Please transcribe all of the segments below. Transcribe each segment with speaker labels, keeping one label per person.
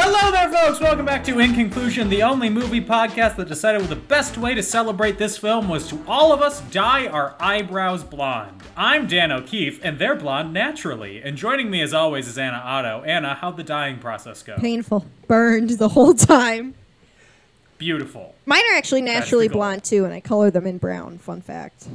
Speaker 1: Hello there, folks! Welcome back to In Conclusion, the only movie podcast that decided the best way to celebrate this film was to all of us dye our eyebrows blonde. I'm Dan O'Keefe, and they're blonde naturally. And joining me, as always, is Anna Otto. Anna, how'd the dyeing process go?
Speaker 2: painful, burned the whole time.
Speaker 1: Beautiful.
Speaker 2: Mine are actually naturally
Speaker 1: the goal.
Speaker 2: blonde too, and I color them in brown. Fun fact.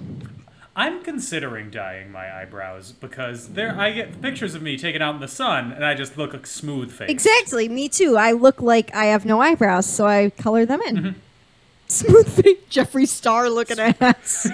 Speaker 1: I'm considering dyeing my eyebrows because there I get pictures of me taken out in the sun, and I just look like smooth face.
Speaker 2: Exactly, me too. I look like I have no eyebrows, so I color them in.
Speaker 3: Mm-hmm.
Speaker 2: Smooth face, Jeffree Star looking ass.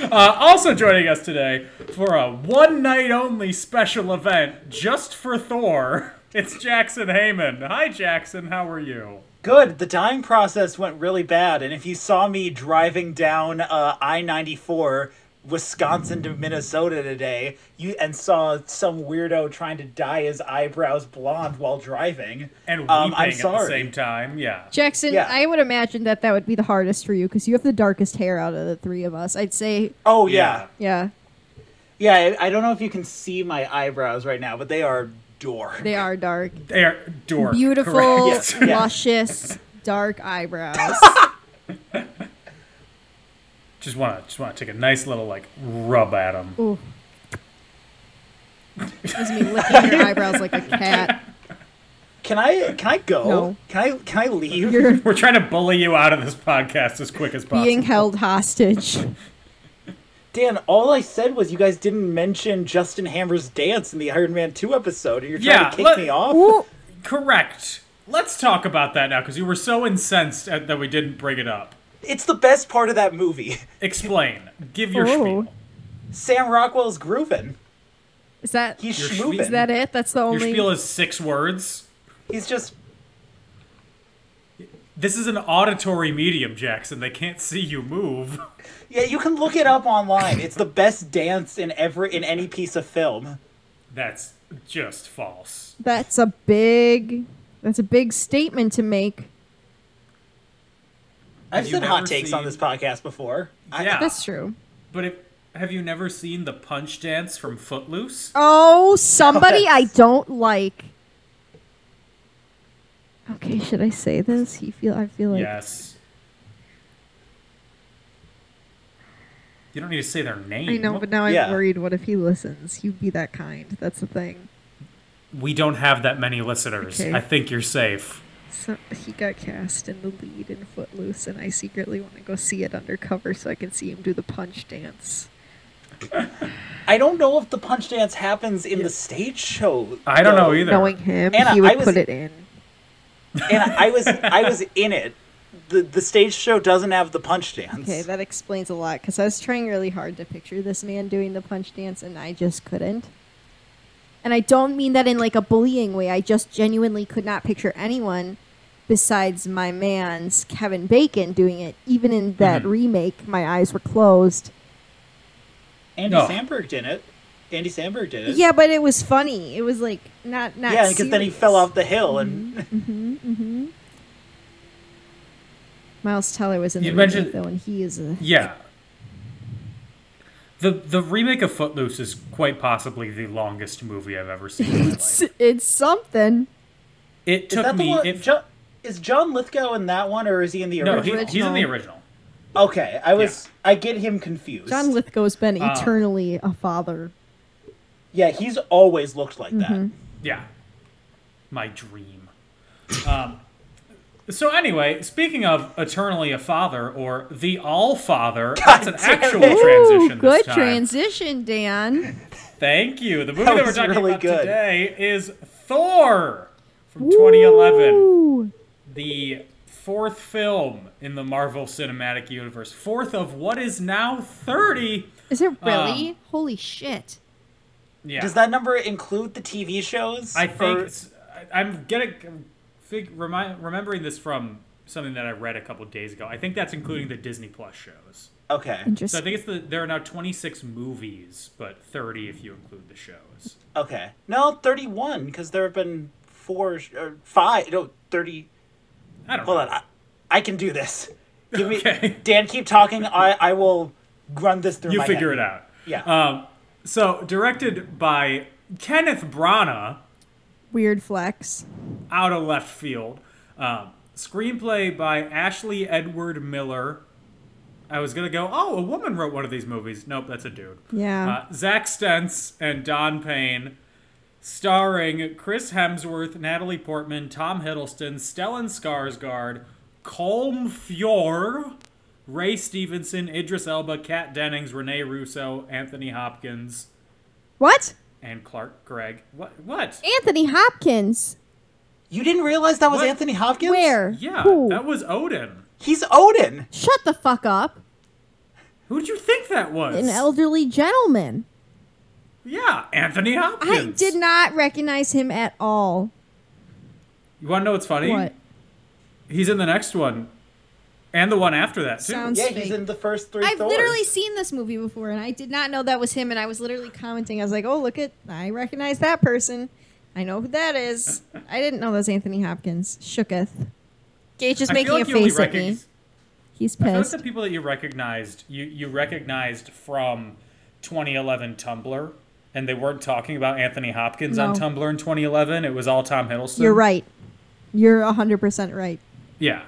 Speaker 1: Uh, Also joining us today for a one night only special event just for Thor. It's Jackson Heyman. Hi, Jackson. How are you?
Speaker 3: Good. The dying process went really bad, and if you saw me driving down uh, I ninety four, Wisconsin to Minnesota today, you and saw some weirdo trying to dye his eyebrows blonde while driving.
Speaker 1: And weeping
Speaker 3: um, I'm
Speaker 1: at
Speaker 3: sorry.
Speaker 1: the same time. Yeah.
Speaker 2: Jackson,
Speaker 3: Yeah.
Speaker 2: I would imagine that that would be the hardest for you because you have the darkest hair out of the three of us. I'd say,
Speaker 3: Oh yeah,
Speaker 2: yeah,
Speaker 3: yeah. I, I don't know if you can see my eyebrows right now, but they are dork.
Speaker 2: they are dark,
Speaker 1: They are dork.
Speaker 2: beautiful,
Speaker 1: correct.
Speaker 3: Yes, yeah.
Speaker 2: luscious, dark eyebrows.
Speaker 1: Just want to just want to take a nice little like rub at them.
Speaker 2: Ooh. That was me licking your eyebrows like a cat.
Speaker 3: Can I? Can I go?
Speaker 2: No.
Speaker 3: Can I? Can I leave?
Speaker 2: You're
Speaker 1: We're trying to bully you out of this podcast as quick as possible.
Speaker 2: being held hostage.
Speaker 3: Dan, all I said was you guys didn't mention Justin Hammer's dance in the Iron Man two episode, and you're trying
Speaker 1: Yeah,
Speaker 3: to kick
Speaker 1: let-
Speaker 3: me off.
Speaker 1: Correct. Let's talk about that now because you were so incensed at, that we didn't bring it up.
Speaker 3: It's the best part of that movie.
Speaker 1: Explain. Give your
Speaker 2: Oh.
Speaker 1: spiel.
Speaker 3: Sam Rockwell's grooving.
Speaker 2: Is that
Speaker 3: He's
Speaker 1: Your
Speaker 3: schmoovin'.
Speaker 1: schmee-
Speaker 2: is that it? That's the
Speaker 1: Your
Speaker 2: only.
Speaker 1: spiel is six words.
Speaker 3: He's just
Speaker 1: This is an auditory medium, Jackson. They can't see you move.
Speaker 3: yeah. You can look it up online. It's the best dance in ever in any piece of film.
Speaker 1: That's just false.
Speaker 2: that's a big. That's a big statement to make.
Speaker 3: I've
Speaker 1: you
Speaker 3: said hot
Speaker 1: never
Speaker 3: takes
Speaker 1: seen-
Speaker 3: on this podcast before. I-
Speaker 1: Yeah.
Speaker 2: That's true.
Speaker 1: But if, have you never seen the punch dance from Footloose?
Speaker 2: Oh, somebody I don't like. Okay, should I say this? You feel I feel like
Speaker 1: yes. You don't need to say their name.
Speaker 2: I know, but now I'm
Speaker 3: Yeah.
Speaker 2: worried. What if he listens? He'd be that kind. That's the thing.
Speaker 1: we don't have that many listeners.
Speaker 2: Okay.
Speaker 1: I think you're safe.
Speaker 2: So he got cast in the lead in Footloose, and I secretly want to go see it undercover so I can see him do the punch dance.
Speaker 3: I don't know if the punch dance happens in the stage show.
Speaker 1: I don't
Speaker 3: though.
Speaker 1: know either.
Speaker 2: Knowing him,
Speaker 3: Anna,
Speaker 2: he would
Speaker 3: I was-
Speaker 2: put it in.
Speaker 3: And I was I was in it. The the stage show doesn't have the punch dance.
Speaker 2: Okay, that explains a lot because I was trying really hard to picture this man doing the punch dance and I just couldn't. And I don't mean that in like a bullying way. I just genuinely could not picture anyone besides my man's Kevin Bacon doing it. Even in that
Speaker 3: Mm-hmm.
Speaker 2: remake, my eyes were closed.
Speaker 3: Andy
Speaker 1: No.
Speaker 3: Samberg did it. Andy Samberg did it.
Speaker 2: Yeah, but it was funny. It was like not not.
Speaker 3: Yeah, because then he
Speaker 2: serious.
Speaker 3: fell off the hill and
Speaker 2: Miles Teller was in
Speaker 1: You
Speaker 2: the remake,
Speaker 1: mentioned-
Speaker 2: though, and he is a
Speaker 1: Yeah. The the remake of Footloose is quite possibly the longest movie I've ever seen. In my life.
Speaker 2: it's something.
Speaker 1: It
Speaker 3: is
Speaker 1: took
Speaker 3: that the
Speaker 1: me.
Speaker 3: one?
Speaker 1: It,
Speaker 3: Jo- is John Lithgow in that one, or is he in the
Speaker 1: no, he-
Speaker 3: original?
Speaker 1: he's in the original.
Speaker 3: Okay, I was I get him confused.
Speaker 2: John Lithgow's been
Speaker 3: uh,
Speaker 2: eternally a father.
Speaker 3: yeah, he's always looked like that.
Speaker 2: Mm-hmm.
Speaker 1: Yeah. My dream. Um, so anyway, speaking of eternally a father or the all father, that's an actual transition.
Speaker 2: Ooh, good
Speaker 1: this time.
Speaker 2: transition, Dan.
Speaker 1: Thank you. The movie that, we're
Speaker 3: was
Speaker 1: talking
Speaker 3: really
Speaker 1: about
Speaker 3: good.
Speaker 1: today is Thor from 2011,
Speaker 2: Ooh.
Speaker 1: the fourth film in the Marvel Cinematic Universe, fourth of what is now 30.
Speaker 2: Is it really? Holy shit.
Speaker 1: Yeah.
Speaker 3: Does that number include the TV shows?
Speaker 1: I think
Speaker 3: Or-
Speaker 1: it's, I- I'm getting fig- remi- remembering this from something that I read a couple days ago. I think that's including the Disney Plus shows. So
Speaker 3: Okay.
Speaker 1: I
Speaker 2: Interesting.
Speaker 1: think it's the there are now 26 movies, but 30 if you include the shows.
Speaker 3: Okay. No, 31, because there have been four sh- or five. No, 30.
Speaker 1: I don't
Speaker 3: Hold
Speaker 1: know.
Speaker 3: on. I, I can do this. Give me,
Speaker 1: Okay.
Speaker 3: Dan, keep talking. I, I will run this through
Speaker 1: you
Speaker 3: my
Speaker 1: figure
Speaker 3: head.
Speaker 1: it out.
Speaker 3: Yeah.
Speaker 1: Um, so directed by Kenneth Branagh
Speaker 2: Weird flex.
Speaker 1: out of left field. Um, screenplay by Ashley Edward Miller. I was gonna go. Oh, a woman wrote one of these movies. Nope, that's a dude.
Speaker 2: Yeah.
Speaker 1: Uh, Zach Stentz and Don Payne, starring Chris Hemsworth, Natalie Portman, Tom Hiddleston, Stellan Skarsgård, Colm Fjord, Ray Stevenson, Idris Elba, Kat Dennings, Renee Russo, Anthony Hopkins,
Speaker 2: what?
Speaker 1: and Clark Gregg. What? What?
Speaker 2: Anthony Hopkins.
Speaker 3: You didn't realize that was
Speaker 1: What?
Speaker 3: Anthony Hopkins?
Speaker 2: Where?
Speaker 1: Yeah,
Speaker 2: Who?
Speaker 1: that was Odin.
Speaker 3: He's Odin.
Speaker 2: Shut the fuck up.
Speaker 1: Who did you think that was?
Speaker 2: An elderly gentleman.
Speaker 1: yeah, Anthony Hopkins.
Speaker 2: I did not recognize him at all.
Speaker 1: You want to know what's funny?
Speaker 2: What?
Speaker 1: He's in the next one, and the one after that too.
Speaker 2: Sounds
Speaker 3: Yeah,
Speaker 2: fake.
Speaker 3: he's in the first three
Speaker 2: I've
Speaker 3: Thors.
Speaker 2: literally seen this movie before, and I did not know that was him. And I was literally commenting. I was like, "Oh, look at! I recognize that person. I know who that is. I didn't know that was Anthony Hopkins." Shooketh. Gage is
Speaker 1: I
Speaker 2: making
Speaker 1: feel like
Speaker 2: a
Speaker 1: you only
Speaker 2: face at me.
Speaker 1: recognize-
Speaker 2: He's
Speaker 1: I feel like the
Speaker 2: pissed.
Speaker 1: people that you recognized, you you recognized from 2011 Tumblr, and they weren't talking about Anthony Hopkins on
Speaker 2: No.
Speaker 1: Tumblr in 2011. It was all Tom Hiddleston.
Speaker 2: You're right. You're hundred percent right.
Speaker 1: Yeah.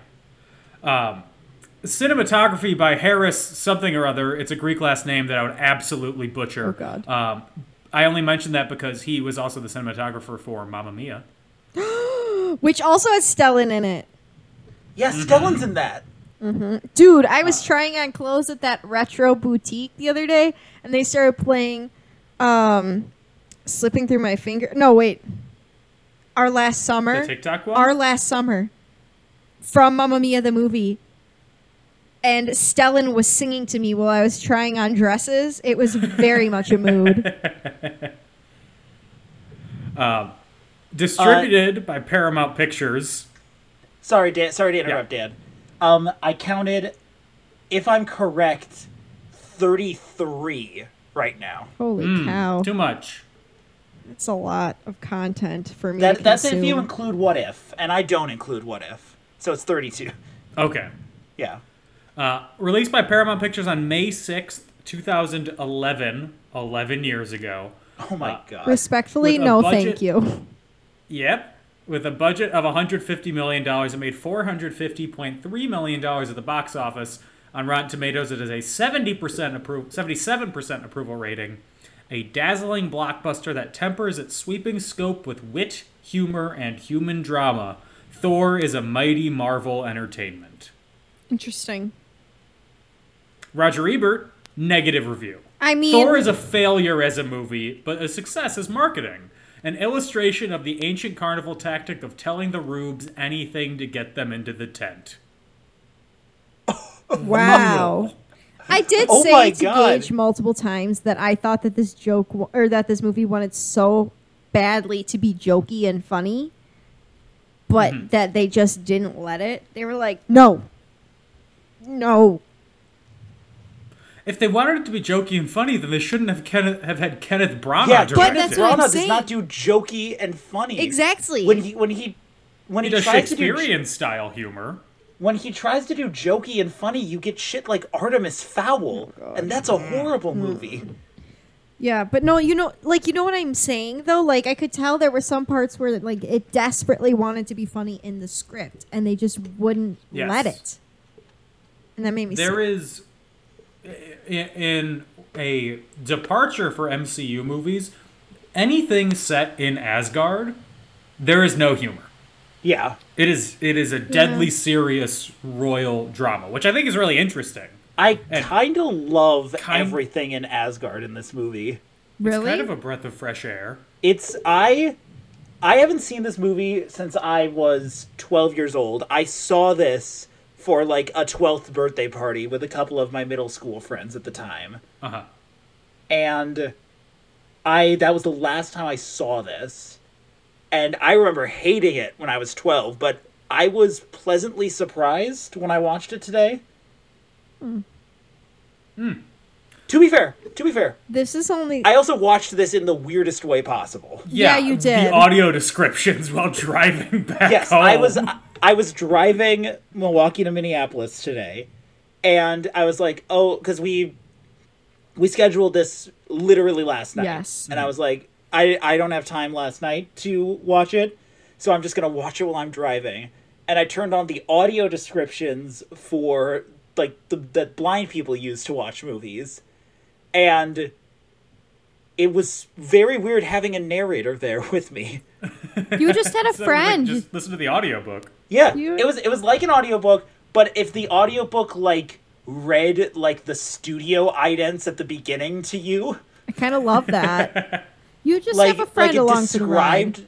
Speaker 1: Um, cinematography by Harris something or other. It's a Greek last name that I would absolutely butcher.
Speaker 2: Oh, God.
Speaker 1: Um, I only mentioned that because he was also the cinematographer for Mamma
Speaker 2: Uh,
Speaker 1: Mia.
Speaker 2: Which also has Stellan in it.
Speaker 3: Yeah,
Speaker 1: Mm-hmm.
Speaker 3: Stellan's in that.
Speaker 2: Dude, I was trying on clothes at that retro boutique the other day, and they started playing um, Slipping Through My Finger. No, wait. Our Last Summer.
Speaker 1: The TikTok one?
Speaker 2: Our Last Summer from Mamma Mia the movie. And Stellan was singing to me while I was trying on dresses. It was very much a mood.
Speaker 1: Distributed by Paramount Pictures.
Speaker 3: Sorry, Dan. Sorry to interrupt, Dan. Um, I counted, if I'm correct, 33 right now.
Speaker 2: Holy
Speaker 1: Hmm.
Speaker 2: cow.
Speaker 1: Too much.
Speaker 2: That's a lot of content for me.
Speaker 3: That
Speaker 2: to
Speaker 3: that's if you
Speaker 2: consume.
Speaker 3: include what if, and I don't include what if, so it's 32.
Speaker 1: Okay.
Speaker 3: Yeah.
Speaker 1: Uh, released by Paramount Pictures on May 6th, 2011, 11 years ago.
Speaker 3: Oh
Speaker 1: Uh,
Speaker 3: my god.
Speaker 2: Respectfully,
Speaker 1: With a
Speaker 2: no,
Speaker 1: budget-
Speaker 2: thank you.
Speaker 1: Yep. With a budget of $150 million, it made $450.3 million at the box office. On Rotten Tomatoes, it is a 70% appro- 77% approval rating. A dazzling blockbuster that tempers its sweeping scope with wit, humor, and human drama. Thor is a mighty Marvel entertainment.
Speaker 2: Interesting.
Speaker 1: Roger Ebert, negative review.
Speaker 2: I mean,
Speaker 1: Thor is a failure as a movie, but a success as marketing. An illustration of the ancient carnival tactic of telling the rubes anything to get them into the tent.
Speaker 2: Wow. I did
Speaker 3: Oh
Speaker 2: say
Speaker 3: my
Speaker 2: to
Speaker 3: God.
Speaker 2: Gage multiple times that I thought that this joke wa- or that this movie wanted so badly to be jokey and funny, but
Speaker 1: Mm-hmm.
Speaker 2: that they just didn't let it. They were like, "No, no,
Speaker 1: If they wanted it to be jokey and funny, then they shouldn't have Kenneth, have had Kenneth Branagh
Speaker 3: yeah,
Speaker 1: direct
Speaker 3: but
Speaker 2: that's
Speaker 1: it.
Speaker 2: what I'm
Speaker 3: Branagh does
Speaker 2: saying.
Speaker 3: not do jokey and funny.
Speaker 2: exactly."
Speaker 3: When he when he when
Speaker 1: He
Speaker 3: he,
Speaker 1: does
Speaker 3: tries to do
Speaker 1: Shakespearean style humor.
Speaker 3: when he tries to do jokey and funny, you get shit like Artemis Fowl,
Speaker 2: Oh
Speaker 3: and that's a horrible movie.
Speaker 2: Yeah, but no, you know, like you know what I'm saying though. Like I could tell there were some parts where like it desperately wanted to be funny in the script, and they just wouldn't
Speaker 1: Yes.
Speaker 2: let it. And that made me
Speaker 1: There
Speaker 2: sick.
Speaker 1: is i- in a departure for MCU movies, anything set in Asgard, there is no humor.
Speaker 3: Yeah.
Speaker 1: It is it is a deadly serious royal drama, which I think is really interesting.
Speaker 3: I kind of love
Speaker 1: Kind-
Speaker 3: everything in Asgard in this movie.
Speaker 2: really
Speaker 1: Kind of a breath of fresh air.
Speaker 3: It's I I haven't seen this movie since I was 12 years old. I saw this for like a 12th birthday party with a couple of my middle school friends at the time.
Speaker 1: Uh-huh.
Speaker 3: And I that was the last time I saw this. and I remember hating it when I was 12, but I was pleasantly surprised when I watched it today. To be fair, to be fair,
Speaker 2: This is only.
Speaker 3: I also watched this in the weirdest way possible.
Speaker 2: Yeah, you did.
Speaker 1: The audio descriptions while driving back
Speaker 3: Yes,
Speaker 1: home.
Speaker 3: I was I was driving Milwaukee to Minneapolis today, and I was like, oh, because we we scheduled this literally last night.
Speaker 2: Yes.
Speaker 3: and I was like, I I don't have time last night to watch it, so I'm just gonna watch it while I'm driving. And I turned on the audio descriptions for like the that blind people use to watch movies, and it was very weird having a narrator there with me.
Speaker 2: you just had a
Speaker 1: So, like,
Speaker 2: friend.
Speaker 1: just listen to the audiobook.
Speaker 3: Yeah,
Speaker 2: You-
Speaker 3: it was it was like an audiobook, but if the audiobook like read like the studio idents at the beginning to you,
Speaker 2: I kind of love that. You just
Speaker 3: like
Speaker 2: have a friend
Speaker 3: like it
Speaker 2: along for the ride.
Speaker 3: described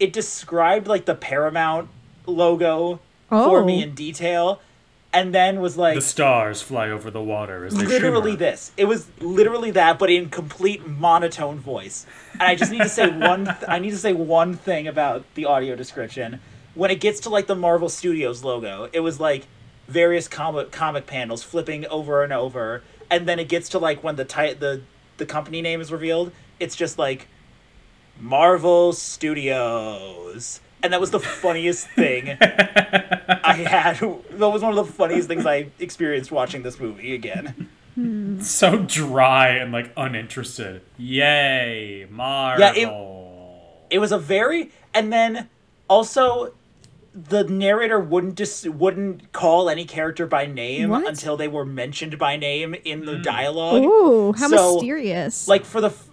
Speaker 3: it described like the Paramount logo
Speaker 2: Oh.
Speaker 3: for me in detail, and then was like
Speaker 1: The stars fly over the water as they
Speaker 3: literally
Speaker 1: shimmer.
Speaker 3: this. It was literally that, but in complete monotone voice. And I just need to say one. Th- I need to say one thing about the audio description. When it gets to like the Marvel Studios logo, it was like various comic comic panels flipping over and over, and then it gets to like when the ti- the the company name is revealed. It's just like Marvel Studios. And that was the funniest thing I had. That was one of the funniest things I experienced watching this movie again.
Speaker 1: so dry and like uninterested. Yay, Marvel.
Speaker 3: it was a very and then also the narrator wouldn't just wouldn't call any character by name
Speaker 2: What?
Speaker 3: until they were mentioned by name in the dialogue
Speaker 2: Ooh, how
Speaker 3: So,
Speaker 2: mysterious!
Speaker 3: like for the f-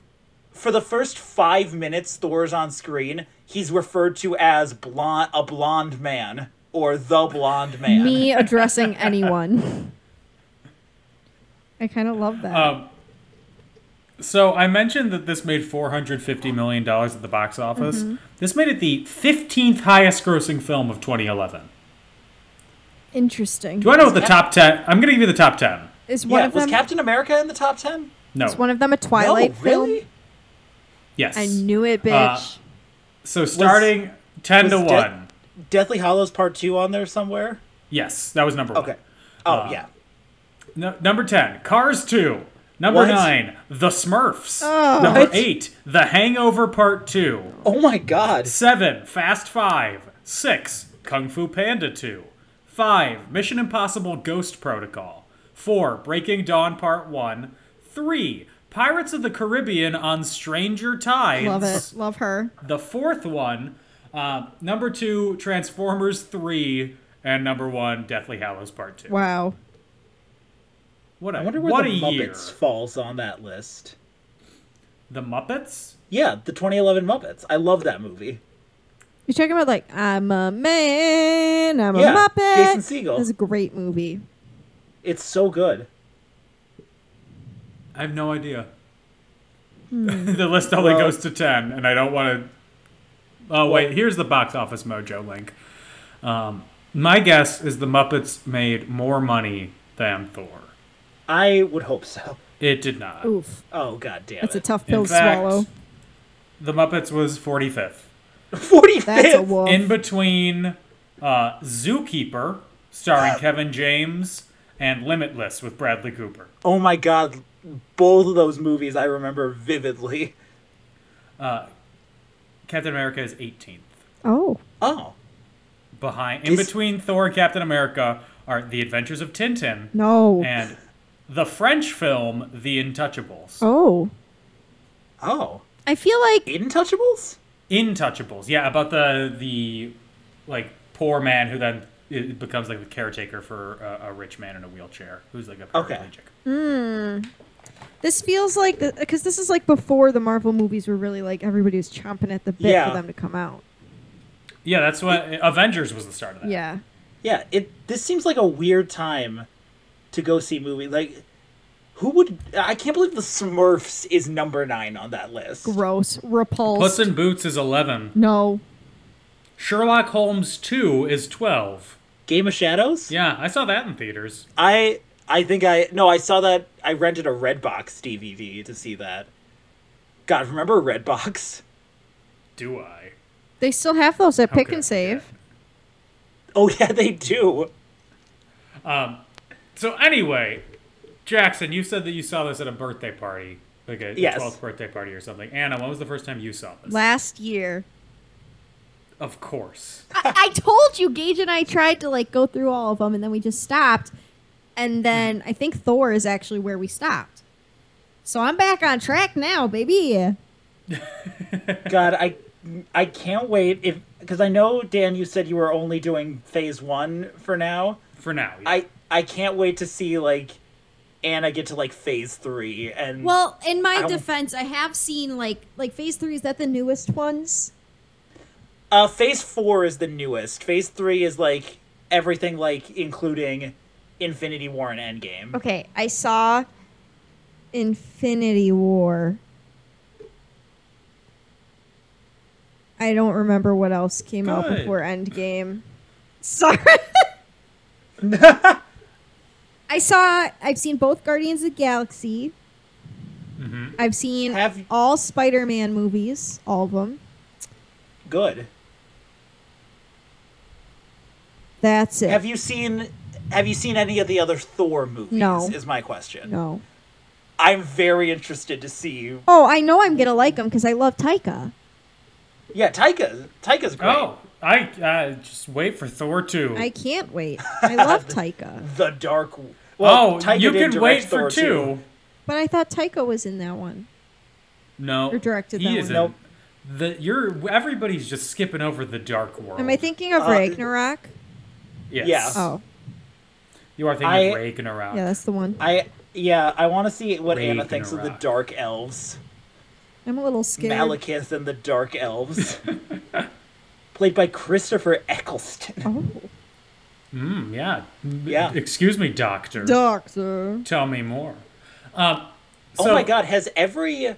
Speaker 3: for the first five minutes thor's on screen he's referred to as blonde a blonde man or the blonde man
Speaker 2: me addressing anyone. I kind of love that.
Speaker 3: Um,
Speaker 1: So I mentioned that this made four hundred fifty million dollars at the box office.
Speaker 2: Mm-hmm.
Speaker 1: This made it the fifteenth highest-grossing film of twenty eleven.
Speaker 2: Interesting.
Speaker 1: Do I know what the top ten? I'm gonna give you the top ten.
Speaker 2: Is one
Speaker 3: yeah
Speaker 2: of
Speaker 3: was
Speaker 2: them?
Speaker 3: captain america in the top 10
Speaker 1: No.
Speaker 2: is one of them a Twilight
Speaker 3: no really Uh,
Speaker 2: film?
Speaker 1: yes.
Speaker 2: I knew it, bitch.
Speaker 1: So starting ten to
Speaker 3: was
Speaker 1: one.
Speaker 3: Death- deathly hollows part two on there somewhere
Speaker 1: yes, that was number one.
Speaker 3: okay oh yeah
Speaker 1: No, number 10, Cars 2. Number
Speaker 3: What?
Speaker 1: 9, The Smurfs.
Speaker 2: Oh.
Speaker 1: number
Speaker 3: What?
Speaker 1: 8, The Hangover Part 2.
Speaker 3: oh my god
Speaker 1: 7, Fast 5. 6, Kung Fu Panda 2. 5, Mission Impossible Ghost Protocol. 4, Breaking Dawn Part 1. 3, Pirates of the Caribbean on Stranger Tides.
Speaker 2: Love it. Love her.
Speaker 1: The fourth one, uh, number 2, Transformers 3. And number 1, Deathly Hallows Part 2.
Speaker 2: Wow.
Speaker 1: What a,
Speaker 3: I wonder where
Speaker 1: what
Speaker 3: the
Speaker 1: a
Speaker 3: Muppets
Speaker 1: year.
Speaker 3: falls on that list.
Speaker 1: The Muppets?
Speaker 3: Yeah, the 2011 Muppets. I love that movie.
Speaker 2: You're talking about like I'm a man, I'm
Speaker 3: Yeah,
Speaker 2: a muppet.
Speaker 3: Jason Segel.
Speaker 2: That's a great movie.
Speaker 3: It's so good.
Speaker 1: I have no idea. the list only
Speaker 3: Hmm. Well-
Speaker 1: goes to 10, and I don't want to. Oh, wait. Here's the box office mojo link. Um, my guess is the Muppets made more money than Thor.
Speaker 3: I would hope so.
Speaker 1: It did not.
Speaker 2: Oof,
Speaker 3: Oh god damn
Speaker 2: that's a
Speaker 3: it.
Speaker 2: tough
Speaker 1: In
Speaker 2: pill
Speaker 1: fact,
Speaker 2: to swallow.
Speaker 1: the Muppets was 45th.
Speaker 3: 45th.
Speaker 2: That's a wolf.
Speaker 1: In between uh, Zookeeper, starring Kevin James, and Limitless with Bradley Cooper.
Speaker 3: oh my god, both of those movies I remember vividly.
Speaker 1: Captain America is 18th.
Speaker 2: oh,
Speaker 3: Oh,
Speaker 1: Behind, in
Speaker 3: This-
Speaker 1: between Thor and Captain America are The Adventures of Tintin,
Speaker 2: no.
Speaker 1: and the French film The Intouchables.
Speaker 2: oh.
Speaker 3: oh.
Speaker 2: I feel like
Speaker 3: Intouchables?
Speaker 1: Intouchables, yeah, about the the like poor man who then i- becomes like the caretaker for a, a rich man in a wheelchair who's like a
Speaker 3: Okay.
Speaker 1: paraplegic.
Speaker 2: this feels like because this is like before the Marvel movies were really like everybody was chomping at the bit
Speaker 3: Yeah.
Speaker 2: for them to come out.
Speaker 1: Yeah, that's what Avengers was the start of that.
Speaker 2: Yeah.
Speaker 3: Yeah, it this seems like a weird time to go see movie like who would I can't believe the Smurfs is number 9 on that list.
Speaker 2: Gross. Repulsed.
Speaker 1: Puss in Boots is eleven.
Speaker 2: no.
Speaker 1: Sherlock Holmes two is twelve.
Speaker 3: Game of Shadows?
Speaker 1: Yeah, I saw that in theaters.
Speaker 3: I I think I no, I saw that I rented a Redbox DVD to see that. God, remember Redbox?
Speaker 1: do I?
Speaker 2: They still have those at
Speaker 1: How
Speaker 2: Pick
Speaker 1: could I
Speaker 2: and Save.
Speaker 1: forget?
Speaker 3: Oh yeah, they do.
Speaker 1: So anyway, Jackson, you said that you saw this at a birthday party, like a
Speaker 3: Yes.
Speaker 1: twelfth birthday party or something. Anna, when was the first time you saw this?
Speaker 2: Last year.
Speaker 1: of course.
Speaker 2: I told you, Gage and I tried to like go through all of them, and then we just stopped. And then I think Thor is actually where we stopped. So I'm back on track now, baby.
Speaker 3: God, I I can't wait if because I know Dan, you said you were only doing phase one for now.
Speaker 1: For now, yeah.
Speaker 3: I I can't wait to see like Anna get to like phase three and
Speaker 2: Well, in my
Speaker 3: Ow.
Speaker 2: defense, I have seen like like Phase Three. Is that the newest ones?
Speaker 3: uh phase four is the newest. Phase three is like everything like including Infinity War and Endgame.
Speaker 2: Okay, I saw Infinity War. I don't remember what else came out
Speaker 1: Good.
Speaker 2: before Endgame. Sorry. I saw. I've seen both Guardians of the Galaxy. I've seen
Speaker 3: Mm-hmm. Have-
Speaker 2: all Spider-Man movies, all of them.
Speaker 3: Good.
Speaker 2: That's it.
Speaker 3: Have you seen have you seen any of the other Thor movies?
Speaker 2: No.
Speaker 3: Is my question.
Speaker 2: no.
Speaker 3: I'm very interested to see.
Speaker 2: Oh, I know I'm gonna like them because I love Taika.
Speaker 3: Yeah, Taika. Taika's great.
Speaker 1: oh, I uh, just wait for Thor two.
Speaker 2: I can't wait. I love Taika,
Speaker 3: The Dark.
Speaker 1: oh,
Speaker 3: Taika
Speaker 1: you
Speaker 3: did
Speaker 1: can
Speaker 3: direct
Speaker 1: wait for
Speaker 3: Thor
Speaker 1: two.
Speaker 3: too.
Speaker 2: but I thought Taika was in that one.
Speaker 1: No,
Speaker 2: Or directed
Speaker 1: he
Speaker 2: that one.
Speaker 1: isn't.
Speaker 3: Nope.
Speaker 1: The you're everybody's just skipping over the dark world.
Speaker 2: Am I thinking of
Speaker 3: Uh,
Speaker 2: Ragnarok?
Speaker 1: Yes.
Speaker 3: Yeah.
Speaker 2: Oh,
Speaker 1: You are thinking
Speaker 3: I-
Speaker 1: of Reagan around.
Speaker 2: yeah, that's the one.
Speaker 3: I yeah, I want to see what Anna
Speaker 1: Ragnarok.
Speaker 3: thinks of the Dark Elves.
Speaker 2: I'm a little scared.
Speaker 3: Malekith and the Dark Elves, played by Christopher Eccleston.
Speaker 2: Oh,
Speaker 1: Mm, yeah.
Speaker 3: Yeah.
Speaker 1: Excuse me, doctor.
Speaker 2: doctor.
Speaker 1: Tell me more. Um,
Speaker 3: oh
Speaker 1: so
Speaker 3: my God, has every?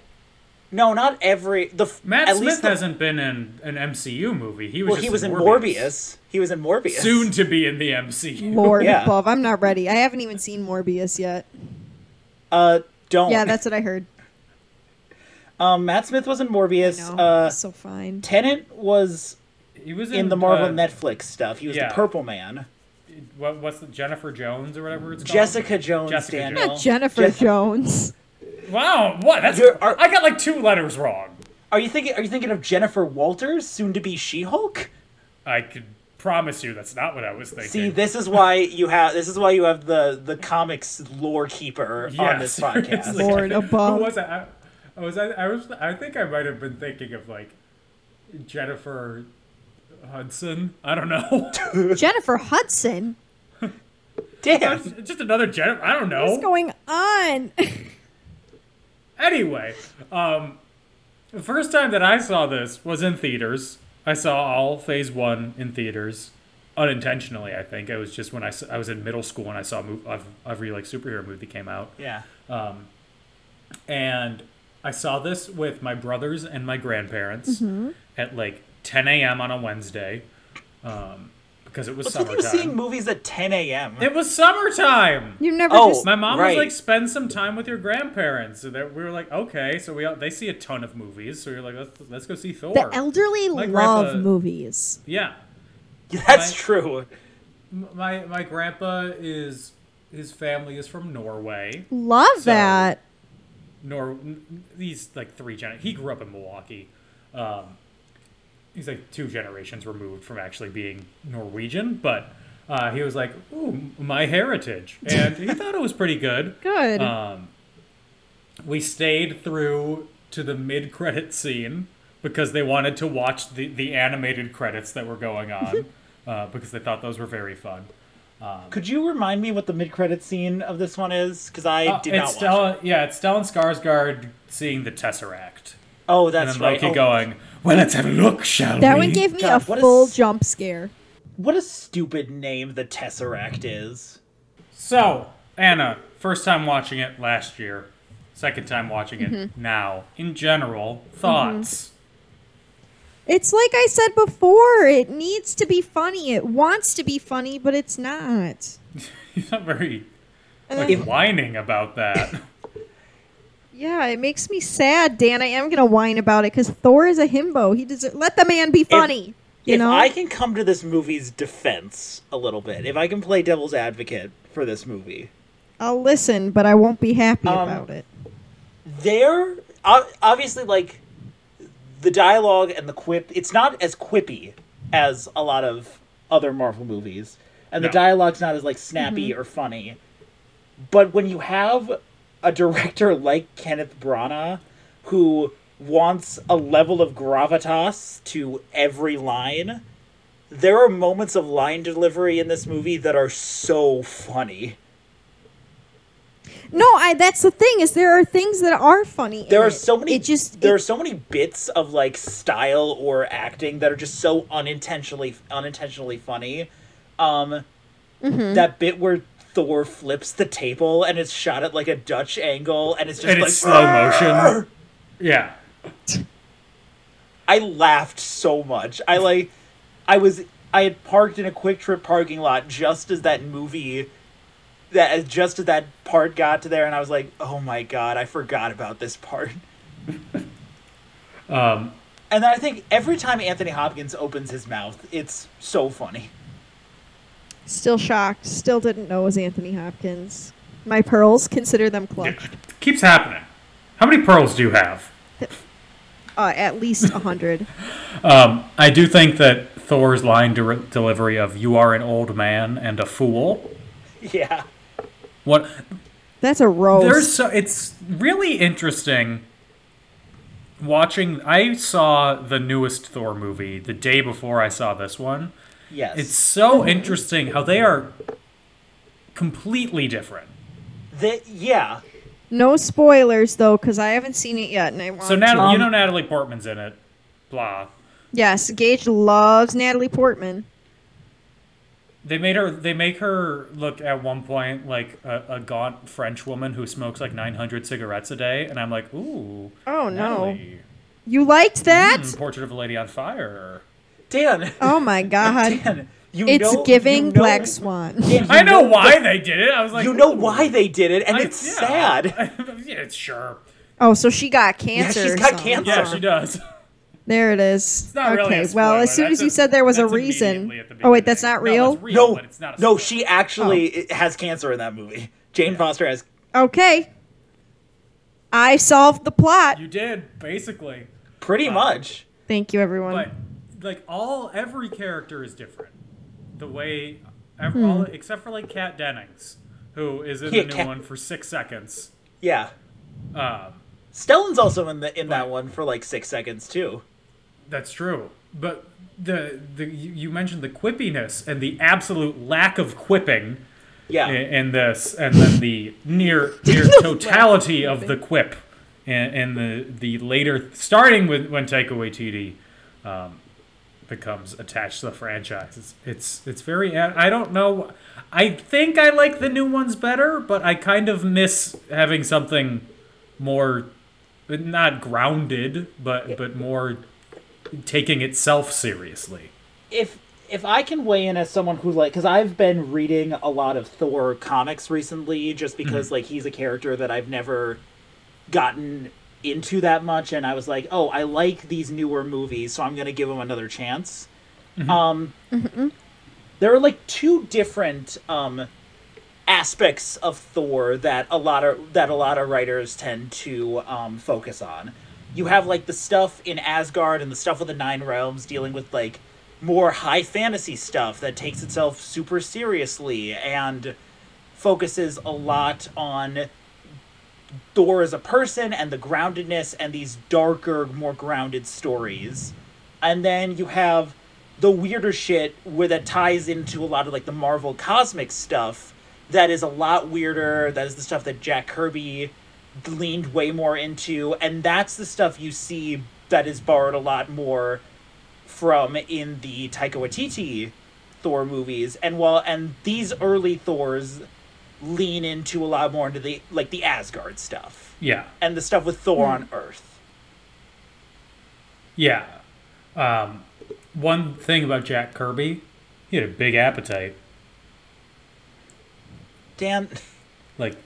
Speaker 3: No, not every. The f-
Speaker 1: Matt
Speaker 3: at
Speaker 1: Smith
Speaker 3: least the,
Speaker 1: hasn't been in an MCU movie. He was
Speaker 3: Well,
Speaker 1: just
Speaker 3: he was in Morbius.
Speaker 1: Morbius.
Speaker 3: He was in Morbius.
Speaker 1: Soon to be in the MCU.
Speaker 2: Lord
Speaker 3: Yeah.
Speaker 2: above, I'm not ready. I haven't even seen Morbius yet.
Speaker 3: Uh, don't.
Speaker 2: Yeah, that's what I heard.
Speaker 3: um. Matt Smith was in Morbius.
Speaker 2: No,
Speaker 3: Uh,
Speaker 2: so fine.
Speaker 3: Tennant was
Speaker 1: He was in,
Speaker 3: in the Marvel
Speaker 1: uh,
Speaker 3: Netflix stuff. He was
Speaker 1: yeah. Oh.
Speaker 3: the Purple Man.
Speaker 1: What, what's the Jennifer Jones or whatever it's called?
Speaker 3: Jessica Jones.
Speaker 1: Jessica
Speaker 3: Daniel.
Speaker 1: Jones.
Speaker 2: Jennifer
Speaker 3: Jeff-
Speaker 2: Jones.
Speaker 1: Wow, what? That's
Speaker 3: You're- are-
Speaker 1: I got like two letters wrong.
Speaker 3: Are you thinking? Are you thinking of Jennifer Walters, soon to be She-Hulk?
Speaker 1: I could promise you that's not what I was thinking.
Speaker 3: See, this is why you have this is why you have the the comics lore keeper on this
Speaker 1: Yes,
Speaker 3: podcast.
Speaker 1: seriously.
Speaker 2: Lord above.
Speaker 3: um,
Speaker 1: Who was I? I was I, I was I think I might have been thinking of like Jennifer Hudson. I don't know.
Speaker 2: Jennifer Hudson.
Speaker 3: Damn.
Speaker 1: Just another Jennifer. I don't know.
Speaker 2: What's going on?
Speaker 1: anyway, um, the first time that I saw this was in theaters. I saw all Phase One in theaters, unintentionally. I think it was just when I, s- I was in middle school and I saw a mov- ev- every like superhero movie came out,
Speaker 3: Yeah.
Speaker 1: and I saw this with my brothers and my grandparents at like 10 a.m. on a Wednesday, um, because it was
Speaker 3: What's with
Speaker 1: summertime.
Speaker 3: you seeing movies at 10 a.m.?
Speaker 1: it was summertime.
Speaker 2: You never
Speaker 3: Oh.
Speaker 2: just.
Speaker 1: My mom was
Speaker 3: Right.
Speaker 1: like, spend some time with your grandparents. So that we were like, okay. So we all, they see a ton of movies. So you're like, let's let's go see Thor.
Speaker 2: The elderly
Speaker 1: My
Speaker 2: love
Speaker 1: grandpa-
Speaker 2: movies.
Speaker 1: yeah,
Speaker 3: That's
Speaker 1: Right.
Speaker 3: true.
Speaker 1: M- my my grandpa is his family is from Norway.
Speaker 2: Love that.
Speaker 1: Nor n- these like three gen. He grew up in Milwaukee. Um, he's like two generations removed from actually being Norwegian, but uh, he was like, ooh, my heritage, and he thought it was pretty good.
Speaker 2: Good.
Speaker 3: uh,
Speaker 1: Um, we stayed through to the mid credit scene because they wanted to watch the, the animated credits that were going on uh, because they thought those were very fun.
Speaker 3: Could you remind me what the mid-credit scene of this one is? Because I
Speaker 1: Uh,
Speaker 3: did not
Speaker 1: it's
Speaker 3: watch. it.
Speaker 1: Stellan, yeah, it's Stellan Skarsgård seeing the Tesseract,
Speaker 3: Oh,
Speaker 1: and
Speaker 3: that's
Speaker 1: then
Speaker 3: right.
Speaker 1: Loki
Speaker 3: Oh,
Speaker 1: going, "Well, let's have a look, shall
Speaker 2: that
Speaker 1: we?"
Speaker 2: one gave me
Speaker 3: God,
Speaker 2: a
Speaker 3: what a
Speaker 2: full
Speaker 3: s-
Speaker 2: jump scare.
Speaker 3: What a stupid name the Tesseract is.
Speaker 1: so Anna, first time watching it last year, second time watching it now. In general, thoughts.
Speaker 2: It's like I said before, it needs to be funny. It wants to be funny, but it's not.
Speaker 1: He's not very like whining about that.
Speaker 2: Yeah, it makes me sad, Dan. I am gonna whine about it because Thor is a himbo. He deserves. Let the man be funny. you
Speaker 3: if
Speaker 2: know.
Speaker 3: I can come to this movie's defense a little bit, if I can play devil's advocate for this movie,
Speaker 2: I'll listen, but I won't be happy
Speaker 3: Um,
Speaker 2: about it.
Speaker 3: there o- obviously like the dialogue and the quip. It's not as quippy as a lot of other Marvel movies, and the
Speaker 4: No.
Speaker 3: dialogue's not as like snappy or funny. But when you have a director like Kenneth Branagh, who wants a level of gravitas to every line. There are moments of line delivery in this movie that are so funny.
Speaker 2: No, I. That's the thing is there are things that are funny. in
Speaker 3: There are
Speaker 2: it.
Speaker 3: so many.
Speaker 2: It just
Speaker 3: there
Speaker 2: it-
Speaker 3: are so many bits of like style or acting that are just so unintentionally unintentionally funny. Um,
Speaker 2: Mm-hmm.
Speaker 3: that bit where Thor flips the table and it's shot at like a Dutch angle and it's just
Speaker 1: and
Speaker 3: like
Speaker 1: it's slow motion. Yeah.
Speaker 3: I laughed so much. I like I was I had parked in a quick trip parking lot just as that movie that as just as that part got to there and I was like, "Oh my god, I forgot about this part."
Speaker 1: Um,
Speaker 3: And then I think every time Anthony Hopkins opens his mouth, it's so funny.
Speaker 2: still shocked. Still didn't know it was Anthony Hopkins. My pearls, consider them clutched.
Speaker 1: keeps happening. How many pearls do you have?
Speaker 2: Uh, at least a hundred.
Speaker 1: Um, I do think that Thor's line de- delivery of "You are an old man and a fool."
Speaker 3: Yeah.
Speaker 1: What
Speaker 2: That's a roast.
Speaker 1: there's so it's really interesting watching. I saw the newest Thor movie the day before I saw this one.
Speaker 3: Yes.
Speaker 1: It's so interesting how they are completely different.
Speaker 3: the, yeah.
Speaker 2: no spoilers though, because I haven't seen it yet, and I want.
Speaker 1: So
Speaker 2: to.
Speaker 1: Natalie, you know Natalie Portman's in it. Blah.
Speaker 2: yes, Gage loves Natalie Portman.
Speaker 1: They made her. They make her look at one point like a, a gaunt French woman who smokes like 900 cigarettes a day, and I'm like, ooh.
Speaker 2: Mm-hmm. Oh no,
Speaker 1: Natalie.
Speaker 2: you liked that?
Speaker 1: Mm, Portrait of a Lady on Fire.
Speaker 3: Dan.
Speaker 2: Oh my god.
Speaker 3: Dan, you
Speaker 2: It's
Speaker 3: know-
Speaker 2: giving
Speaker 3: you know-
Speaker 2: Black Swan.
Speaker 3: Dan, you
Speaker 1: I know why they did it. I was like,
Speaker 3: You know
Speaker 1: ooh.
Speaker 3: why they did it and
Speaker 1: I-
Speaker 3: it's
Speaker 1: yeah.
Speaker 3: sad.
Speaker 1: yeah, it's sure.
Speaker 2: Oh, so she got cancer.
Speaker 3: she's
Speaker 2: or
Speaker 3: got
Speaker 2: something.
Speaker 3: cancer.
Speaker 1: Yeah, she does.
Speaker 2: There it is.
Speaker 1: not really
Speaker 2: okay.
Speaker 1: a
Speaker 2: well,
Speaker 1: spoiler.
Speaker 2: as soon
Speaker 1: That's
Speaker 2: as you
Speaker 1: a-
Speaker 2: said there was a
Speaker 1: that's
Speaker 2: reason.
Speaker 1: immediately at the
Speaker 2: Oh wait, that's
Speaker 1: beginning.
Speaker 2: not real.
Speaker 1: No, it's real
Speaker 3: no,
Speaker 1: but it's not a
Speaker 3: no,
Speaker 1: spoiler.
Speaker 3: she actually has cancer in that movie. Jane Foster has.
Speaker 2: Okay. I solved the plot.
Speaker 1: You did basically, Uh,
Speaker 3: Pretty much.
Speaker 2: Thank you, everyone.
Speaker 3: Um,
Speaker 1: but like all every character is different. The way, ev- all, except for like Kat Dennings, who is in
Speaker 3: Yeah,
Speaker 1: the new
Speaker 3: Hmm. Kat-
Speaker 1: one for six seconds.
Speaker 3: Yeah.
Speaker 1: Um,
Speaker 3: Stellan's also in the in that one for like six seconds too.
Speaker 1: That's true. But the the you you mentioned the quippiness and the absolute lack of quipping
Speaker 3: Yeah.
Speaker 1: in, in this, and then the near near totality of the quip in, in the the later starting with when Taika Waititi um, becomes attached to the franchise. It's it's it's very. I don't know. I think I like the new ones better, but I kind of miss having something more not grounded, but but more taking itself seriously.
Speaker 3: If if I can weigh in as someone who like, because I've been reading a lot of Thor comics recently, just because like he's a character that I've never gotten into that much, and I was like, oh, I like these newer movies, so I'm gonna give him another chance.
Speaker 1: Mm-hmm.
Speaker 3: Um, there are like two different um aspects of Thor that a lot of that a lot of writers tend to um, focus on. You have like the stuff in Asgard and the stuff with the Nine Realms dealing with like more high fantasy stuff that takes itself super seriously and focuses a lot on Thor as a person and the groundedness and these darker, more grounded stories. And then you have the weirder shit where that ties into a lot of like the Marvel cosmic stuff that is a lot weirder. That is the stuff that Jack Kirby leaned way more into. And that's the stuff you see that is borrowed a lot more from in the Taika Waititi Thor movies. And while and these early Thors lean into a lot more into the like the Asgard stuff
Speaker 1: Yeah.
Speaker 3: and the stuff with Thor
Speaker 1: Hmm.
Speaker 3: on Earth.
Speaker 1: Yeah. Um, one thing about Jack Kirby, he had a big appetite.
Speaker 3: Dan,
Speaker 1: Like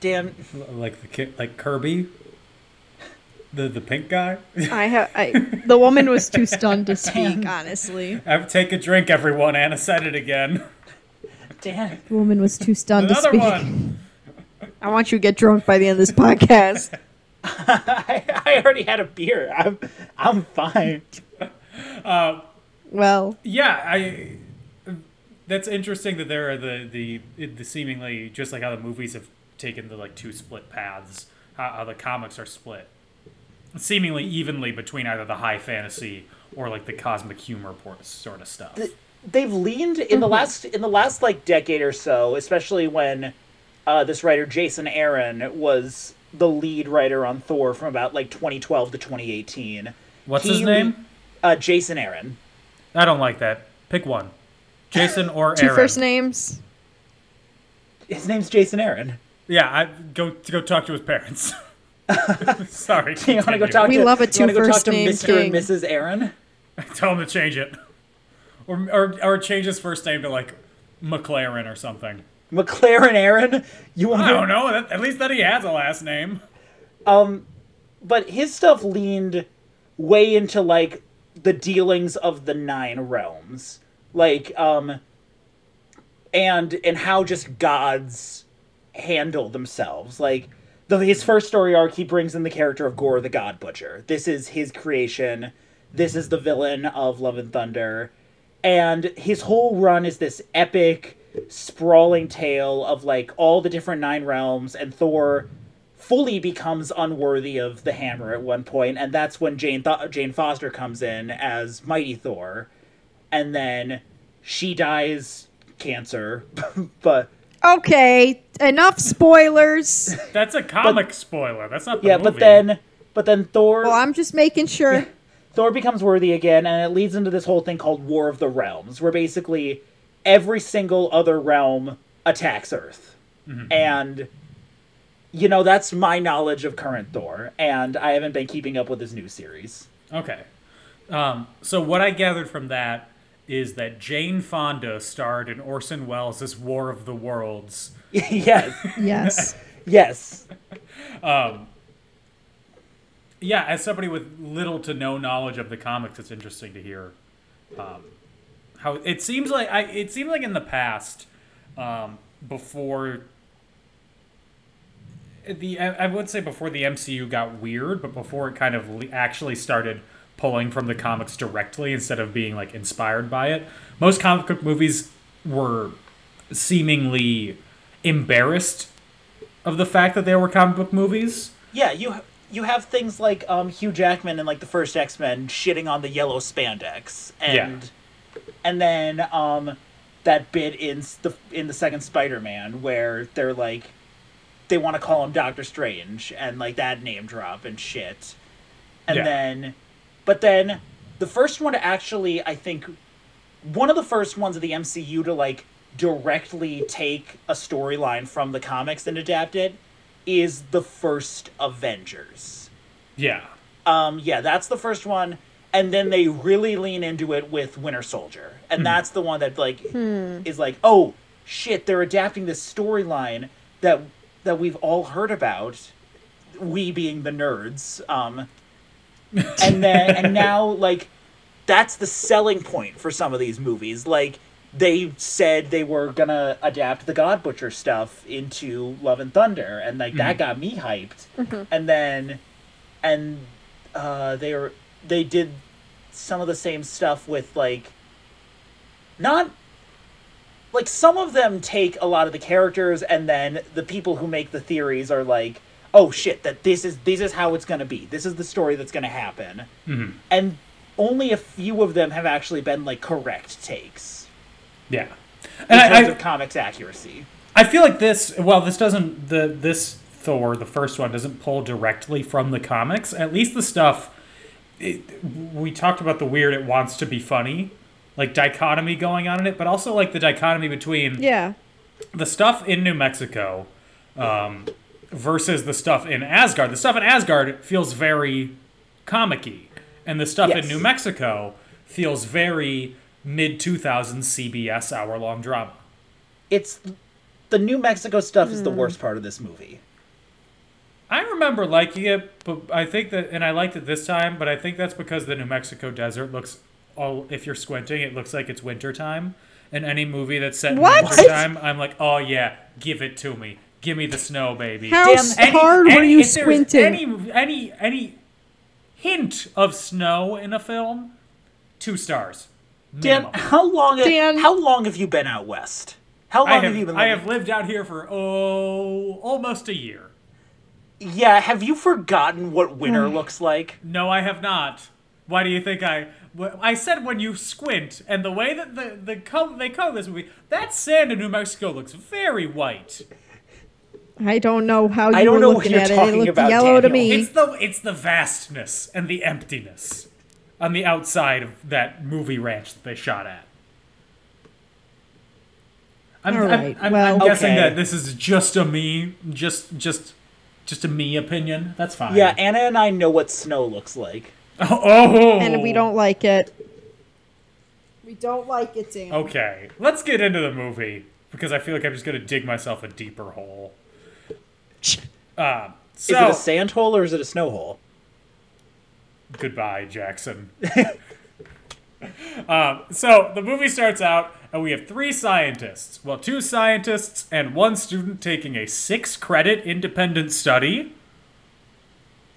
Speaker 3: Dan,
Speaker 1: like the ki- like Kirby The the pink guy.
Speaker 2: I have. I, the woman was too stunned to speak. Honestly,
Speaker 1: Have take a drink, everyone. Anna said it again.
Speaker 3: Dan,
Speaker 2: the woman was too stunned to
Speaker 1: Another
Speaker 2: speak.
Speaker 1: one.
Speaker 2: I want you to get drunk by the end of this podcast.
Speaker 3: I, I already had a beer. I'm I'm fine.
Speaker 2: Well,
Speaker 1: Yeah, I. That's interesting that there are the the the seemingly just like how the movies have taken the like two split paths, how, how the comics are split, seemingly evenly between either the high fantasy or like the cosmic humor por- sort of stuff.
Speaker 3: they've leaned in
Speaker 1: Mm-hmm.
Speaker 3: the last in the last like decade or so, especially when uh, this writer Jason Aaron was the lead writer on Thor from about like 2012 to 2018.
Speaker 1: What's
Speaker 3: He
Speaker 1: his name?
Speaker 3: Uh, Jason Aaron.
Speaker 1: I don't like that. Pick one, Jason or
Speaker 2: two
Speaker 1: Aaron.
Speaker 2: first names.
Speaker 3: His name's Jason Aaron.
Speaker 1: Yeah, I go go talk to his parents. Sorry,
Speaker 3: You want to go
Speaker 1: continue.
Speaker 3: talk
Speaker 2: We
Speaker 3: to
Speaker 2: love a
Speaker 3: you wanna go
Speaker 2: two
Speaker 3: talk
Speaker 2: first
Speaker 3: to
Speaker 2: name
Speaker 3: Mr.
Speaker 2: thing.
Speaker 3: and Mrs. Aaron?
Speaker 1: Tell him to change it, or or, or change his first name to like McLaren or something.
Speaker 3: McLaren Aaron? You want
Speaker 1: I
Speaker 3: to
Speaker 1: don't know. That, at least that he has a last name.
Speaker 3: but his stuff leaned way into like the dealings of the nine realms like um and and how just gods handle themselves like the his first story arc he brings in the character of gore the god butcher this is his creation this is the villain of love and thunder and his whole run is this epic sprawling tale of like all the different nine realms and thor fully becomes unworthy of the hammer at one point, and that's when Jane Th- Jane Foster comes in as Mighty Thor, and then she dies cancer, but
Speaker 2: Okay, enough spoilers.
Speaker 1: That's a comic spoiler. That's not the
Speaker 3: yeah,
Speaker 1: movie.
Speaker 3: but then but then Thor
Speaker 2: Well, I'm just making sure.
Speaker 3: Thor becomes worthy again, and it leads into this whole thing called War of the Realms, where basically every single other realm attacks Earth.
Speaker 1: Mm-hmm.
Speaker 3: And, you know, that's my knowledge of current Thor, and I haven't been keeping up with his new series.
Speaker 1: okay. Um, so what I gathered from that is that Jane Fonda starred in Orson Welles' War of the Worlds.
Speaker 3: yes,
Speaker 2: Yes.
Speaker 3: yes.
Speaker 1: Yeah, as somebody with little to no knowledge of the comics, it's interesting to hear um, how it seems like. I it seemed like in the past, um, before the I, I would say before the MCU got weird, but before it kind of le- actually started pulling from the comics directly instead of being like inspired by it, most comic book movies were seemingly embarrassed of the fact that they were comic book movies.
Speaker 3: Yeah, you you have things like um, Hugh Jackman in like the first X Men shitting on the yellow spandex, and and then um, that bit in s- the in the second Spider Man where they're like they want to call him Doctor Strange and like that name drop and shit, and
Speaker 1: Yeah.
Speaker 3: then but then the first one to actually I think one of the first ones of the MCU to like directly take a storyline from the comics and adapt it is the first Avengers.
Speaker 1: Yeah.
Speaker 3: Um, yeah, that's the first one, and then they really lean into it with Winter Soldier, and that's the one that like is like, oh shit, they're adapting this storyline that that we've all heard about, we being the nerds. Um, and then and now like that's the selling point for some of these movies. Like they said they were gonna adapt the God Butcher stuff into Love and Thunder, and like that got me hyped. And then, and uh, they were they did some of the same stuff with like not like some of them take a lot of the characters and then the people who make the theories are like oh shit that this is this is how it's going to be this is the story that's going to happen
Speaker 1: Mm-hmm.
Speaker 3: and only a few of them have actually been like correct takes
Speaker 1: Yeah.
Speaker 3: in
Speaker 1: And
Speaker 3: terms
Speaker 1: I, I,
Speaker 3: of comics accuracy
Speaker 1: I feel like this well this doesn't the this Thor the first one doesn't pull directly from the comics at least the stuff it, we talked about the weird it wants to be funny like dichotomy going on in it but also like the dichotomy between
Speaker 2: Yeah.
Speaker 1: the stuff in New Mexico um, versus the stuff in Asgard. The stuff in Asgard feels very comic-y, and the stuff in
Speaker 3: Yes.
Speaker 1: New Mexico feels very mid 2000s CBS hour-long drama.
Speaker 3: it's the new mexico stuff is the worst part of this movie
Speaker 1: I remember liking it, but I think that, and I liked it this time, but I think that's because the New Mexico desert looks all. If you're squinting, it looks like it's winter time. And any movie that's set
Speaker 2: What?
Speaker 1: in winter time, I'm like, oh yeah, give it to me, give me the snow, baby.
Speaker 2: How
Speaker 3: any-
Speaker 2: hard were you
Speaker 1: if there was
Speaker 2: squinting?
Speaker 1: Any any any hint of snow in a film, two stars.
Speaker 3: Dan,
Speaker 1: Minimum.
Speaker 3: how long?
Speaker 2: Dan.
Speaker 3: how long have you been out west? How long
Speaker 1: I
Speaker 3: have,
Speaker 1: have,
Speaker 3: you been?
Speaker 1: I
Speaker 3: living-
Speaker 1: have lived out here for oh almost a year.
Speaker 3: Yeah, have you forgotten what winter looks like?
Speaker 1: No, I have not. Why do you think I? wh- I said when you squint, and the way that the the co- they color this movie, that sand in New Mexico looks very white.
Speaker 2: I don't know how you
Speaker 3: I don't
Speaker 2: were
Speaker 3: know what
Speaker 2: looking
Speaker 3: you're
Speaker 2: at it. It
Speaker 3: talking
Speaker 2: looked
Speaker 3: about,
Speaker 2: yellow to
Speaker 3: Daniel.
Speaker 2: me.
Speaker 1: It's the it's the vastness and the emptiness on the outside of that movie ranch that they shot at. I'm,
Speaker 2: All
Speaker 1: I'm-
Speaker 2: right,
Speaker 1: I'm, I'm
Speaker 2: well-
Speaker 1: guessing
Speaker 3: Okay.
Speaker 1: that this is just a me, just just just a me opinion. That's fine.
Speaker 3: Yeah, Anna and I know what snow looks like.
Speaker 1: Oh.
Speaker 2: and we don't like it. We don't like it, Dan.
Speaker 3: Oh.
Speaker 1: Okay, let's get into the movie because I feel like I'm just gonna dig myself a deeper hole. Uh,
Speaker 3: Is
Speaker 1: so
Speaker 3: it a sand hole or is it a snow hole?
Speaker 1: goodbye, Jackson. um, so the movie starts out, and we have three scientists. Well, two scientists and one student taking a six-credit independent study.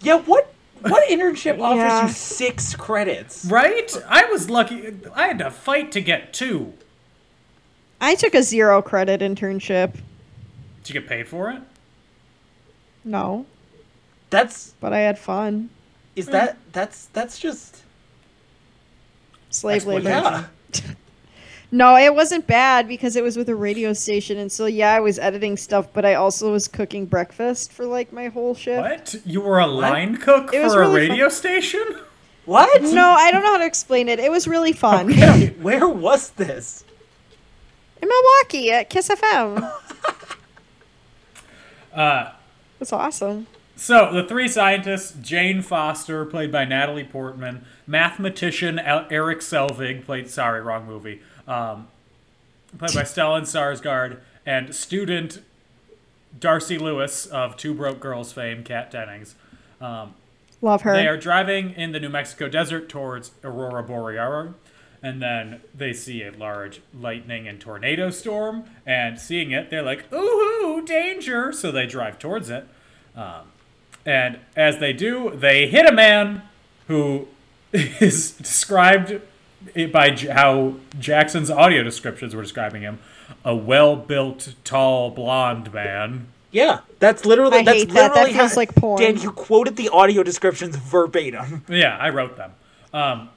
Speaker 3: Yeah, what what internship offers
Speaker 2: Yeah.
Speaker 3: you six credits?
Speaker 1: Right? I was lucky. I had to fight to get two.
Speaker 2: I took a zero credit internship.
Speaker 1: Did you get paid for it?
Speaker 2: No,
Speaker 3: That's
Speaker 2: but I had fun.
Speaker 3: is that
Speaker 2: Mm.
Speaker 3: that's that's just
Speaker 2: Slave labor.
Speaker 3: yeah.
Speaker 2: No, it wasn't bad because it was with a radio station, and so yeah, I was editing stuff, but I also was cooking breakfast for like my whole shift.
Speaker 1: What? You were a line cook
Speaker 2: It was
Speaker 1: for a
Speaker 2: really fun.
Speaker 1: radio station?
Speaker 3: What?
Speaker 2: No, I don't know how to explain it. It was really fun.
Speaker 3: Where was this?
Speaker 2: In Milwaukee at Kiss FM. That's awesome.
Speaker 1: So the three scientists: Jane Foster, played by Natalie Portman, mathematician El- Eric Selvig, played sorry, wrong movie, um, played by Stellan Sarsgaard, and student Darcy Lewis of Two Broke Girls fame, Kat Dennings.
Speaker 2: Love her.
Speaker 1: They are driving in the New Mexico desert towards Aurora Borealis, and then they see a large lightning and tornado storm. And seeing it, they're like, "Ooh, danger!" So they drive towards it. Um, and as they do, they hit a man who is described it by J- how Jackson's audio descriptions were describing him: a well-built, tall, blonde man.
Speaker 3: Yeah, that's literally
Speaker 2: I
Speaker 3: that's
Speaker 2: hate that. That
Speaker 3: literally
Speaker 2: feels
Speaker 3: how,
Speaker 2: like porn.
Speaker 3: Dan, you quoted the audio descriptions verbatim.
Speaker 1: Yeah, I wrote them. Um,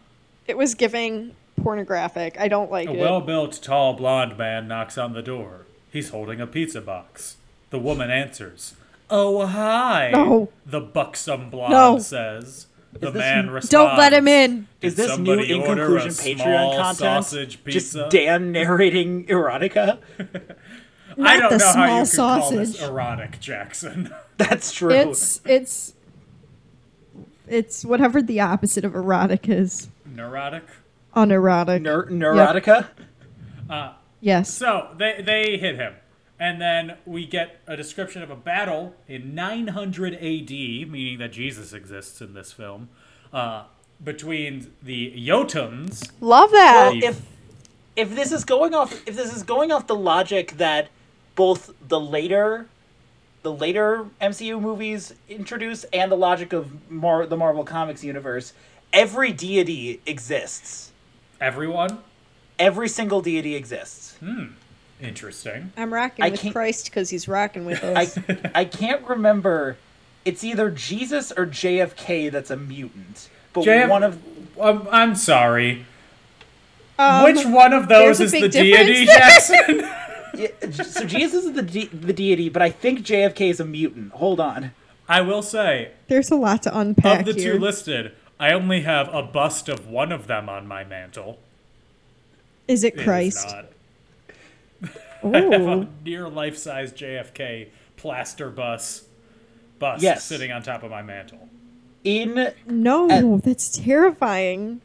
Speaker 2: It was giving pornographic. I don't like
Speaker 1: A
Speaker 2: it.
Speaker 1: Oh, well built, tall, blonde man knocks on the door. He's holding a pizza box. The woman answers. Oh, hi.
Speaker 2: No.
Speaker 1: The buxom blonde
Speaker 2: No.
Speaker 1: says. The
Speaker 3: this-
Speaker 1: man responds.
Speaker 2: don't let him in.
Speaker 3: Is this new
Speaker 1: somebody
Speaker 3: in
Speaker 1: order a
Speaker 3: conclusion
Speaker 1: small
Speaker 3: Patreon content?
Speaker 1: sausage pizza?
Speaker 3: Just Dan narrating erotica.
Speaker 1: I don't
Speaker 2: the
Speaker 1: know how you could
Speaker 2: small
Speaker 1: call this
Speaker 2: sausage.
Speaker 1: erotic, Jackson.
Speaker 3: That's
Speaker 1: Uh,
Speaker 3: true.
Speaker 2: It's it's it's whatever the opposite of erotic is.
Speaker 1: Neurotic.
Speaker 2: Unerotic.
Speaker 3: Ner- neurotica.
Speaker 2: yes.
Speaker 1: So they, they hit him. And then we get a description of a battle in 900 AD, meaning that Jesus exists in this film, uh, between the Jotuns
Speaker 2: Love that.
Speaker 1: Well,
Speaker 3: Uh, If if this is going off if this is going off the logic that both the later the later MCU movies introduce and the logic of Mar- the Marvel Comics universe, every deity exists.
Speaker 1: Everyone?
Speaker 3: Every single deity exists.
Speaker 1: Interesting.
Speaker 2: I'm rocking
Speaker 3: I
Speaker 2: with
Speaker 3: can't-
Speaker 2: Christ because he's rocking with
Speaker 3: I
Speaker 2: us.
Speaker 3: I can't remember. It's either Jesus or JFK that's a mutant. But
Speaker 1: JF
Speaker 3: one of
Speaker 1: Um, I'm sorry.
Speaker 2: Um,
Speaker 1: Which one of those
Speaker 2: there's a
Speaker 1: is
Speaker 2: big
Speaker 1: the deity,
Speaker 2: difference.
Speaker 1: Jackson?
Speaker 3: yeah, so Jesus is the de- the deity, but I think JFK is a mutant. Hold on.
Speaker 1: I will say,
Speaker 2: There's a lot to unpack
Speaker 1: of the
Speaker 2: here.
Speaker 1: two listed, I only have a bust of one of them on my mantle.
Speaker 2: is it
Speaker 1: It is
Speaker 2: Christ?
Speaker 1: not. Um,
Speaker 2: Ooh.
Speaker 1: Near life size JFK plaster bus bust
Speaker 3: Yes.
Speaker 1: sitting on top of my mantle.
Speaker 3: In
Speaker 1: Uh,
Speaker 2: no, that's terrifying.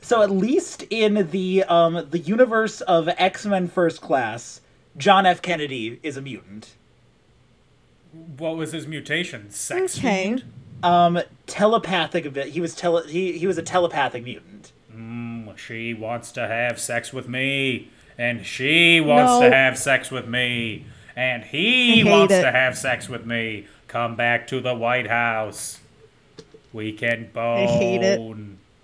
Speaker 3: so at least in the um the universe of X Men First Class, John F. Kennedy is a mutant.
Speaker 1: what was his mutation? Sex
Speaker 2: Okay.
Speaker 1: fiend?
Speaker 3: Um, telepathic. abi- He was tele. He he was a telepathic mutant.
Speaker 1: She wants to have sex with me, and she wants
Speaker 2: No.
Speaker 1: to have sex with me, and he
Speaker 2: I hate
Speaker 1: wants
Speaker 2: it.
Speaker 1: to have sex with me. Come back to the White House. We can bone.
Speaker 2: hate it.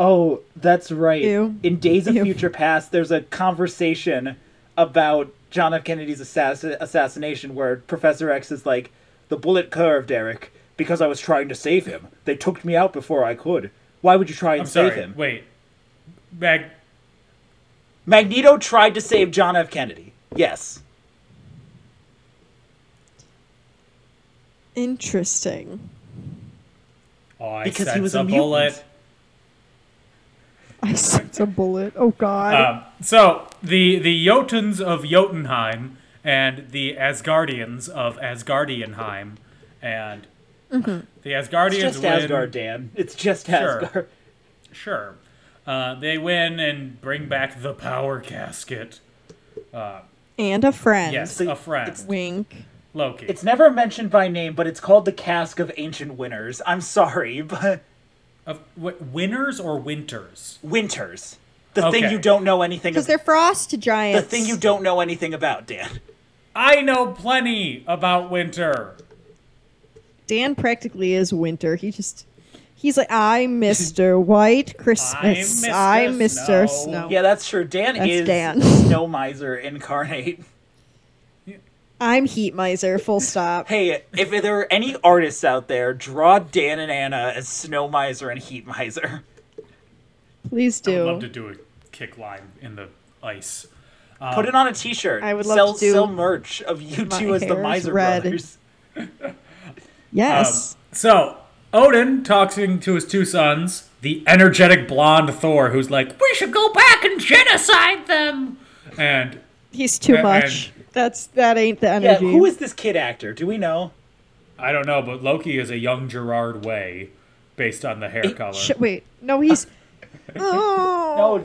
Speaker 3: Oh, that's right.
Speaker 2: Ew.
Speaker 3: In Days of
Speaker 2: Ew.
Speaker 3: Future Past, there's a conversation about John F. Kennedy's assassi- assassination where Professor X is like, "The bullet curved, Eric, because I was trying to save him. They took me out before I could. Why would you try and
Speaker 1: I'm
Speaker 3: save
Speaker 1: sorry.
Speaker 3: him?"
Speaker 1: Wait. Mag-
Speaker 3: Magneto tried to save John F. Kennedy. Yes.
Speaker 2: Interesting.
Speaker 1: I
Speaker 3: Because he
Speaker 1: sense
Speaker 3: was
Speaker 1: a,
Speaker 3: a mutant.
Speaker 1: bullet.
Speaker 2: I sense a bullet. Oh God.
Speaker 1: Um, so the the Jotuns of Jotunheim and the Asgardians of Asgardianheim, and
Speaker 2: Mm-hmm.
Speaker 1: the Asgardians
Speaker 3: It's just
Speaker 1: win.
Speaker 3: Asgard, Dan. It's just
Speaker 1: Sure.
Speaker 3: Asgard.
Speaker 1: Sure. Uh, they win and bring back the power casket.
Speaker 2: and a friend.
Speaker 1: Yes,
Speaker 3: So
Speaker 1: a friend.
Speaker 2: Wink.
Speaker 1: Loki.
Speaker 3: It's never mentioned by name, but it's called the Cask of Ancient Winners. I'm sorry, but
Speaker 1: of, w- winners or winters?
Speaker 3: Winters. The
Speaker 1: Okay.
Speaker 3: thing you don't know anything
Speaker 2: Because
Speaker 3: about.
Speaker 2: they're frost
Speaker 3: The
Speaker 2: giants.
Speaker 3: thing you don't know anything about, Dan.
Speaker 1: I know plenty about winter.
Speaker 2: Dan practically is winter. He just. He's like, I'm Mr. White Christmas.
Speaker 1: Mr.
Speaker 2: I'm
Speaker 1: Snow."
Speaker 2: Mr. Snow.
Speaker 3: Yeah, that's true. Dan
Speaker 2: That's
Speaker 3: is
Speaker 2: Dan.
Speaker 3: Snow Miser incarnate.
Speaker 2: I'm Heat Miser, full stop.
Speaker 3: Hey, if there are any artists out there, draw Dan and Anna as Snow Miser and Heat Miser.
Speaker 2: Please
Speaker 1: I'd
Speaker 2: do.
Speaker 1: love to do a kick line in the ice.
Speaker 3: Put it on a T-shirt.
Speaker 2: I would love
Speaker 3: sell,
Speaker 2: to do
Speaker 3: sell merch of you
Speaker 2: My
Speaker 3: two as the
Speaker 2: hair's
Speaker 3: Miser
Speaker 2: red.
Speaker 3: brothers.
Speaker 1: um,
Speaker 2: yes.
Speaker 1: So Odin talking to his two sons, the energetic blonde Thor, who's like, "We should go back and genocide them," and
Speaker 2: he's too
Speaker 1: and-
Speaker 2: much. That's that ain't the
Speaker 3: Yeah,
Speaker 2: energy.
Speaker 3: who is this kid actor? Do we know?
Speaker 1: I don't know, but Loki is a young Gerard Way, based on the hair color.
Speaker 2: Sh- wait, no, he's. oh,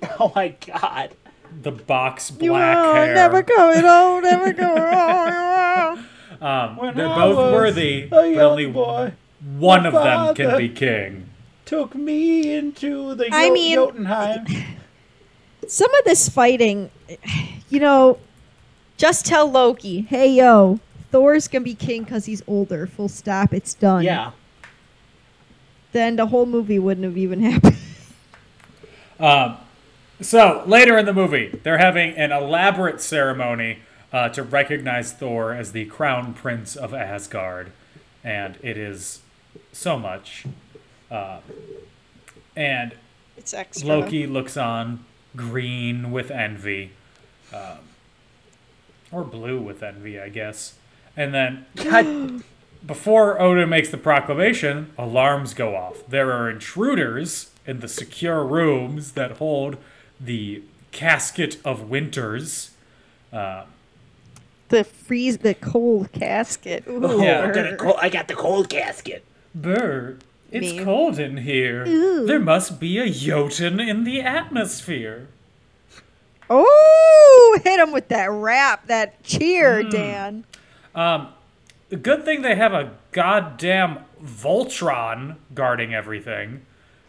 Speaker 3: Oh, oh my God.
Speaker 1: the box black
Speaker 2: you are
Speaker 1: hair.
Speaker 2: never coming home, never oh, coming home.
Speaker 1: They're both worthy,
Speaker 3: A
Speaker 1: but
Speaker 3: young
Speaker 1: only
Speaker 3: boy
Speaker 1: one of them can
Speaker 3: father.
Speaker 1: be king.
Speaker 3: took me into the
Speaker 2: I
Speaker 3: Jot-
Speaker 2: mean-
Speaker 3: Jotunheim.
Speaker 2: Some of this fighting, you know, just tell Loki, hey yo, Thor's gonna be king because he's older. Full stop. It's done.
Speaker 3: Yeah.
Speaker 2: Then the whole movie wouldn't have even happened.
Speaker 1: So later in the movie, they're having an elaborate ceremony uh, to recognize Thor as the crown prince of Asgard, and it is so much. Uh, and
Speaker 2: It's extra.
Speaker 1: Loki looks on, green with envy, um, or blue with envy, I guess. And then
Speaker 3: God,
Speaker 1: Before Odin makes the proclamation, alarms go off. There are intruders in the secure rooms that hold the casket of winters.
Speaker 2: The freeze, the cold casket. Ooh,
Speaker 1: Yeah.
Speaker 3: I got a cold- I got the cold casket.
Speaker 1: Burr, it's
Speaker 2: Me.
Speaker 1: cold in here. There must be a Jotun in the atmosphere.
Speaker 2: Oh, hit him with that rap, that cheer, Dan.
Speaker 1: Good thing they have a goddamn Voltron guarding everything.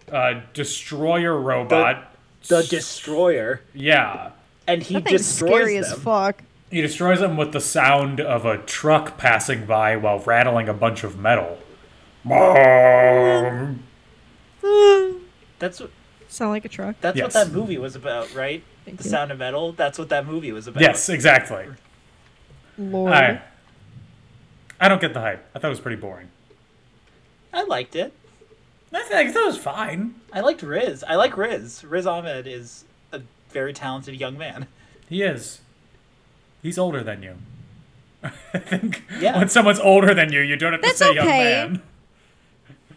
Speaker 1: A destroyer robot.
Speaker 3: The Destroyer.
Speaker 1: yeah.
Speaker 3: And he
Speaker 2: That thing's
Speaker 3: destroys
Speaker 2: scary
Speaker 3: them.
Speaker 2: as fuck.
Speaker 1: He destroys them with the sound of a truck passing by while rattling a bunch of metal. Bong.
Speaker 3: That's what
Speaker 2: Sound like a truck.
Speaker 3: that's
Speaker 1: Yes.
Speaker 3: what that movie was about, right?
Speaker 2: Thank
Speaker 3: the
Speaker 2: you.
Speaker 3: Sound of Metal. That's what that movie was about.
Speaker 1: Yes, exactly.
Speaker 2: Lord.
Speaker 1: I, I don't get the hype. I thought it was pretty boring.
Speaker 3: I liked it.
Speaker 1: I think I thought it was fine.
Speaker 3: I liked Riz. I like Riz. Riz Ahmed is a very talented young man.
Speaker 1: He is. He's older than you. I think
Speaker 3: Yeah.
Speaker 1: when someone's older than you, you don't have to
Speaker 2: That's
Speaker 1: say young
Speaker 2: okay.
Speaker 1: man.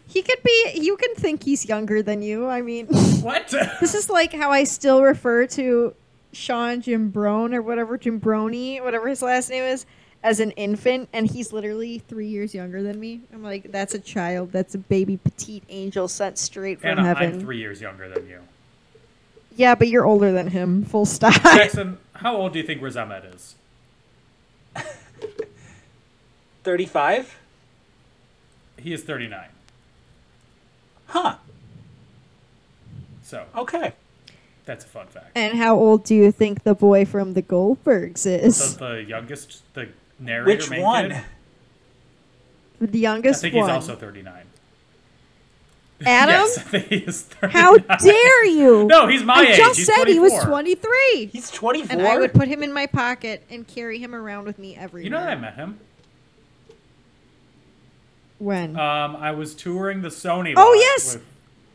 Speaker 2: He could be. You can think he's younger than you. I mean,
Speaker 1: What?
Speaker 2: this is like how I still refer to Sean Jimbrone or whatever Jimbroni, whatever his last name is, as an infant, and he's literally three years younger than me. I'm like, that's a child. That's a baby, petite angel sent straight from
Speaker 1: Anna,
Speaker 2: heaven.
Speaker 1: I'm three years younger than you.
Speaker 2: Yeah, but you're older than him. Full stop.
Speaker 1: Jackson, how old do you think Riz Ahmed is?
Speaker 3: 35?
Speaker 1: He is 39.
Speaker 3: Huh.
Speaker 1: So
Speaker 3: Okay.
Speaker 1: that's a fun fact.
Speaker 2: And how old do you think the boy from the Goldbergs
Speaker 1: Does
Speaker 2: is?
Speaker 1: the youngest, the narrator,
Speaker 3: Which
Speaker 1: make
Speaker 3: one?
Speaker 1: It?
Speaker 2: The
Speaker 1: I
Speaker 2: youngest
Speaker 1: think
Speaker 2: one.
Speaker 1: he's also 39.
Speaker 2: Adam,
Speaker 1: Yes, I think he is 39.
Speaker 2: how dare you?
Speaker 1: No, he's my
Speaker 2: I
Speaker 1: age.
Speaker 2: just
Speaker 1: He's
Speaker 2: said he was
Speaker 1: 24.
Speaker 2: 23.
Speaker 3: He's 24?
Speaker 2: and I would put him in my pocket and carry him around with me everywhere.
Speaker 1: You know that I met him?
Speaker 2: when?
Speaker 3: Uh,
Speaker 1: Um, I was touring the Sony.
Speaker 2: Oh,
Speaker 1: lot
Speaker 2: yes!
Speaker 1: With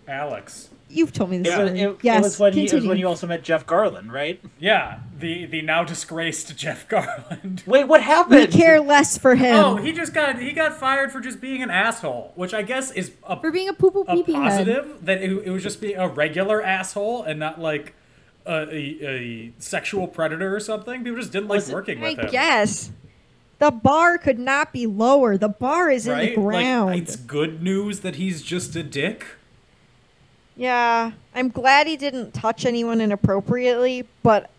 Speaker 1: Alex.
Speaker 2: You've told me this.
Speaker 3: It was-
Speaker 2: story.
Speaker 3: it- it
Speaker 2: yes,
Speaker 3: was when you- it was
Speaker 2: continue.
Speaker 3: when you also met Jeff Garland, right?
Speaker 1: Yeah, the the now disgraced Jeff Garland.
Speaker 3: Wait, what
Speaker 2: we
Speaker 3: happened?
Speaker 2: care less for him
Speaker 1: Oh, he just got he got fired for just being an asshole, which I guess is a,
Speaker 2: for being a poo poo
Speaker 1: a
Speaker 2: pee pee
Speaker 3: um,
Speaker 2: head.
Speaker 1: positive that it, it was just being a regular asshole and not like a, a, a sexual predator or something. People just didn't like
Speaker 3: Was it-
Speaker 1: working
Speaker 2: I
Speaker 1: with him.
Speaker 2: guess the bar could not be lower. The bar is in the
Speaker 1: Right?
Speaker 2: ground.
Speaker 1: Like, it's good news that he's just a dick.
Speaker 2: yeah, I'm glad he didn't touch anyone inappropriately, but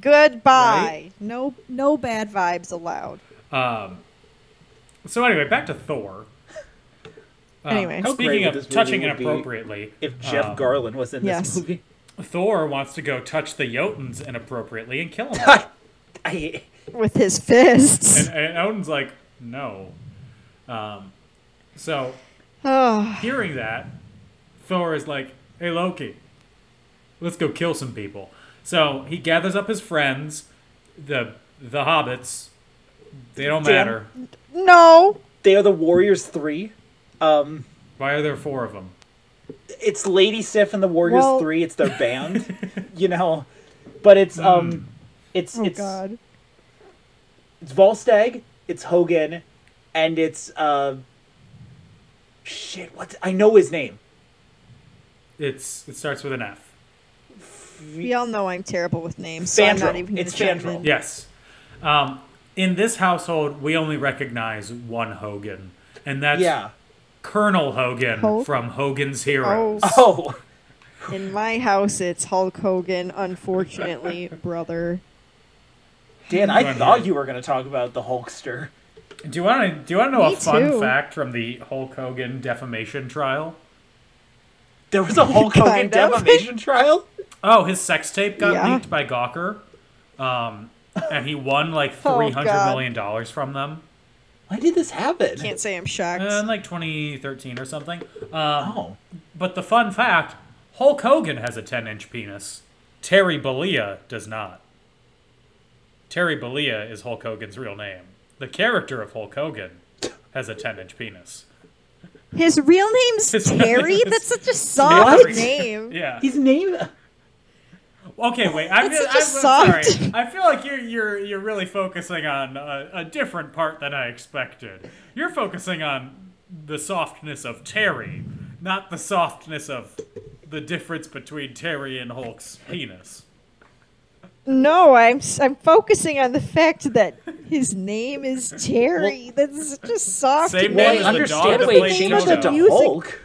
Speaker 2: goodbye. No, no bad vibes allowed.
Speaker 1: Um, so anyway, back to Thor.
Speaker 3: Uh,
Speaker 1: Um,
Speaker 2: Anyway. How
Speaker 3: great
Speaker 1: speaking
Speaker 3: would
Speaker 1: of
Speaker 3: this movie
Speaker 1: touching
Speaker 3: would be
Speaker 1: inappropriately,
Speaker 3: If Jeff
Speaker 1: um,
Speaker 3: Garland was in this
Speaker 2: yes.
Speaker 3: movie.
Speaker 1: Thor wants to go touch the Jotuns inappropriately and kill him.
Speaker 3: I,
Speaker 2: With his fists.
Speaker 1: and, and Odin's like, no. Um, so
Speaker 2: Oh,
Speaker 1: hearing that, Thor is like, hey, Loki, let's go kill some people. So he gathers up his friends, the the hobbits. They don't
Speaker 3: Damn.
Speaker 1: matter.
Speaker 2: no.
Speaker 3: they are the Warriors 3. Um,
Speaker 1: Why are there four of them?
Speaker 3: it's Lady Sif and the Warriors
Speaker 2: Well-
Speaker 3: 3. It's their band, you know. But it's
Speaker 1: Hmm.
Speaker 3: um it's
Speaker 2: Oh,
Speaker 3: it's
Speaker 2: God.
Speaker 3: it's Volstagg, it's Hogan, and it's uh shit, what I know his name.
Speaker 1: It's it starts with an F.
Speaker 2: We all know I'm terrible with names, so I'm not
Speaker 3: Fandral.
Speaker 2: even gonna
Speaker 3: It's
Speaker 2: chime
Speaker 3: Fandral.
Speaker 2: in.
Speaker 1: Yes. Um, in this household, we only recognize one Hogan, and that's
Speaker 3: Yeah.
Speaker 1: Colonel Hogan
Speaker 2: Hulk?
Speaker 1: from Hogan's Heroes.
Speaker 2: Oh,
Speaker 3: Oh,
Speaker 2: in my house, it's Hulk Hogan, unfortunately, brother.
Speaker 3: Dan, I
Speaker 1: Right
Speaker 3: thought
Speaker 1: here.
Speaker 3: you were going to talk about the Hulkster.
Speaker 1: Do you want to do you want to know
Speaker 2: Me
Speaker 1: a fun
Speaker 2: too.
Speaker 1: fact from the Hulk Hogan defamation trial?
Speaker 3: There was a Hulk Hogan
Speaker 2: Kind of.
Speaker 3: defamation trial?
Speaker 1: Oh, his sex tape got
Speaker 2: Yeah.
Speaker 1: leaked by Gawker, um, and he won like
Speaker 2: Oh,
Speaker 1: three hundred million
Speaker 2: God.
Speaker 1: dollars from them
Speaker 3: Why did this happen?
Speaker 2: Can't say I'm shocked.
Speaker 1: in like twenty thirteen or something. Um,
Speaker 3: oh.
Speaker 1: But the fun fact: Hulk Hogan has a ten inch penis. Terry Bollea does not. Terry Bollea is Hulk Hogan's real name. The character of Hulk Hogan has a ten inch penis.
Speaker 2: His real name's
Speaker 1: His real
Speaker 2: Terry.
Speaker 1: name is
Speaker 2: That's such a soft
Speaker 3: Terry.
Speaker 2: name.
Speaker 1: Uh, Yeah.
Speaker 3: His name
Speaker 1: Okay, wait. I'm,
Speaker 2: That's
Speaker 1: just,
Speaker 2: such a
Speaker 1: I'm, I'm
Speaker 2: soft-
Speaker 1: sorry. I feel like you're you're you're really focusing on a, a different part than I expected. You're focusing on the softness of Terry, not the softness of the difference between Terry and Hulk's penis.
Speaker 2: No, I'm s- I'm focusing on the fact that his name is Terry. That's such a soft
Speaker 1: Same
Speaker 3: Well,
Speaker 1: name
Speaker 3: I
Speaker 1: as
Speaker 2: name.
Speaker 1: the dog
Speaker 3: understand
Speaker 1: that
Speaker 3: why you
Speaker 1: plays
Speaker 3: changed it to
Speaker 1: Jojo.
Speaker 2: Music.
Speaker 3: Hulk.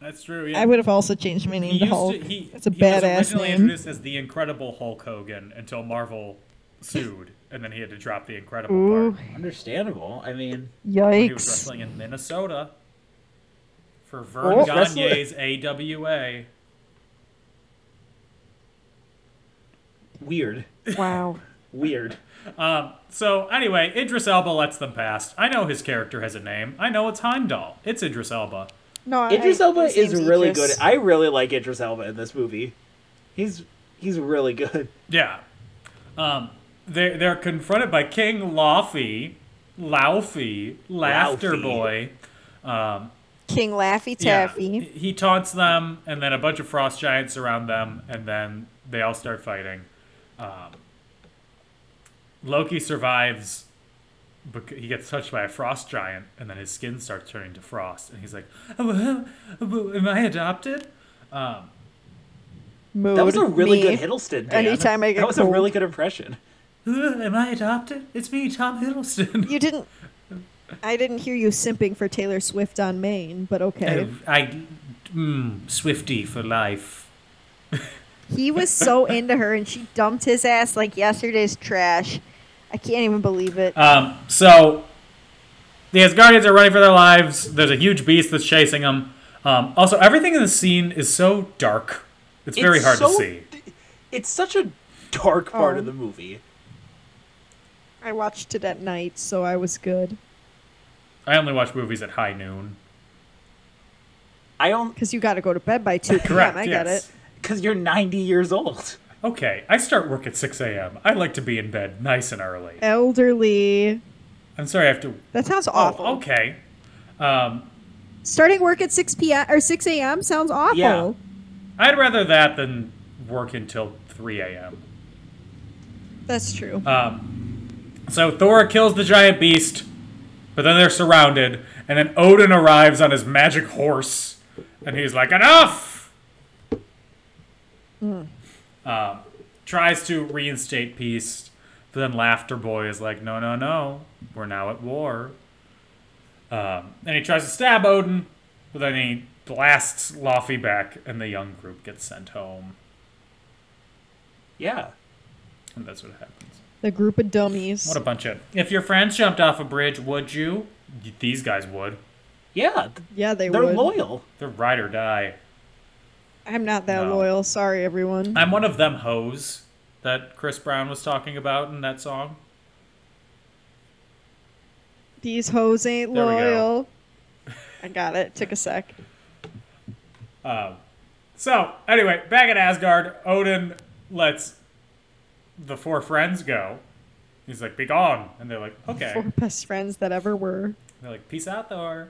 Speaker 1: That's true. Yeah.
Speaker 2: I would have also changed my name
Speaker 1: he
Speaker 2: to
Speaker 1: used
Speaker 2: Hulk.
Speaker 1: to, he,
Speaker 2: That's a
Speaker 1: he was
Speaker 2: badass
Speaker 1: originally
Speaker 2: name.
Speaker 1: introduced as the Incredible Hulk Hogan until Marvel sued, and then he had to drop the Incredible
Speaker 2: Ooh,
Speaker 1: part.
Speaker 3: Understandable. I mean,
Speaker 1: He was
Speaker 2: yikes.
Speaker 1: wrestling in Minnesota for Vern
Speaker 2: Oh.
Speaker 1: Gagne's AWA.
Speaker 3: weird.
Speaker 2: Wow.
Speaker 3: Weird.
Speaker 1: So anyway, Idris Elba lets them past. I know his character has a name. I know it's Heimdall. It's Idris Elba.
Speaker 2: No, I-
Speaker 3: Idris Elba
Speaker 2: his
Speaker 3: is
Speaker 2: name's
Speaker 3: really
Speaker 2: Idris.
Speaker 3: good. I really like Idris Elba in this movie. He's he's really good.
Speaker 1: Yeah. Um, they're, they're confronted by King Laufey, Laufey, Laughter
Speaker 3: Laufey.
Speaker 1: Boy.
Speaker 2: King Laffy
Speaker 1: Yeah.
Speaker 2: Taffy.
Speaker 1: He- He taunts them, and then a bunch of frost giants surround them, and then they all start fighting. Um, Loki survives. bec he gets touched by a frost giant, and then his skin starts turning to frost, and he's like, oh, oh, "Am I adopted?"
Speaker 2: Mood.
Speaker 3: That was a
Speaker 2: Me.
Speaker 3: really good Hiddleston. Dan.
Speaker 2: Anytime I get
Speaker 3: that was a
Speaker 2: cold.
Speaker 3: really good impression.
Speaker 1: "Uh, Am I adopted? It's me, Tom Hiddleston.
Speaker 2: You didn't. I didn't hear you simping for Taylor Swift on Maine, but okay.
Speaker 1: I, mm, Swifty for life.
Speaker 2: He was so into her, and she dumped his ass like yesterday's trash. I can't even believe it.
Speaker 1: Um, so the Asgardians are running for their lives. There's a huge beast that's chasing them. Um, also, everything in the scene is so dark. It's, very
Speaker 3: It's
Speaker 1: hard to
Speaker 3: so-
Speaker 1: see.
Speaker 3: It's such a dark part of
Speaker 2: Oh.
Speaker 3: the movie.
Speaker 2: I watched it at night, so I was good.
Speaker 1: I only watch movies at high noon.
Speaker 3: I don't
Speaker 2: Because you got to go to bed by 2 p.m.
Speaker 1: Correct.
Speaker 2: I
Speaker 1: yes.
Speaker 2: get it.
Speaker 3: because you're 90 years old.
Speaker 1: Okay, I start work at 6 a.m. I like to be in bed nice and early.
Speaker 2: Elderly.
Speaker 1: I'm sorry I have to.
Speaker 2: That sounds awful.
Speaker 1: Oh, okay. Um,
Speaker 2: Starting work at 6 p.m. or 6 a.m. sounds awful.
Speaker 3: Yeah.
Speaker 1: I'd rather that than work until 3 a.m.
Speaker 2: That's true.
Speaker 1: Uh, So Thor kills the giant beast, but then they're surrounded, and then Odin arrives on his magic horse, and he's like, "Enough!" Um, tries to reinstate peace, but then Laughter Boy is like, "No, no, no, we're now at war." Um, and he tries to stab Odin, but then he blasts Laffy back, and the young group gets sent home,
Speaker 3: Yeah.
Speaker 1: and that's what happens.
Speaker 2: the group of dummies.
Speaker 1: What a bunch of! If your friends jumped off a bridge, would you? Y- These guys would.
Speaker 3: Yeah. th-
Speaker 2: yeah, they
Speaker 3: They're
Speaker 2: would.
Speaker 3: loyal.
Speaker 1: They're ride or die.
Speaker 2: I'm not that
Speaker 1: No.
Speaker 2: loyal. Sorry, everyone.
Speaker 1: I'm one of them hoes that Chris Brown was talking about in that song.
Speaker 2: These hoes ain't
Speaker 1: There we go.
Speaker 2: loyal. I got it. Took a sec.
Speaker 1: So, anyway, back at Asgard, Odin lets the four friends go. He's like, be gone. And they're like, okay.
Speaker 2: Four best friends that ever were.
Speaker 1: They're like, peace out, Thor.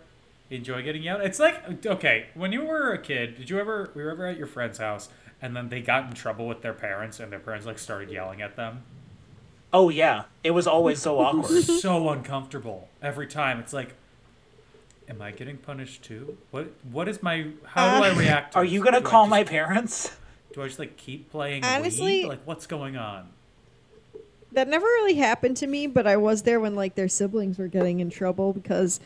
Speaker 1: Enjoy getting yelled. It's like, okay, when you were a kid, did you ever, were you ever at your friend's house and then they got in trouble with their parents and their parents like started yelling at them?
Speaker 3: Oh yeah. It was always so awkward.
Speaker 1: so uncomfortable every time. It's like, am I getting punished too? What what is my how do I react? To
Speaker 3: Uh, Are
Speaker 1: this?
Speaker 3: you gonna
Speaker 1: Do I
Speaker 3: call
Speaker 1: just-
Speaker 3: my parents?
Speaker 1: Do I just like keep playing?
Speaker 2: Honestly-
Speaker 1: Wii? like what's going on?
Speaker 2: That never really happened to me, but I was there when like their siblings were getting in trouble because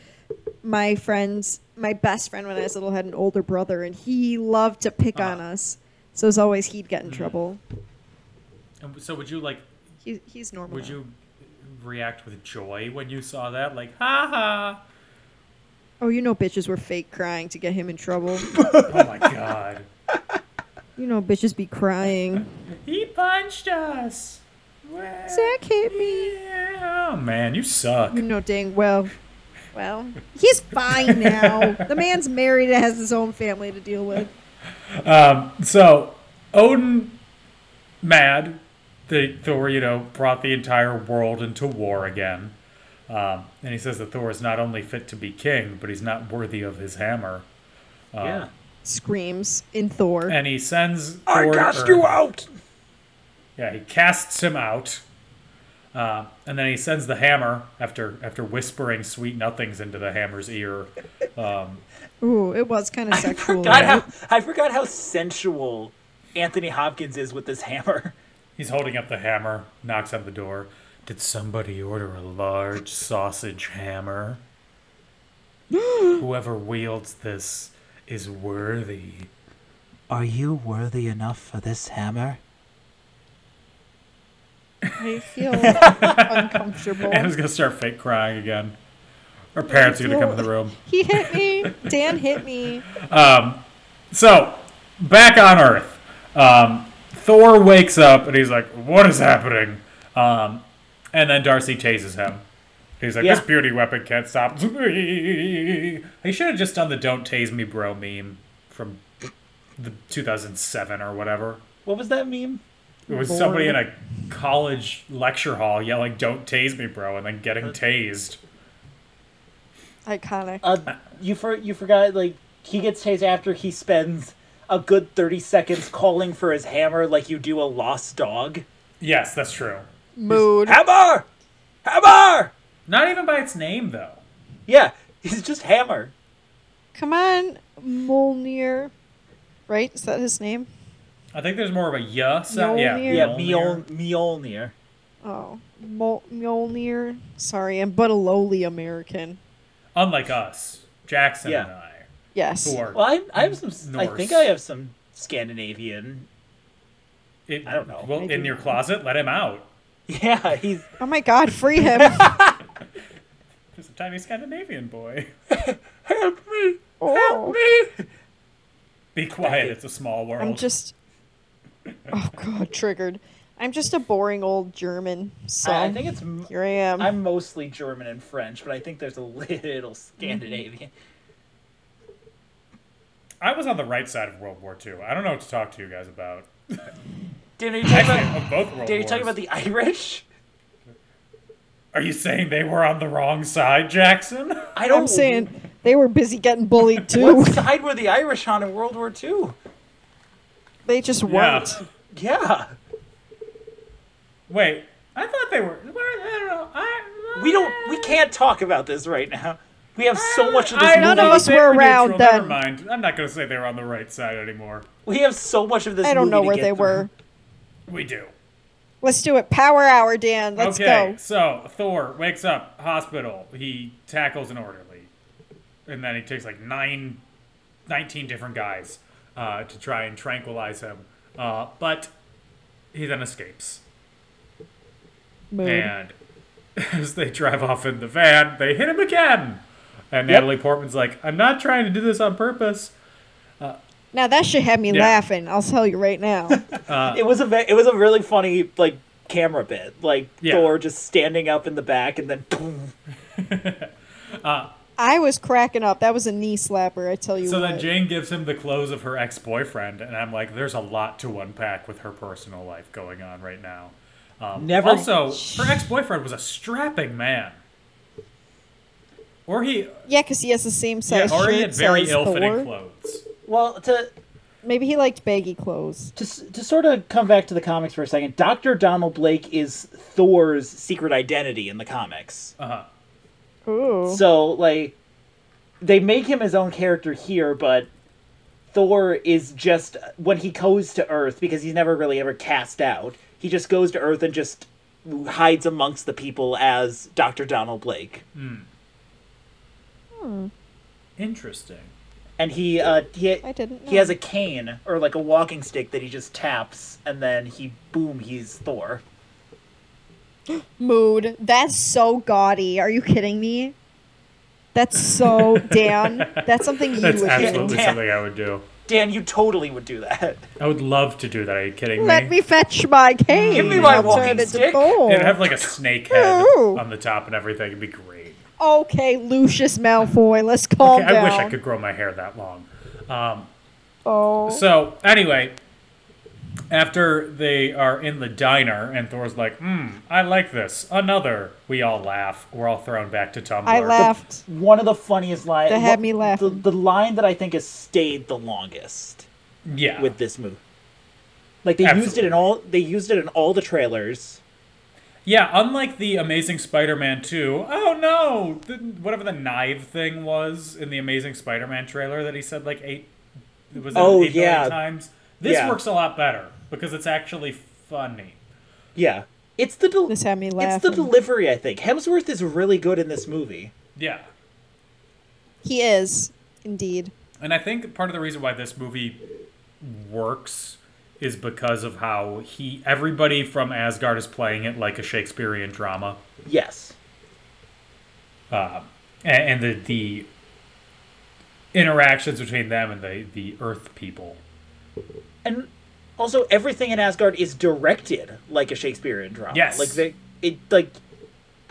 Speaker 2: my friends, my best friend when I was little had an older brother and he loved to pick
Speaker 1: Uh-huh.
Speaker 2: on us. So as always he'd get in
Speaker 1: Mm-hmm.
Speaker 2: trouble.
Speaker 1: And so would you like
Speaker 2: He, he's normal.
Speaker 1: would
Speaker 2: now.
Speaker 1: you react with joy when you saw that? Like ha ha!
Speaker 2: Oh, you know bitches were fake crying to get him in trouble.
Speaker 1: Oh my god!
Speaker 2: you know bitches be crying.
Speaker 1: He punched us. Well,
Speaker 2: Zach hit me.
Speaker 1: yeah. Oh man, you suck.
Speaker 2: You know dang well. Well, he's fine now. the man's married and has his own family to deal with.
Speaker 1: So Odin, mad that Thor, you know, brought the entire world into war again, um, and he says that Thor is not only fit to be king, but he's not worthy of his hammer. Uh,
Speaker 3: yeah.
Speaker 2: Screams in Thor.
Speaker 1: And he sends
Speaker 3: I
Speaker 1: Thor to
Speaker 3: cast
Speaker 1: Earth.
Speaker 3: you out.
Speaker 1: Yeah, he casts him out, uh, and then he sends the hammer after after whispering sweet nothings into the hammer's ear.
Speaker 2: Ooh, it was kind of
Speaker 3: I
Speaker 2: sexual.
Speaker 3: forgot
Speaker 2: right?
Speaker 3: how I forgot how sensual Anthony Hopkins is with this hammer.
Speaker 1: He's holding up the hammer, knocks on the door. Did somebody order a large sausage hammer? Whoever wields this is worthy.
Speaker 3: Are you worthy enough for this hammer?
Speaker 2: I feel uncomfortable.
Speaker 1: Anna's gonna start fake crying again. Her parents are gonna come in the room.
Speaker 2: He hit me. Dan hit me.
Speaker 1: So, back on Earth, um, Thor wakes up and he's like, "What is happening?" Um, and then Darcy chases him. He's like,
Speaker 3: Yeah.
Speaker 1: "This beauty weapon can't stop me." He should have just done the "Don't tase me, bro" meme from the 2007 or whatever.
Speaker 3: What was that meme?
Speaker 1: It was somebody in a college lecture hall yelling, "Don't tase me, bro," and then getting tased.
Speaker 2: Iconic.
Speaker 3: Uh, you for you forgot like he gets chased after he spends a good thirty seconds calling for his hammer like you do a lost dog.
Speaker 1: Yes, that's true.
Speaker 2: Mood.
Speaker 3: Hammer, hammer.
Speaker 1: Not even by its name though.
Speaker 3: Yeah, he's just hammer.
Speaker 2: Come on, Molnir. Right? Is that his name?
Speaker 1: I think there's more of a yeah sound. Yeah,
Speaker 2: Mjolnir?
Speaker 3: Yeah,
Speaker 1: Mjolnir.
Speaker 3: Mjol- Mjolnir.
Speaker 2: Oh, Mol- Mjolnir. Sorry, I'm but a lowly American.
Speaker 1: Unlike us, Jackson
Speaker 3: Yeah.
Speaker 1: and I.
Speaker 2: Yes.
Speaker 1: who are
Speaker 3: Well, I, I have some. I think
Speaker 1: Norse.
Speaker 3: I have some Scandinavian.
Speaker 1: It-
Speaker 3: I don't know.
Speaker 1: Well, in your closet, let him out.
Speaker 3: Yeah, he's
Speaker 2: Oh my god, free him.
Speaker 1: He's a tiny Scandinavian boy.
Speaker 2: Oh,
Speaker 1: Be quiet, it's a small world.
Speaker 2: I'm just. Oh god, triggered. I'm just a boring old German. So
Speaker 3: I think it's m-
Speaker 2: here I am.
Speaker 3: I'm mostly German and French, but I think there's a little Scandinavian.
Speaker 1: I was on the right side of World War II. I don't know what to talk to you guys about.
Speaker 3: Did you talk
Speaker 1: Actually,
Speaker 3: about,
Speaker 1: of both World
Speaker 3: did you talk
Speaker 1: Wars.
Speaker 3: about the Irish?
Speaker 1: Are you saying they were on the wrong side, Jackson?
Speaker 3: I don't.
Speaker 2: I'm saying they were busy getting bullied too.
Speaker 3: What side were the Irish on in World War II?
Speaker 2: they just
Speaker 1: Yeah.
Speaker 2: weren't.
Speaker 3: Yeah.
Speaker 1: Wait, I thought they were. were- I don't know. I,
Speaker 3: We don't. We can't talk about this right now. We have so much of this.
Speaker 1: I
Speaker 3: movie.
Speaker 2: None of us
Speaker 1: They
Speaker 2: were
Speaker 1: neutral,
Speaker 2: around
Speaker 1: Never
Speaker 2: then.
Speaker 1: mind. I'm not going to say they were on the right side anymore.
Speaker 3: We have so much of this.
Speaker 2: I don't
Speaker 3: movie
Speaker 2: know
Speaker 3: to
Speaker 2: where
Speaker 3: get
Speaker 2: they
Speaker 3: through.
Speaker 2: were.
Speaker 1: We do.
Speaker 2: Let's do it. Power hour, Dan. Let's
Speaker 1: okay,
Speaker 2: go.
Speaker 1: so Thor wakes up, hospital. He tackles an orderly. And then he takes like nine, 19 different guys uh, to try and tranquilize him. Uh, but he then escapes.
Speaker 2: Mm.
Speaker 1: And as they drive off in the van, they hit him again. And Natalie Portman's like, I'm not trying to do this on purpose.
Speaker 2: Now that shit had me
Speaker 1: Yeah.
Speaker 2: laughing. I'll tell you right now.
Speaker 3: It was a. ve- It was a really funny like camera bit. Like
Speaker 1: Yeah.
Speaker 3: Thor just standing up in the back and then. boom.
Speaker 2: I was cracking up. That was a knee slapper. I tell you
Speaker 1: So
Speaker 2: what.
Speaker 1: then Jane gives him the clothes of her ex boyfriend. And I'm like, there's a lot to unpack with her personal life going on right now. Um,
Speaker 3: Never-
Speaker 1: Also, her ex boyfriend was a strapping man. Or he,
Speaker 2: yeah, because he has the same
Speaker 1: yeah,
Speaker 2: size
Speaker 1: or he
Speaker 2: shirt
Speaker 1: had very
Speaker 2: size
Speaker 1: ill fitting
Speaker 2: Thor.
Speaker 1: clothes.
Speaker 3: Well, to
Speaker 2: Maybe he liked baggy clothes.
Speaker 3: to, s- to sort of come back to the comics for a second, Dr. Donald Blake is Thor's secret identity in the comics.
Speaker 2: Ooh.
Speaker 3: So, like, they make him his own character here, but Thor is just, when he goes to Earth, because he's never really ever cast out, he just goes to Earth and just hides amongst the people as Dr. Donald Blake.
Speaker 1: Interesting.
Speaker 3: And he, uh, he,
Speaker 2: I didn't
Speaker 3: he
Speaker 2: know.
Speaker 3: has a cane or like a walking stick that he just taps, and then he, boom, he's Thor.
Speaker 2: Mood. That's so gaudy. Are you kidding me? That's so Dan. That's something you
Speaker 1: That's
Speaker 2: would do.
Speaker 1: absolutely
Speaker 3: Yeah.
Speaker 1: something I would do.
Speaker 3: Dan, you totally would do that.
Speaker 1: I would love to do that. Are you kidding
Speaker 2: Let me fetch my cane.
Speaker 3: Give me my
Speaker 2: I'll turn
Speaker 3: walking
Speaker 2: it to
Speaker 3: stick.
Speaker 2: gold.
Speaker 1: It'd have like a snake head
Speaker 2: Ew.
Speaker 1: on the top and everything. It'd be great.
Speaker 2: Okay, Lucius Malfoy. Let's calm
Speaker 1: Okay, I
Speaker 2: down.
Speaker 1: wish I could grow my hair that long. Um,
Speaker 2: Oh.
Speaker 1: so anyway, after they are in the diner and Thor's like, "Hmm, I like this." Another. We all laugh. We're all thrown back to Tumblr.
Speaker 2: I laughed.
Speaker 3: one of the funniest lines
Speaker 2: That had me
Speaker 3: laugh. The,
Speaker 2: laughing.
Speaker 3: the line that I think has stayed the longest
Speaker 1: Yeah.
Speaker 3: with this movie. Like they used
Speaker 1: Absolutely.
Speaker 3: it in all they used it in all the trailers.
Speaker 1: yeah. Unlike the Amazing Spider-Man 2. Oh no! The, whatever the knife thing was in the Amazing Spider-Man trailer that he said like eight. Was it
Speaker 3: Oh,
Speaker 1: eight million
Speaker 3: yeah.
Speaker 1: times. This
Speaker 3: Yeah.
Speaker 1: works a lot better because it's actually funny.
Speaker 3: Yeah. It's the del-
Speaker 2: This had me
Speaker 3: It's the
Speaker 2: laughing.
Speaker 3: delivery, I think. Hemsworth is really good in this movie.
Speaker 1: Yeah.
Speaker 2: He is indeed.
Speaker 1: And I think part of the reason why this movie works is because of how he everybody from Asgard is playing it like a Shakespearean drama, uh,
Speaker 3: Yes.
Speaker 1: and, and the the interactions between them and the the Earth people.
Speaker 3: And also everything in Asgard is directed like a Shakespearean drama.
Speaker 1: Yes.
Speaker 3: Like they it like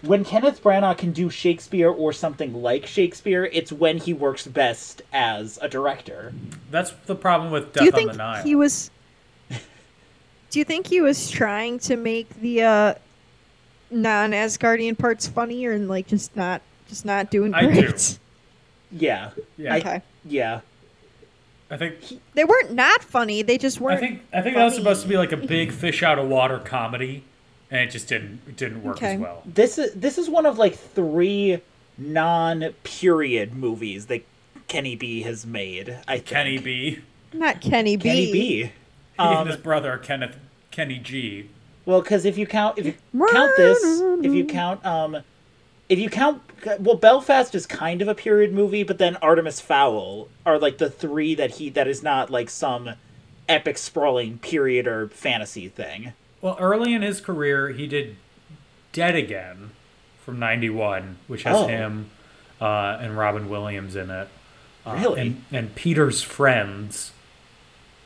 Speaker 3: when Kenneth Branagh can do Shakespeare or something like Shakespeare, it's when he works best as a director.
Speaker 1: That's the problem with Death
Speaker 2: Do you
Speaker 1: on
Speaker 2: think
Speaker 1: the Nile.
Speaker 2: he was? Do you think he was trying to make the uh, non-Asgardian parts funnier and like just not just not doing
Speaker 1: I do.
Speaker 2: great?
Speaker 3: Yeah.
Speaker 1: yeah,
Speaker 3: I-
Speaker 2: Okay,
Speaker 3: Yeah.
Speaker 1: I think
Speaker 2: they weren't not funny. They just weren't.
Speaker 1: I think I think that was supposed to be like a big fish out of water comedy, and it just didn't it didn't work
Speaker 2: Okay.
Speaker 1: as well.
Speaker 3: this is this is one of like three non-period movies that Kenny B has made. I think.
Speaker 1: Kenny B,
Speaker 2: not Kenny B.
Speaker 3: Kenny B.
Speaker 1: he and
Speaker 2: Um,
Speaker 1: his brother Kenneth Kenny G.
Speaker 3: Well, because if you count if you count this, if you count um, if you count well, Belfast is kind of a period movie, but then Artemis Fowl are like the three that he that is not like some epic sprawling period or fantasy thing.
Speaker 1: Well, early in his career, he did Dead Again from 91, which has
Speaker 3: Oh.
Speaker 1: him uh, and Robin Williams in it. Uh,
Speaker 3: Really?
Speaker 1: And, and Peter's Friends,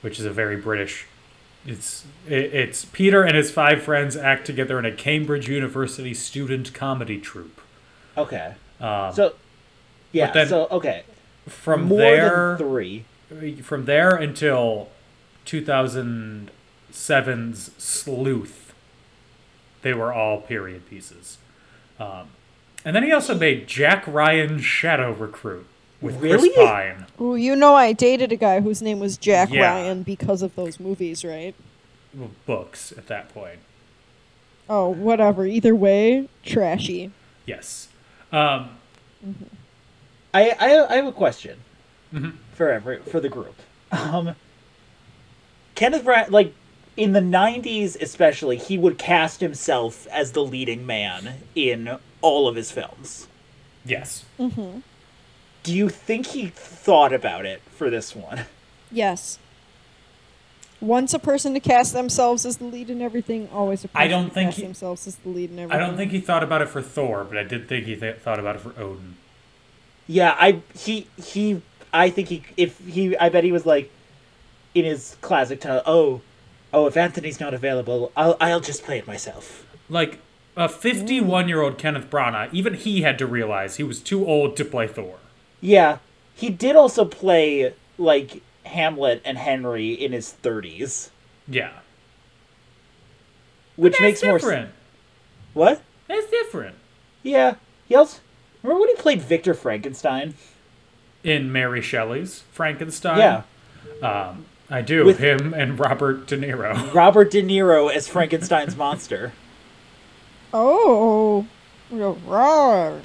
Speaker 1: which is a very British. It's it, it's Peter and his five friends act together in a Cambridge University student comedy troupe.
Speaker 3: Okay. so, yeah.
Speaker 1: um, then-
Speaker 3: so okay,
Speaker 1: From
Speaker 3: more
Speaker 1: there,
Speaker 3: than three.
Speaker 1: from there until 2007's Sleuth, they were all period pieces. Um, and then he also made Jack Ryan Shadow Recruit with
Speaker 3: Really?
Speaker 1: Chris Pine.
Speaker 2: Ooh, you know I dated a guy whose name was Jack
Speaker 1: Yeah.
Speaker 2: Ryan because of those movies, right?
Speaker 1: Well, Books at that point.
Speaker 2: Oh, whatever. Either way, trashy.
Speaker 1: Yes. Um,
Speaker 3: I, I I have a question for every for the group. Um, Kenneth Branagh, like in the '90s especially, he would cast himself as the leading man in all of his films.
Speaker 1: yes.
Speaker 3: Do you think he thought about it for this one?
Speaker 2: Yes. Once a person to cast themselves as the lead in everything, always a person
Speaker 1: I don't
Speaker 2: to
Speaker 1: think
Speaker 2: cast
Speaker 1: he-
Speaker 2: themselves as the lead in
Speaker 1: I
Speaker 2: everything.
Speaker 1: don't think he thought about it for Thor, but I did think he th- thought about it for Odin.
Speaker 3: Yeah, I he he I think he if he I bet he was like in his classic tone, oh oh if Anthony's not available, I'll I'll just play it myself.
Speaker 1: Like, a 51 year old Kenneth Branagh, even he had to realize he was too old to play Thor.
Speaker 3: Yeah. He did also play like Hamlet and Henry in his 30s,
Speaker 1: Yeah.
Speaker 3: which
Speaker 1: That's
Speaker 3: makes more
Speaker 1: different.
Speaker 3: sense. What?
Speaker 1: That's different.
Speaker 3: Yeah. He also Remember when he played Victor Frankenstein?
Speaker 1: In Mary Shelley's Frankenstein. Um,
Speaker 3: yeah.
Speaker 1: I do.
Speaker 3: With-
Speaker 1: him and Robert De Niro.
Speaker 3: Robert De Niro as Frankenstein's monster.
Speaker 2: Oh, rawr.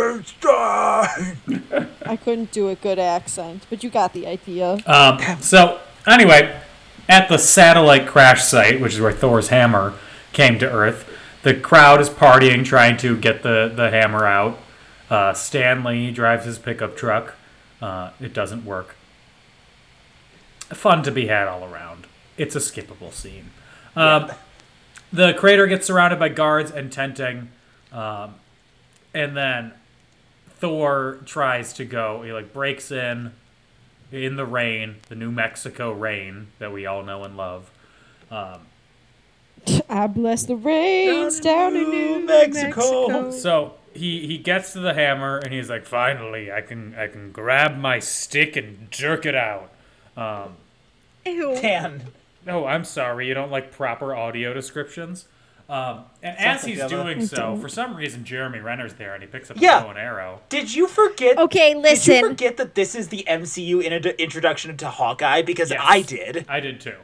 Speaker 3: Frankenstein.
Speaker 2: I couldn't do a good accent, but you got the idea.
Speaker 1: Um, so, anyway, at the satellite crash site, which is where Thor's hammer came to Earth, the crowd is partying, trying to get the, the hammer out. Uh, Stanley drives his pickup truck. Uh, it doesn't work. Fun to be had all around. It's a skippable scene. Um, The crater gets surrounded by guards and tenting. Um, and then Thor tries to go. He like breaks in in the rain, the New Mexico rain that we all know and love.
Speaker 2: I Ah, bless the rains down, in New Mexico.
Speaker 3: Mexico.
Speaker 1: So he he gets to the hammer and he's like, finally, I can I can grab my stick and jerk it out.
Speaker 2: Ew.
Speaker 3: Dan.
Speaker 1: No, I'm sorry, you don't like proper audio descriptions. Um, and as
Speaker 3: Something
Speaker 1: he's
Speaker 3: of a-
Speaker 1: doing so, for some reason, Jeremy Renner's there and he picks up a
Speaker 3: Yeah.
Speaker 1: bow and arrow.
Speaker 3: Did you forget
Speaker 5: Okay,
Speaker 3: Did you
Speaker 5: listen.
Speaker 3: forget that this is the MCU in introduction to Hawkeye? Because
Speaker 1: Yes.
Speaker 3: I did.
Speaker 1: I did too.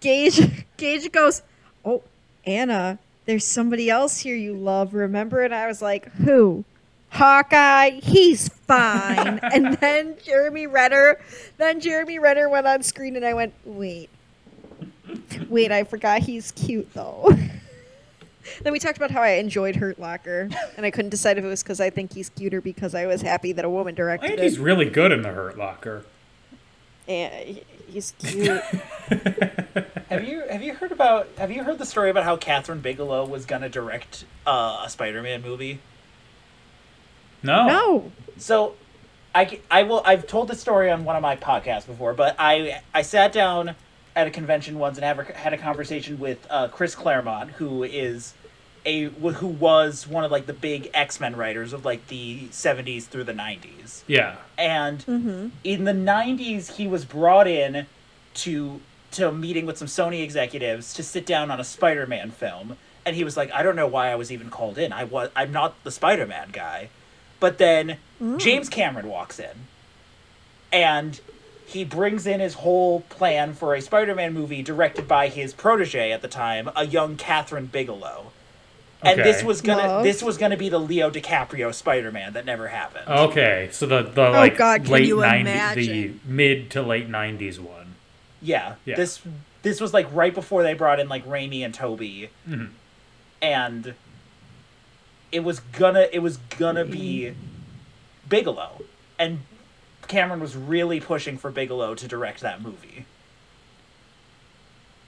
Speaker 2: Gage, Gage goes, "Oh, Anna, there's somebody else here you love. Remember?" And I was like, "Who?" Hawkeye, he's fine. and then Jeremy Renner, then Jeremy Renner went on screen, and I went, "Wait, wait, I forgot he's cute though." then we talked about how I enjoyed Hurt Locker, and I couldn't decide if it was because I think he's cuter because I was happy that a woman
Speaker 1: I
Speaker 2: directed
Speaker 1: think
Speaker 2: it.
Speaker 1: he's really good in the Hurt Locker.
Speaker 2: Yeah, Eh, he- he's cute.
Speaker 3: Have you have you heard about have you heard the story about how Catherine Bigelow was gonna direct uh, a Spider-Man movie?
Speaker 1: No.
Speaker 2: no,
Speaker 3: So, I, I will I've told this story on one of my podcasts before, but I I sat down at a convention once and have a, had a conversation with uh, Chris Claremont, who is a who was one of like the big X-Men writers of like the 70s through the 90s.
Speaker 1: Yeah.
Speaker 3: and in the 90s he was brought in to to a meeting with some sony executives to sit down on a spider-man film and he was like i don't know why i was even called in i was i'm not the spider-man guy but then james cameron walks in and he brings in his whole plan for a spider-man movie directed by his protege at the time a young catherine bigelow and this
Speaker 1: Okay.
Speaker 3: was gonna
Speaker 2: Love.
Speaker 3: this was gonna be the leo dicaprio spider-man that never happened
Speaker 1: Okay, so the the like
Speaker 2: God, can
Speaker 1: late
Speaker 2: you
Speaker 1: 90s, the
Speaker 2: imagine?
Speaker 1: mid to late nineties one.
Speaker 3: Yeah.
Speaker 1: Yeah.
Speaker 3: This this was like right before they brought in like Raimi and Toby. And it was gonna it was gonna be Bigelow. And Cameron was really pushing for Bigelow to direct that movie.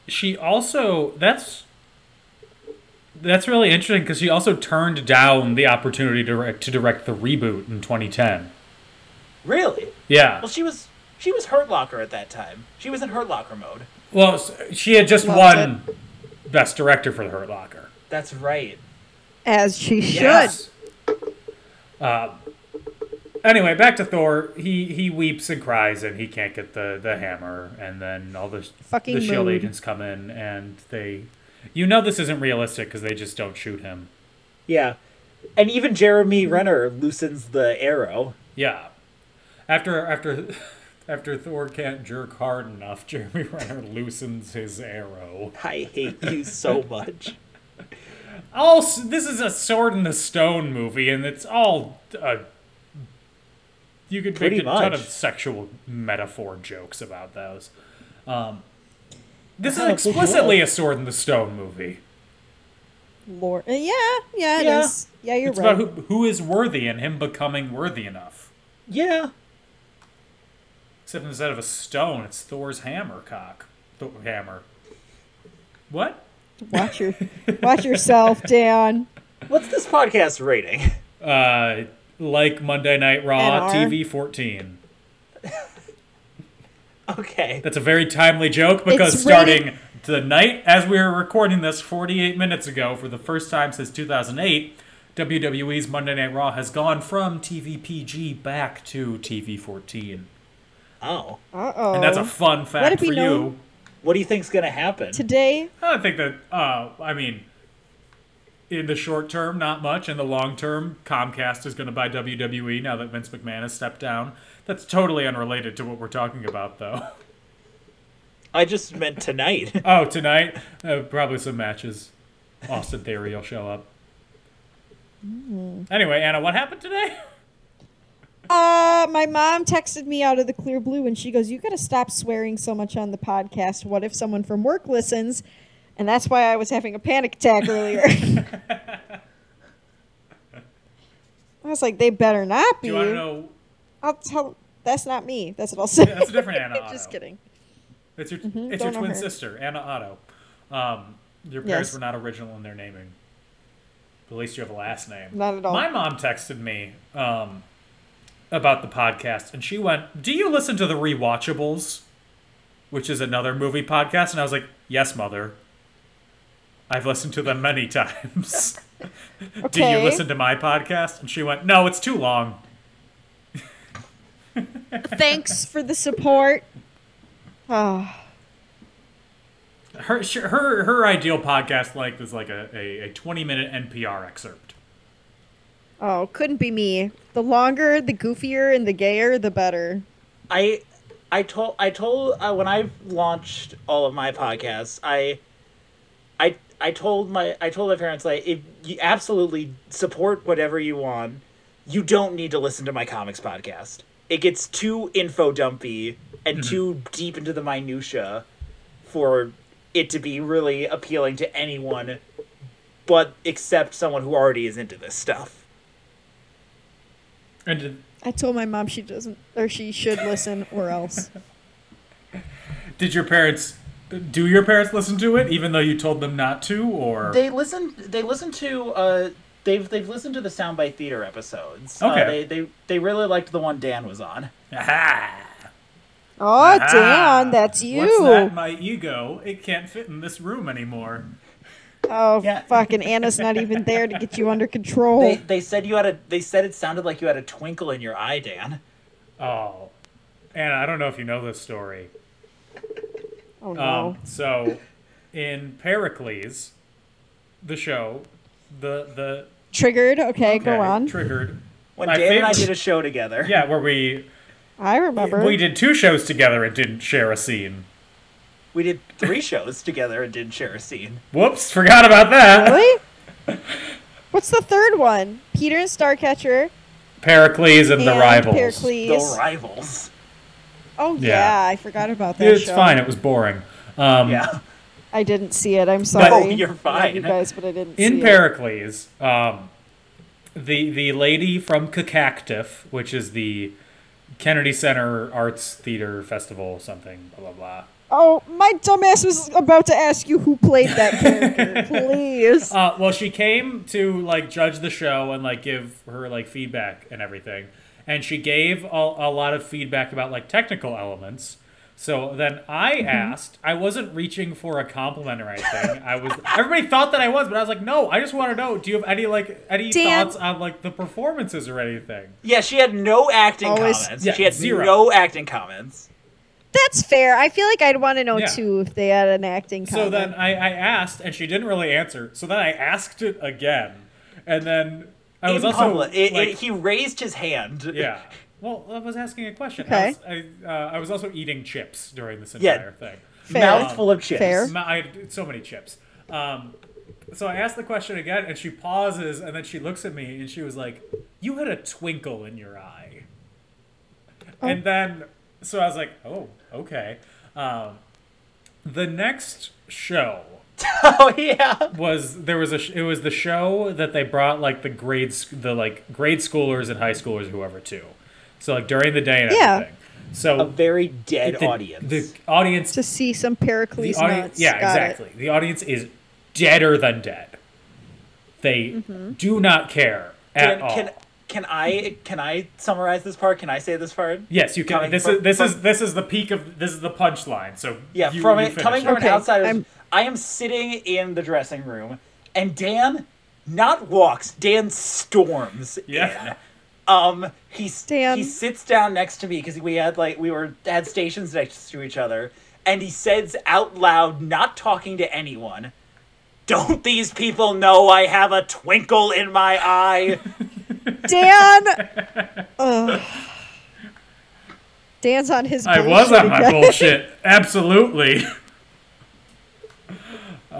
Speaker 1: she also that's that's really interesting because she also turned down the opportunity to direct, to direct the reboot in 2010.
Speaker 3: Really?
Speaker 1: Yeah.
Speaker 3: Well, she was she was Hurt Locker at that time. She was in Hurt Locker mode.
Speaker 1: Well, s- she had just
Speaker 2: Loves
Speaker 1: won Best Director for The Hurt Locker.
Speaker 3: That's right.
Speaker 2: As she should.
Speaker 1: Uh, anyway, back to Thor. He he weeps and cries, and he can't get the, the hammer. And then all the
Speaker 2: Fucking
Speaker 1: the shield
Speaker 2: mood.
Speaker 1: agents come in, and they, you know, this isn't realistic because they just don't shoot him.
Speaker 3: Yeah. And even Jeremy Renner loosens the arrow.
Speaker 1: Yeah. After after after Thor can't jerk hard enough, Jeremy Renner loosens his arrow.
Speaker 3: I hate you so much.
Speaker 1: Also, this is a sword in the stone movie, and it's all uh, you could
Speaker 3: Pretty
Speaker 1: make a ton
Speaker 3: much.
Speaker 1: of sexual metaphor jokes about those. Um, this is
Speaker 3: Oh,
Speaker 1: explicitly a sword in the stone movie.
Speaker 2: Lord. uh, Yeah, yeah, it is.
Speaker 3: Yeah.
Speaker 2: yeah. you're
Speaker 1: It's
Speaker 2: right.
Speaker 1: about who, who is worthy and him becoming worthy enough.
Speaker 3: Yeah.
Speaker 1: Except instead of a stone, it's Thor's hammer cock. Thor hammer. What?
Speaker 2: Watch your watch yourself, Dan.
Speaker 3: What's this podcast rating?
Speaker 1: Uh, like Monday Night Raw,
Speaker 2: NR.
Speaker 1: TV 14.
Speaker 3: Okay.
Speaker 1: That's a very timely joke because
Speaker 2: It's rated-
Speaker 1: starting the night as we were recording this 48 minutes ago, for the first time since 2008, WWE's Monday Night Raw has gone from TV PG back to TV 14.
Speaker 3: Oh.
Speaker 2: Uh oh.
Speaker 1: And that's a fun
Speaker 2: Let
Speaker 1: fact
Speaker 2: it
Speaker 1: for
Speaker 2: be
Speaker 1: you.
Speaker 2: known.
Speaker 3: What do you think's gonna happen?
Speaker 2: today.
Speaker 1: I think that, uh, I mean, in the short term, not much. In the long term, Comcast is going to buy WWE now that Vince McMahon has stepped down. That's totally unrelated to what we're talking about, though.
Speaker 3: I just meant tonight.
Speaker 1: Oh, tonight? Uh, probably some matches. Austin Theory will show up. Anyway, Anna, what happened today?
Speaker 2: Uh, my mom texted me out of the clear blue and she goes, You got to stop swearing so much on the podcast. What if someone from work listens? And that's why I was having a panic attack earlier. I was like, They better not
Speaker 1: Do
Speaker 2: be.
Speaker 1: you want to know?
Speaker 2: I'll tell. That's not me. That's what I'll say.
Speaker 1: That's a different Anna Otto.
Speaker 2: Just kidding.
Speaker 1: It's your, it's your
Speaker 2: Mm-hmm. don't know
Speaker 1: twin
Speaker 2: her.
Speaker 1: sister, Anna Otto. Um, your parents
Speaker 2: Yes.
Speaker 1: were not original in their naming. At least you have a last name.
Speaker 2: Not at all.
Speaker 1: My mom texted me um, about the podcast, and she went, Do you listen to The Rewatchables? Which is another movie podcast. And I was like, Yes, mother. I've listened to them many times. Do you
Speaker 2: Okay.
Speaker 1: listen to my podcast? And she went, No, it's too long.
Speaker 2: Thanks for the support. Oh,
Speaker 1: Her sh- her her ideal podcast length is like a, a, a twenty minute NPR excerpt.
Speaker 2: oh, couldn't be me. The longer, the goofier, and the gayer, the better.
Speaker 3: I I told I told uh, when I launched all of my podcasts, I I I told my I told my parents like if you absolutely support whatever you want, you don't need to listen to my comics podcast. It gets too info dumpy and too deep into the minutia for it to be really appealing to anyone but except someone who already is into this stuff.
Speaker 1: And did,
Speaker 2: I told my mom she doesn't, or she should listen, or else.
Speaker 1: did your parents do your parents listen to it even though you told them not to or
Speaker 3: They listen. They listen to. Uh, they've they've listened to the soundbite theater episodes. Uh,
Speaker 1: Okay.
Speaker 3: they they they really liked the one Dan was on.
Speaker 1: Aha!
Speaker 2: Oh,
Speaker 1: Ah.
Speaker 2: Dan, that's you.
Speaker 1: What's that? My ego. It can't fit in this room anymore.
Speaker 2: Oh,
Speaker 3: Yeah.
Speaker 2: fucking Anna's not even there to get you under control.
Speaker 3: They they said you had a. They said it sounded like you had a twinkle in your eye, Dan.
Speaker 1: Oh, Anna, I don't know if you know this story.
Speaker 2: oh no.
Speaker 1: Um, so, in Pericles, the show, the the
Speaker 2: Triggered. Okay, go
Speaker 1: okay,
Speaker 2: on.
Speaker 1: triggered.
Speaker 3: When
Speaker 1: My
Speaker 3: Dan and I
Speaker 1: favorite-
Speaker 3: did a show together.
Speaker 1: Yeah, where we
Speaker 2: I remember.
Speaker 1: we did two shows together and didn't share a scene.
Speaker 3: We did three shows together and did share a scene.
Speaker 1: Whoops, forgot about that.
Speaker 2: Really? What's the third one? Peter and Starcatcher
Speaker 1: Pericles and,
Speaker 2: and
Speaker 1: the rivals.
Speaker 2: Pericles.
Speaker 3: The rivals.
Speaker 2: oh yeah.
Speaker 1: Yeah.
Speaker 2: I forgot about that.
Speaker 1: It's
Speaker 2: show.
Speaker 1: fine. It was boring. Um,
Speaker 3: Yeah.
Speaker 2: I didn't see it. I'm sorry.
Speaker 3: No, you're
Speaker 2: I love
Speaker 3: fine.
Speaker 2: you guys, but I didn't.
Speaker 1: In
Speaker 2: see
Speaker 1: Pericles, um, the the lady from Cacactif, which is the Kennedy Center Arts Theater Festival, something blah blah blah.
Speaker 6: Oh, my dumbass was about to ask you who played that character. Please.
Speaker 1: Uh, well, she came to like judge the show and like give her like feedback and everything, and she gave a, a lot of feedback about like technical elements. So then I asked. I wasn't reaching for a compliment or anything. I was. Everybody thought that I was, but I was like, no. I just want to know. Do you have any like any
Speaker 6: Dan-
Speaker 1: thoughts on like the performances or anything?
Speaker 3: Yeah, she had no acting
Speaker 6: Always-
Speaker 3: comments.
Speaker 1: Yeah,
Speaker 3: she had
Speaker 1: zero.
Speaker 3: no acting comments.
Speaker 6: That's fair. I feel like I'd want to know
Speaker 1: Yeah.
Speaker 6: too if they had an acting
Speaker 1: So
Speaker 6: comment.
Speaker 1: then I, I asked, and she didn't really answer. So then I asked it again, and then I was
Speaker 3: In
Speaker 1: also
Speaker 3: public, it- it-
Speaker 1: like,
Speaker 3: he raised his hand.
Speaker 1: yeah. Well, I was asking a question. I,
Speaker 6: Okay.
Speaker 1: was, I, uh, I was also eating chips during this
Speaker 3: Yeah.
Speaker 1: entire thing.
Speaker 6: fair.
Speaker 3: mouthful of chips.
Speaker 6: Fair.
Speaker 1: Ma- I had so many chips. Um, so I asked the question again, and she pauses, and then she looks at me, and she was like, "You had a twinkle in your eye."
Speaker 3: Oh.
Speaker 1: And then, so I was like, "Oh, okay." Um, the next show
Speaker 3: Oh yeah.
Speaker 1: was there was a sh- it was the show that they brought like the grades the like grade schoolers and high schoolers or whoever to, so like during the day and
Speaker 6: Yeah.
Speaker 1: everything. So
Speaker 3: A very dead
Speaker 1: the,
Speaker 3: audience.
Speaker 1: the audience
Speaker 6: to see some Pericles
Speaker 1: the audi-
Speaker 6: nuts.
Speaker 1: Yeah,
Speaker 6: Got it.
Speaker 1: exactly. The audience is deader than dead. They
Speaker 6: Mm-hmm.
Speaker 1: do not care at
Speaker 3: can,
Speaker 1: all.
Speaker 3: can can I can I summarize this part? Can I say this part?
Speaker 1: yes, you can.
Speaker 3: coming
Speaker 1: This
Speaker 3: from-
Speaker 1: is this
Speaker 3: from-
Speaker 1: is this is the peak of this is the punchline. So
Speaker 3: Yeah,
Speaker 1: you-
Speaker 3: from
Speaker 1: you
Speaker 3: it
Speaker 1: finish
Speaker 3: coming
Speaker 1: it.
Speaker 3: from
Speaker 6: Okay,
Speaker 3: an outsider,
Speaker 6: I'm-
Speaker 3: I am sitting in the dressing room, and Dan not walks, Dan storms.
Speaker 1: yeah.
Speaker 3: Um, he s-
Speaker 6: Dan.
Speaker 3: he sits down next to me because we had like we were had stations next to each other, and he says out loud, not talking to anyone, "Don't these people know I have a twinkle in my eye?"
Speaker 6: Dan. Ugh. Dan's on his.
Speaker 1: I was on my
Speaker 6: bullshit again.
Speaker 1: bullshit. Absolutely.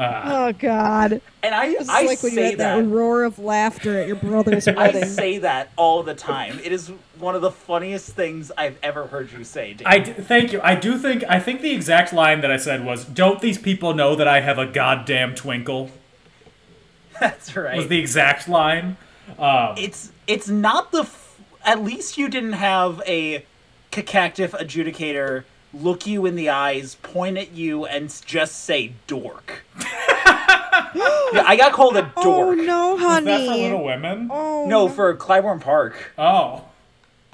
Speaker 6: Oh God!
Speaker 3: And I
Speaker 6: It's
Speaker 3: I
Speaker 6: like when you
Speaker 3: say
Speaker 6: had that.
Speaker 3: that.
Speaker 6: roar of laughter at your brother's
Speaker 3: I
Speaker 6: wedding.
Speaker 3: say that all the time. It is one of the funniest things I've ever heard you say, Dan.
Speaker 1: I d- thank you. I do think I think the exact line that I said was, "Don't these people know that I have a goddamn twinkle?"
Speaker 3: That's right.
Speaker 1: Was the exact line.
Speaker 3: it's it's not the f- at least you didn't have a cacactive adjudicator look you in the eyes point at you and s- just say dork Yeah, i got called a dork
Speaker 6: oh no, honey!
Speaker 1: Is that for Little Women?
Speaker 6: oh
Speaker 3: no for clybourne park
Speaker 1: Oh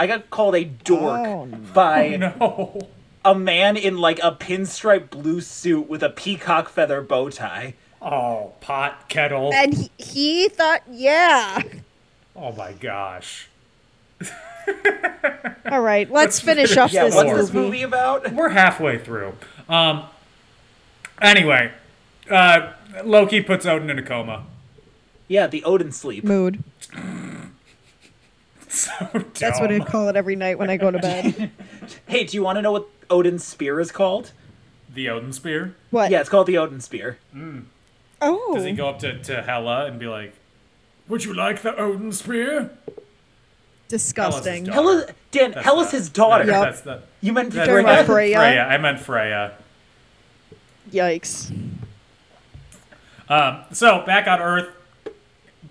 Speaker 3: i got called a dork
Speaker 6: Oh, no.
Speaker 3: by
Speaker 1: no.
Speaker 3: a man in like a pinstripe blue suit with a peacock feather bow tie
Speaker 1: Oh, pot kettle.
Speaker 6: And he, he thought, yeah.
Speaker 1: Oh my gosh.
Speaker 6: All right, let's finish up
Speaker 3: yeah
Speaker 6: this
Speaker 3: what's
Speaker 1: Dork.
Speaker 3: this
Speaker 6: movie.
Speaker 3: movie about
Speaker 1: We're halfway through. Um anyway, uh Loki puts Odin in a coma.
Speaker 3: yeah the odin sleep
Speaker 6: Mood.
Speaker 1: So
Speaker 6: That's what I call it every night when I go to bed.
Speaker 3: hey do you want to know what odin's spear is called
Speaker 1: the Odin spear.
Speaker 6: What?
Speaker 3: yeah it's called the odin spear
Speaker 6: Oh.
Speaker 1: Does he go up to, to Hela and be like, Would you like the Odin spear?
Speaker 6: Disgusting.
Speaker 1: Hela's his
Speaker 3: Hella, Dan, Hella's
Speaker 1: the-
Speaker 3: his daughter.
Speaker 6: Yep.
Speaker 1: That's the
Speaker 3: You meant
Speaker 1: that's
Speaker 6: Talking about
Speaker 3: Freya?
Speaker 1: Freya.
Speaker 6: Freya?
Speaker 1: I meant Freya.
Speaker 6: Yikes.
Speaker 1: So back on Earth,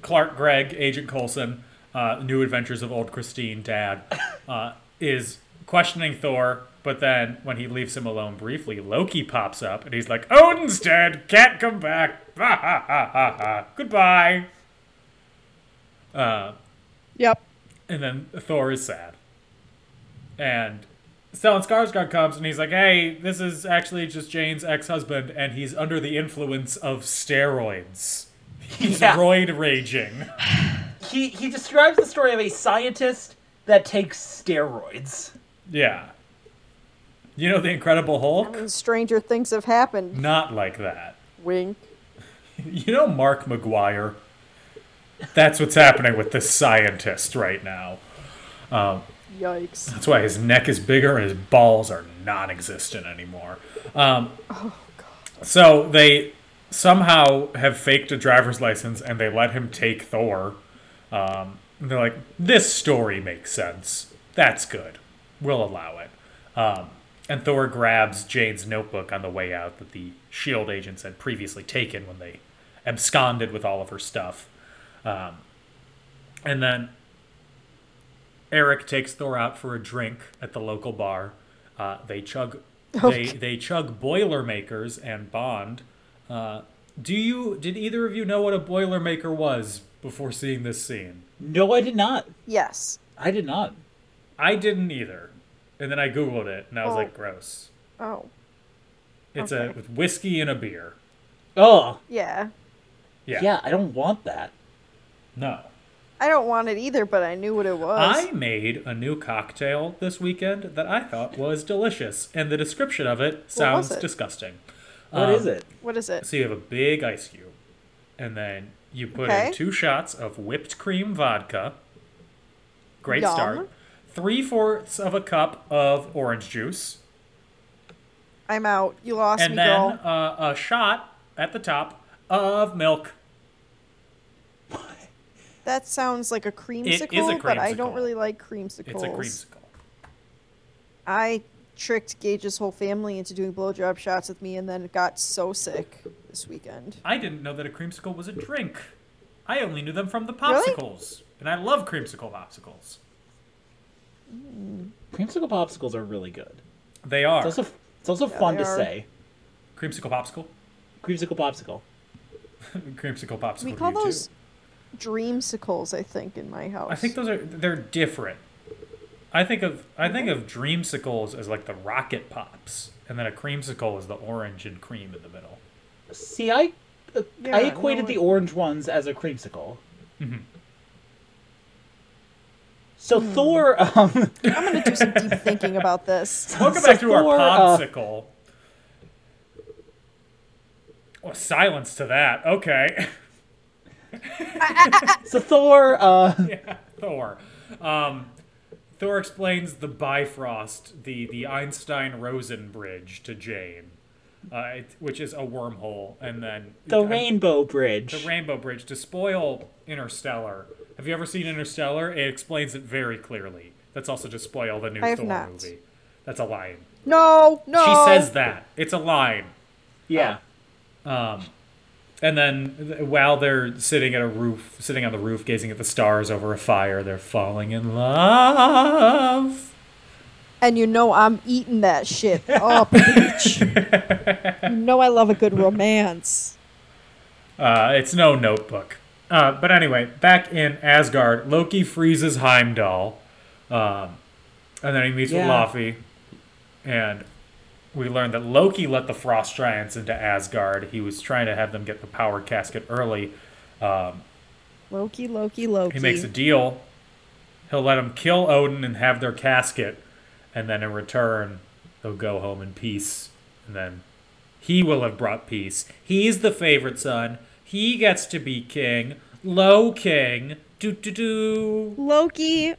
Speaker 1: Clark Gregg, Agent Coulson, uh, New Adventures of Old Christine, Dad, uh, is questioning Thor. But then when he leaves him alone briefly, Loki pops up and he's like, "Odin's dead, can't come back. Ha ha ha ha ha. Goodbye."
Speaker 6: Yep.
Speaker 1: And then Thor is sad. And Stellan Skarsgård comes and he's like, "Hey, this is actually just Jane's ex-husband, and he's under the influence of steroids. He's
Speaker 3: Yeah.
Speaker 1: roid raging."
Speaker 3: He he describes the story of a scientist that takes steroids.
Speaker 1: Yeah. You know the Incredible Hulk?
Speaker 6: Stranger things have happened.
Speaker 1: Not like that.
Speaker 6: Wink.
Speaker 1: You know Mark McGuire? That's what's happening with this scientist right now.
Speaker 6: Yikes.
Speaker 1: That's why his neck is bigger and his balls are non-existent anymore. Um, So they somehow have faked a driver's license and they let him take Thor. Um, and they're like, this story makes sense. That's good. We'll allow it. Um, and Thor grabs Jane's notebook on the way out that the S.H.I.E.L.D. E agents had previously taken when they absconded with all of her stuff. Um, and then Eric takes Thor out for a drink at the local bar. Uh, they chug They they chug Boilermakers and Bond. Uh, do you did either of you know what a Boilermaker was before seeing this scene?
Speaker 3: No, I did not.
Speaker 7: Yes.
Speaker 3: I did not.
Speaker 1: I didn't either. And then I googled it and I was
Speaker 7: Oh.
Speaker 1: like, gross.
Speaker 7: Oh,
Speaker 1: It's a
Speaker 7: Okay.
Speaker 1: with whiskey and a beer.
Speaker 3: Oh,
Speaker 7: yeah.
Speaker 1: Yeah.
Speaker 3: yeah, I don't want that.
Speaker 1: No.
Speaker 7: I don't want it either, but I knew what it was.
Speaker 1: I made a new cocktail this weekend that I thought was delicious, and the description of it sounds
Speaker 7: it?
Speaker 1: disgusting.
Speaker 3: What
Speaker 1: Um,
Speaker 3: is it?
Speaker 7: What is it?
Speaker 1: So you have a big ice cube, and then you put
Speaker 7: Okay.
Speaker 1: in two shots of whipped cream vodka. Great
Speaker 7: Yum.
Speaker 1: start. Three fourths of a cup of orange juice,
Speaker 7: I'm out. You lost
Speaker 1: and
Speaker 7: me,
Speaker 1: then
Speaker 7: girl.
Speaker 1: uh, a shot at the top of milk.
Speaker 7: That sounds like a creamsicle,
Speaker 1: is a
Speaker 7: but I
Speaker 1: creamsicle.
Speaker 7: don't really like creamsicles.
Speaker 1: It's a creamsicle.
Speaker 7: I tricked Gage's whole family into doing blowjob shots with me, and then got so sick this weekend.
Speaker 1: I didn't know that a creamsicle was a drink. I only knew them from the
Speaker 7: Really?
Speaker 1: popsicles, and I love creamsicle popsicles.
Speaker 3: Creamsicle popsicles are really good.
Speaker 1: They are
Speaker 3: It's also it's also fun
Speaker 7: they
Speaker 3: to
Speaker 7: are.
Speaker 3: say.
Speaker 1: creamsicle popsicle.
Speaker 3: Creamsicle popsicle.
Speaker 1: creamsicle popsicle.
Speaker 7: We
Speaker 1: to
Speaker 7: call
Speaker 1: Oh, you, too.
Speaker 7: those dreamsicles, I think, in my house.
Speaker 1: I think those are they're different. I think of I think of dreamsicles as like the rocket pops, and then a creamsicle is the orange and cream in the middle.
Speaker 3: See, I uh,
Speaker 7: Yeah,
Speaker 3: I equated
Speaker 7: no,
Speaker 3: the
Speaker 7: it-
Speaker 3: orange ones as a creamsicle.
Speaker 1: Mm-hmm.
Speaker 3: So
Speaker 7: Hmm.
Speaker 3: Thor, um,
Speaker 7: I'm gonna do some deep thinking about this.
Speaker 1: Welcome
Speaker 3: So
Speaker 1: back to our
Speaker 3: for, uh,
Speaker 1: popsicle. Oh, silence to that. Okay,
Speaker 3: so Thor, uh,
Speaker 1: Thor. Um, Thor explains the Bifrost, the the Einstein Rosen bridge to Jane, uh, it- which is a wormhole, and then
Speaker 3: the
Speaker 1: I'm-
Speaker 3: Rainbow Bridge.
Speaker 1: uh, The Rainbow Bridge to spoil Interstellar. Have you ever seen Interstellar? It explains it very clearly. That's also to spoil the new
Speaker 7: I have
Speaker 1: Thor
Speaker 7: not.
Speaker 1: movie. That's a line.
Speaker 7: No, no.
Speaker 1: She says that. It's a line.
Speaker 3: yeah,
Speaker 1: And then th- while they're sitting at a roof, sitting on the roof, gazing at the stars over a fire, they're falling in love.
Speaker 7: and you know I'm eating that shit up, bitch.
Speaker 6: You know I love a good romance.
Speaker 1: Uh, it's no notebook. Uh, but anyway, back in Asgard, Loki freezes Heimdall. Um, and then he meets
Speaker 3: Yeah.
Speaker 1: with Laufey. And we learn that Loki let the Frost Giants into Asgard. He was trying to have them get the power casket early.
Speaker 6: Loki, Loki, Loki.
Speaker 1: He makes a deal. He'll let them kill Odin and have their casket. And then in return, they'll go home in peace. And then he will have brought peace. He's the favorite son. He gets to be king. Low king. Do, do, do.
Speaker 6: Loki,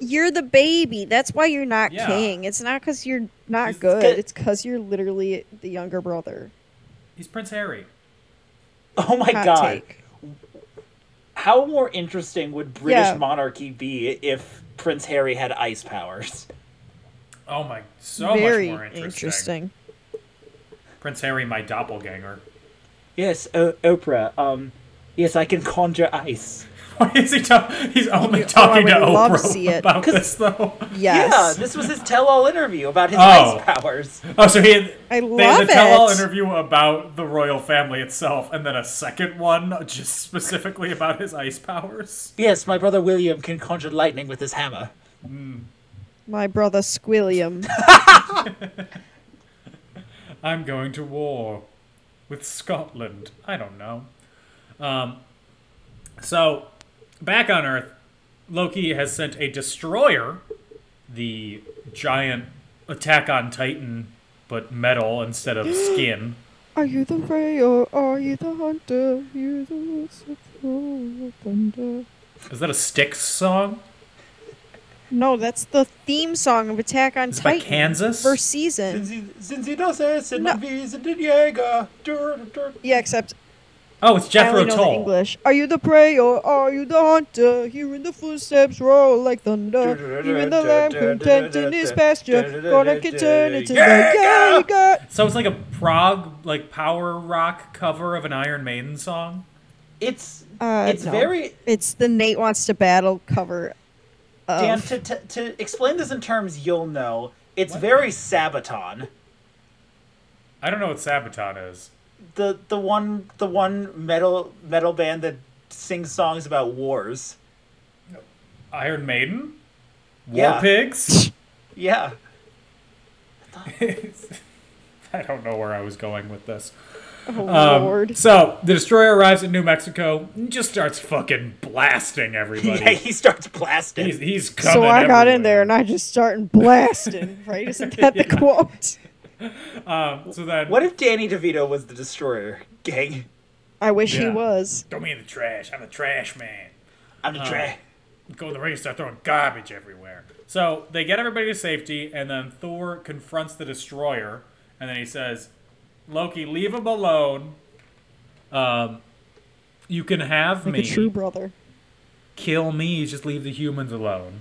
Speaker 7: you're the baby. That's why you're not
Speaker 1: Yeah.
Speaker 7: king. It's not because you're not
Speaker 1: He's
Speaker 7: good.
Speaker 3: good.
Speaker 7: It's because you're literally the younger brother.
Speaker 1: He's Prince Harry.
Speaker 3: Oh my
Speaker 7: Hot
Speaker 3: god.
Speaker 7: take.
Speaker 3: How more interesting would British
Speaker 7: Yeah.
Speaker 3: monarchy be if Prince Harry had ice powers?
Speaker 1: Oh my, so
Speaker 7: Very
Speaker 1: much more interesting.
Speaker 7: interesting.
Speaker 1: Prince Harry, my doppelganger.
Speaker 3: Yes, o- Oprah. Um, yes, I can conjure ice.
Speaker 1: Why is he talking? He's only
Speaker 7: Oh, I
Speaker 1: talking to
Speaker 7: would love to
Speaker 1: Oprah
Speaker 7: see it.
Speaker 1: about this, though.
Speaker 7: Yes.
Speaker 3: Yeah, this was his tell-all interview about his
Speaker 1: Oh.
Speaker 3: ice powers.
Speaker 1: Oh, so he had,
Speaker 7: I
Speaker 1: they had
Speaker 7: love
Speaker 1: a tell-all
Speaker 7: it.
Speaker 1: interview about the royal family itself, and then a second one just specifically about his ice powers.
Speaker 3: Yes, my brother William can conjure lightning with his hammer.
Speaker 7: My brother Squilliam.
Speaker 1: I'm going to war with Scotland. I don't know. Um, so back on Earth, Loki has sent a destroyer, the giant attack on Titan, but metal instead of skin.
Speaker 6: Are you the prey or are you the hunter? You the voice of the thunder.
Speaker 1: Is that a Styx song?
Speaker 6: No, that's the theme song of Attack on
Speaker 1: Is it by
Speaker 6: Titan.
Speaker 1: Kansas?
Speaker 6: First season. No. Yeah, except
Speaker 1: Oh, it's
Speaker 6: I
Speaker 1: Jethro
Speaker 6: only know the
Speaker 1: Tull.
Speaker 6: English. Are you the prey or are you the hunter? Hearing the footsteps roll like thunder. Even the lamb content in his pasture. Gonna get turned into the Jaeger.
Speaker 1: So it's like a prog, like power rock cover of an Iron Maiden song.
Speaker 3: It's
Speaker 6: Uh,
Speaker 3: it's
Speaker 6: no.
Speaker 3: very
Speaker 6: It's the Nate wants to battle cover. Oh.
Speaker 3: Dan to, to to explain this in terms you'll know. It's very Sabaton.
Speaker 1: I don't know what Sabaton is.
Speaker 3: the the one the one metal metal band that sings songs about wars.
Speaker 1: Iron Maiden? War
Speaker 3: Yeah.
Speaker 1: Pigs?
Speaker 3: Yeah.
Speaker 1: I don't know where I was going with this.
Speaker 6: Oh,
Speaker 1: Um,
Speaker 6: Lord.
Speaker 1: So the destroyer arrives in New Mexico and just starts fucking blasting everybody.
Speaker 3: Yeah, he starts blasting.
Speaker 1: he's, he's coming.
Speaker 6: So I got in there
Speaker 1: everywhere.
Speaker 6: and I just started blasting, right? Isn't that the quote?
Speaker 1: Um, so then,
Speaker 3: what if Danny DeVito was the destroyer gang?
Speaker 6: I wish he
Speaker 1: Yeah.
Speaker 6: was.
Speaker 1: Throw me in the trash. I'm a trash man.
Speaker 3: I'm the
Speaker 1: Uh.
Speaker 3: tra-
Speaker 1: Go in the rain, start throwing garbage everywhere. So they get everybody to safety, and then Thor confronts the destroyer, and then he says, "Loki, leave him alone. Um, you can have
Speaker 6: Like
Speaker 1: me.
Speaker 6: a true brother.
Speaker 1: kill me, just leave the humans alone.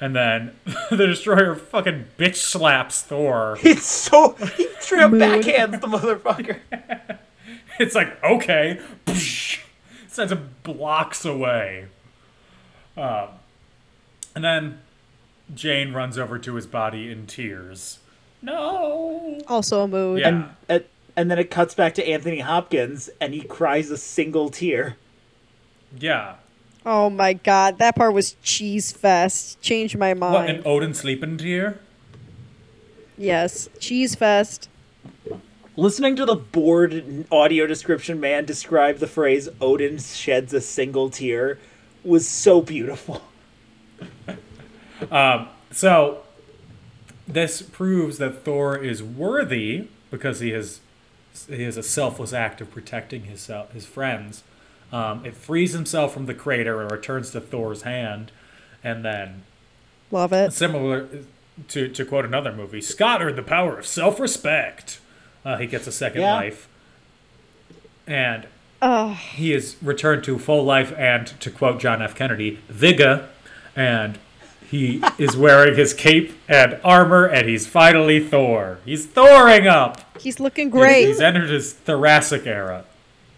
Speaker 1: And then the destroyer fucking bitch slaps Thor.
Speaker 3: It's so he straight up backhands the motherfucker.
Speaker 1: It's like, okay. Sends him blocks away. Um, and then Jane runs over to his body in tears. No.
Speaker 6: Also a mood.
Speaker 1: Yeah.
Speaker 3: And, and then it cuts back to Anthony Hopkins, and he cries a single tear.
Speaker 1: yeah.
Speaker 6: Oh my god, that part was cheese fest. Changed my mind.
Speaker 1: What, an Odin sleeping tear?
Speaker 6: Yes, cheese fest.
Speaker 3: Listening to the bored audio description man describe the phrase "Odin sheds a single tear" was so beautiful.
Speaker 1: So this proves that Thor is worthy because he has he has a selfless act of protecting his his friends. Um, it frees himself from the crater and returns to Thor's hand, and then
Speaker 6: Love it.
Speaker 1: similar to to quote another movie, Scott earned the power of self respect. Uh, he gets a second
Speaker 3: Yeah.
Speaker 1: life, and he is returned to full life. And to quote John F. Kennedy, "Vigor," and he is wearing his cape and armor, and he's finally Thor. He's Thoring up.
Speaker 6: He's looking
Speaker 1: He's-
Speaker 6: great.
Speaker 1: He's entered his thoracic era.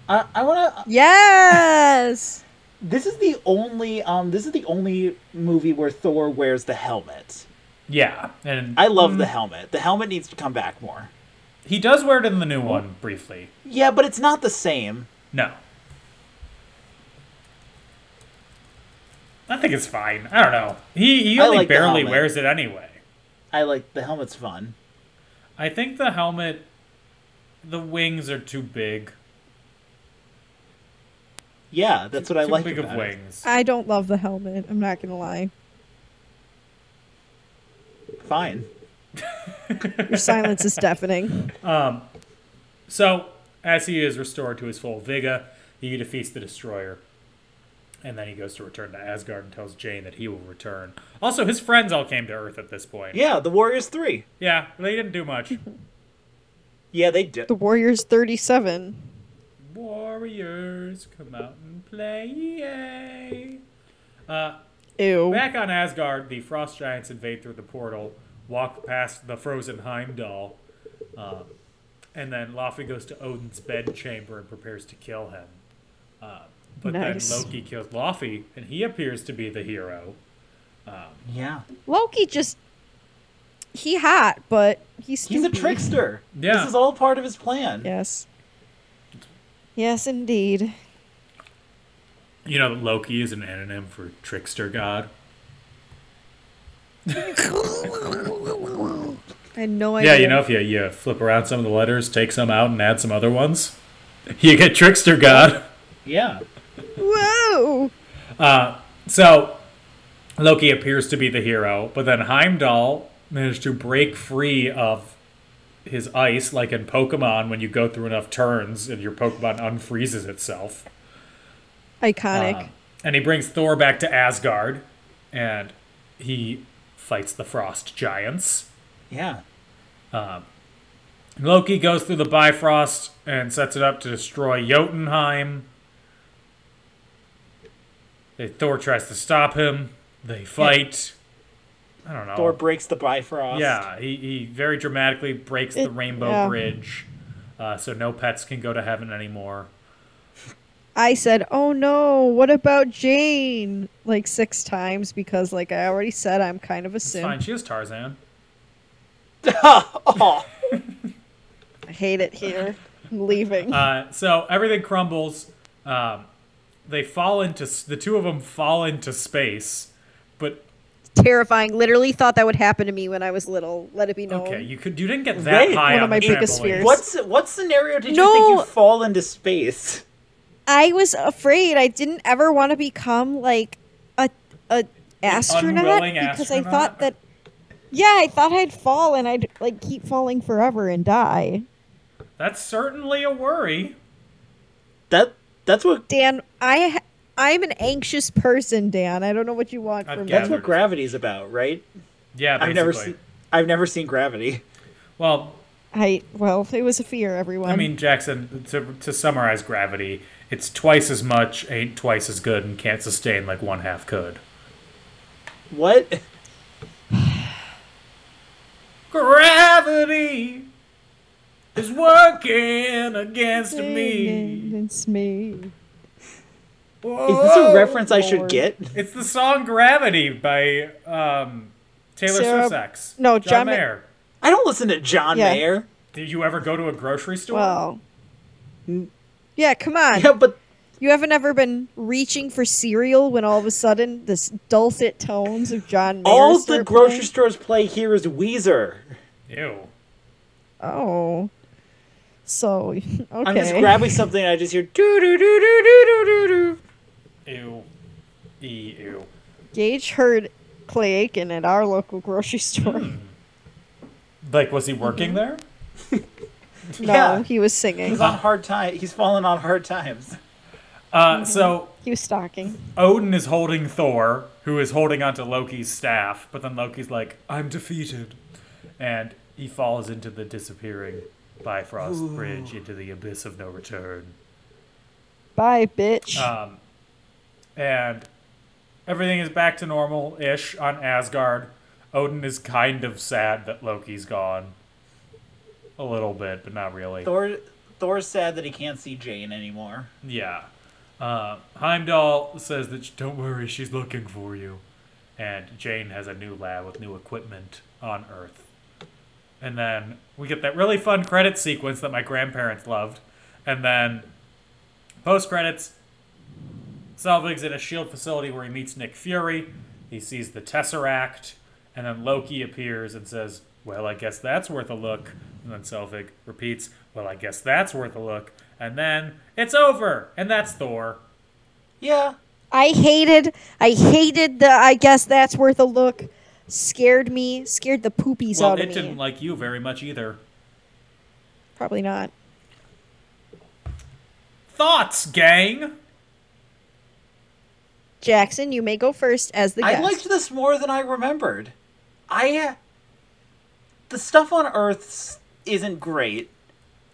Speaker 3: I, I want to
Speaker 6: Yes.
Speaker 3: This is the only um this is the only movie where Thor wears the helmet.
Speaker 1: Yeah, and
Speaker 3: I love the helmet. The helmet needs to come back more.
Speaker 1: he does wear it in the new one briefly.
Speaker 3: Yeah, but it's not the same.
Speaker 1: No. I think it's fine. I don't know. He he
Speaker 3: I
Speaker 1: only
Speaker 3: like the
Speaker 1: barely
Speaker 3: helmet.
Speaker 1: wears it anyway.
Speaker 3: I like the helmet's fun.
Speaker 1: I think the helmet the wings are too big.
Speaker 3: Yeah, that's what I
Speaker 1: too
Speaker 3: like
Speaker 1: big of
Speaker 3: about it.
Speaker 1: wings.
Speaker 6: I don't love the helmet. I'm not going to lie.
Speaker 3: Fine.
Speaker 6: Your silence is deafening.
Speaker 1: So, as he is restored to his full vigor, he defeats the destroyer. And then he goes to return to Asgard and tells Jane that he will return. Also, his friends all came to Earth at this point.
Speaker 3: Yeah, the Warriors 3.
Speaker 1: Yeah, they didn't do much.
Speaker 3: Yeah, they did.
Speaker 6: The Warriors 37.
Speaker 1: Warriors, come out and play. Uh,
Speaker 6: Ew.
Speaker 1: Back on Asgard, the frost giants invade through the portal, walk past the frozen Heimdall, uh, and then Laufey goes to Odin's bed chamber and prepares to kill him. Uh, but
Speaker 6: Nice.
Speaker 1: then Loki kills Laufey, and he appears to be the hero.
Speaker 3: Yeah.
Speaker 6: Loki just. He hot, but he's
Speaker 3: He's a
Speaker 6: stupid.
Speaker 3: trickster.
Speaker 1: Yeah.
Speaker 3: This is all part of his plan.
Speaker 6: Yes. Yes, indeed.
Speaker 1: You know that Loki is an anonym for trickster god.
Speaker 6: I had no idea.
Speaker 1: Yeah, you know if you, you flip around some of the letters, take some out, and add some other ones, you get trickster god.
Speaker 3: Yeah.
Speaker 6: Whoa!
Speaker 1: So Loki appears to be the hero, but then Heimdall managed to break free of his ice, like in Pokemon, when you go through enough turns and your Pokemon unfreezes itself.
Speaker 6: Iconic.
Speaker 1: Um, and he brings Thor back to Asgard, and he fights the frost giants.
Speaker 3: Yeah.
Speaker 1: Loki goes through the Bifrost and sets it up to destroy Jotunheim. They- Thor tries to stop him. They fight. I don't know.
Speaker 3: Thor breaks the Bifrost.
Speaker 1: Yeah, he, he very dramatically breaks the Rainbow
Speaker 6: yeah.
Speaker 1: Bridge, uh, so no pets can go to heaven anymore.
Speaker 6: I said, "Oh no, what about Jane?" like 6 times because like I already said I'm kind of a
Speaker 1: It's fine,
Speaker 6: simp.
Speaker 1: she is Tarzan.
Speaker 3: Aw.
Speaker 2: I hate it here. I'm leaving.
Speaker 1: Uh, so everything crumbles. Um, they fall into s- the two of them fall into space, but
Speaker 2: Terrifying. Literally thought that would happen to me when I was little. Let it be known.
Speaker 1: okay, you could you didn't get that
Speaker 3: Wait,
Speaker 1: high
Speaker 2: Oh. one
Speaker 1: on
Speaker 2: of my
Speaker 1: the
Speaker 2: biggest
Speaker 1: trampoline.
Speaker 2: fears.
Speaker 3: What's what scenario did you
Speaker 2: No.
Speaker 3: think you fall into space?
Speaker 2: I was afraid. I didn't ever want to become like a a astronaut
Speaker 1: unwilling
Speaker 2: because I
Speaker 1: astronaut?
Speaker 2: thought that yeah, I thought I'd fall and I'd like keep falling forever and die.
Speaker 1: That's certainly a worry.
Speaker 3: That that's what
Speaker 2: Dan, I ha- I'm an anxious person, Dan. I don't know what you want
Speaker 1: I've
Speaker 2: from me.
Speaker 1: got-
Speaker 3: that's what gravity's about, right?
Speaker 1: Yeah, basically.
Speaker 3: I've never seen I've never seen Gravity.
Speaker 1: Well,
Speaker 2: I well, it was a fear, everyone.
Speaker 1: I mean, Jackson, to, to summarize gravity, it's twice as much, ain't twice as good, and can't sustain like one half could.
Speaker 3: What?
Speaker 1: Gravity is working against me.
Speaker 2: it's me.
Speaker 3: Is this
Speaker 2: Oh,
Speaker 3: a reference I should get?
Speaker 1: It's the song Gravity by um, Taylor
Speaker 2: Sarah-
Speaker 1: Sussex.
Speaker 2: no, John Ma-
Speaker 1: Mayer.
Speaker 3: I don't listen to John
Speaker 2: Yeah.
Speaker 3: Mayer.
Speaker 1: Did you ever go to a grocery store?
Speaker 2: Well, yeah, come on.
Speaker 3: Yeah, but
Speaker 2: You haven't ever been reaching for cereal when all of a sudden this dulcet tones of John Mayer
Speaker 3: all the
Speaker 2: start
Speaker 3: grocery
Speaker 2: playing?
Speaker 3: stores play here is Weezer.
Speaker 1: Ew.
Speaker 2: Oh. So, okay.
Speaker 3: I'm just grabbing something and I just hear doo doo doo doo doo doo doo doo.
Speaker 1: Ew. E ew.
Speaker 2: Gage heard Clay Aiken at our local grocery store.
Speaker 1: Like, was he working
Speaker 2: Mm-hmm.
Speaker 1: there?
Speaker 2: No,
Speaker 3: Yeah.
Speaker 2: he was singing.
Speaker 3: He's on hard time. He's fallen on hard times.
Speaker 2: Mm-hmm.
Speaker 1: Uh, so
Speaker 2: He was stalking.
Speaker 1: Odin is holding Thor, who is holding onto Loki's staff, but then Loki's like, I'm defeated. And he falls into the disappearing Bifrost Bridge into the abyss of no return.
Speaker 2: Bye, bitch.
Speaker 1: Um, and everything is back to normal ish on Asgard. Odin is kind of sad that Loki's gone. A little bit, but not really.
Speaker 3: Thor Thor's sad that he can't see Jane anymore.
Speaker 1: Yeah. Uh, Heimdall says that, don't worry, she's looking for you. And Jane has a new lab with new equipment on Earth. And then we get that really fun credit sequence that my grandparents loved. And then post credits, Selvig's in a shield facility where he meets Nick Fury. He sees the Tesseract. And then Loki appears and says, Well, I guess that's worth a look. And then Selvig repeats, Well, I guess that's worth a look. And then it's over. And that's Thor.
Speaker 3: Yeah.
Speaker 2: I hated, I hated the, I guess that's worth a look. Scared me, scared the poopies
Speaker 1: well,
Speaker 2: out
Speaker 1: it
Speaker 2: of me.
Speaker 1: didn't like you very much either.
Speaker 2: Probably not.
Speaker 1: Thoughts, gang?
Speaker 2: Jackson, you may go first as the
Speaker 3: I
Speaker 2: guest.
Speaker 3: liked this more than I remembered. I uh, the stuff on Earth s- isn't great,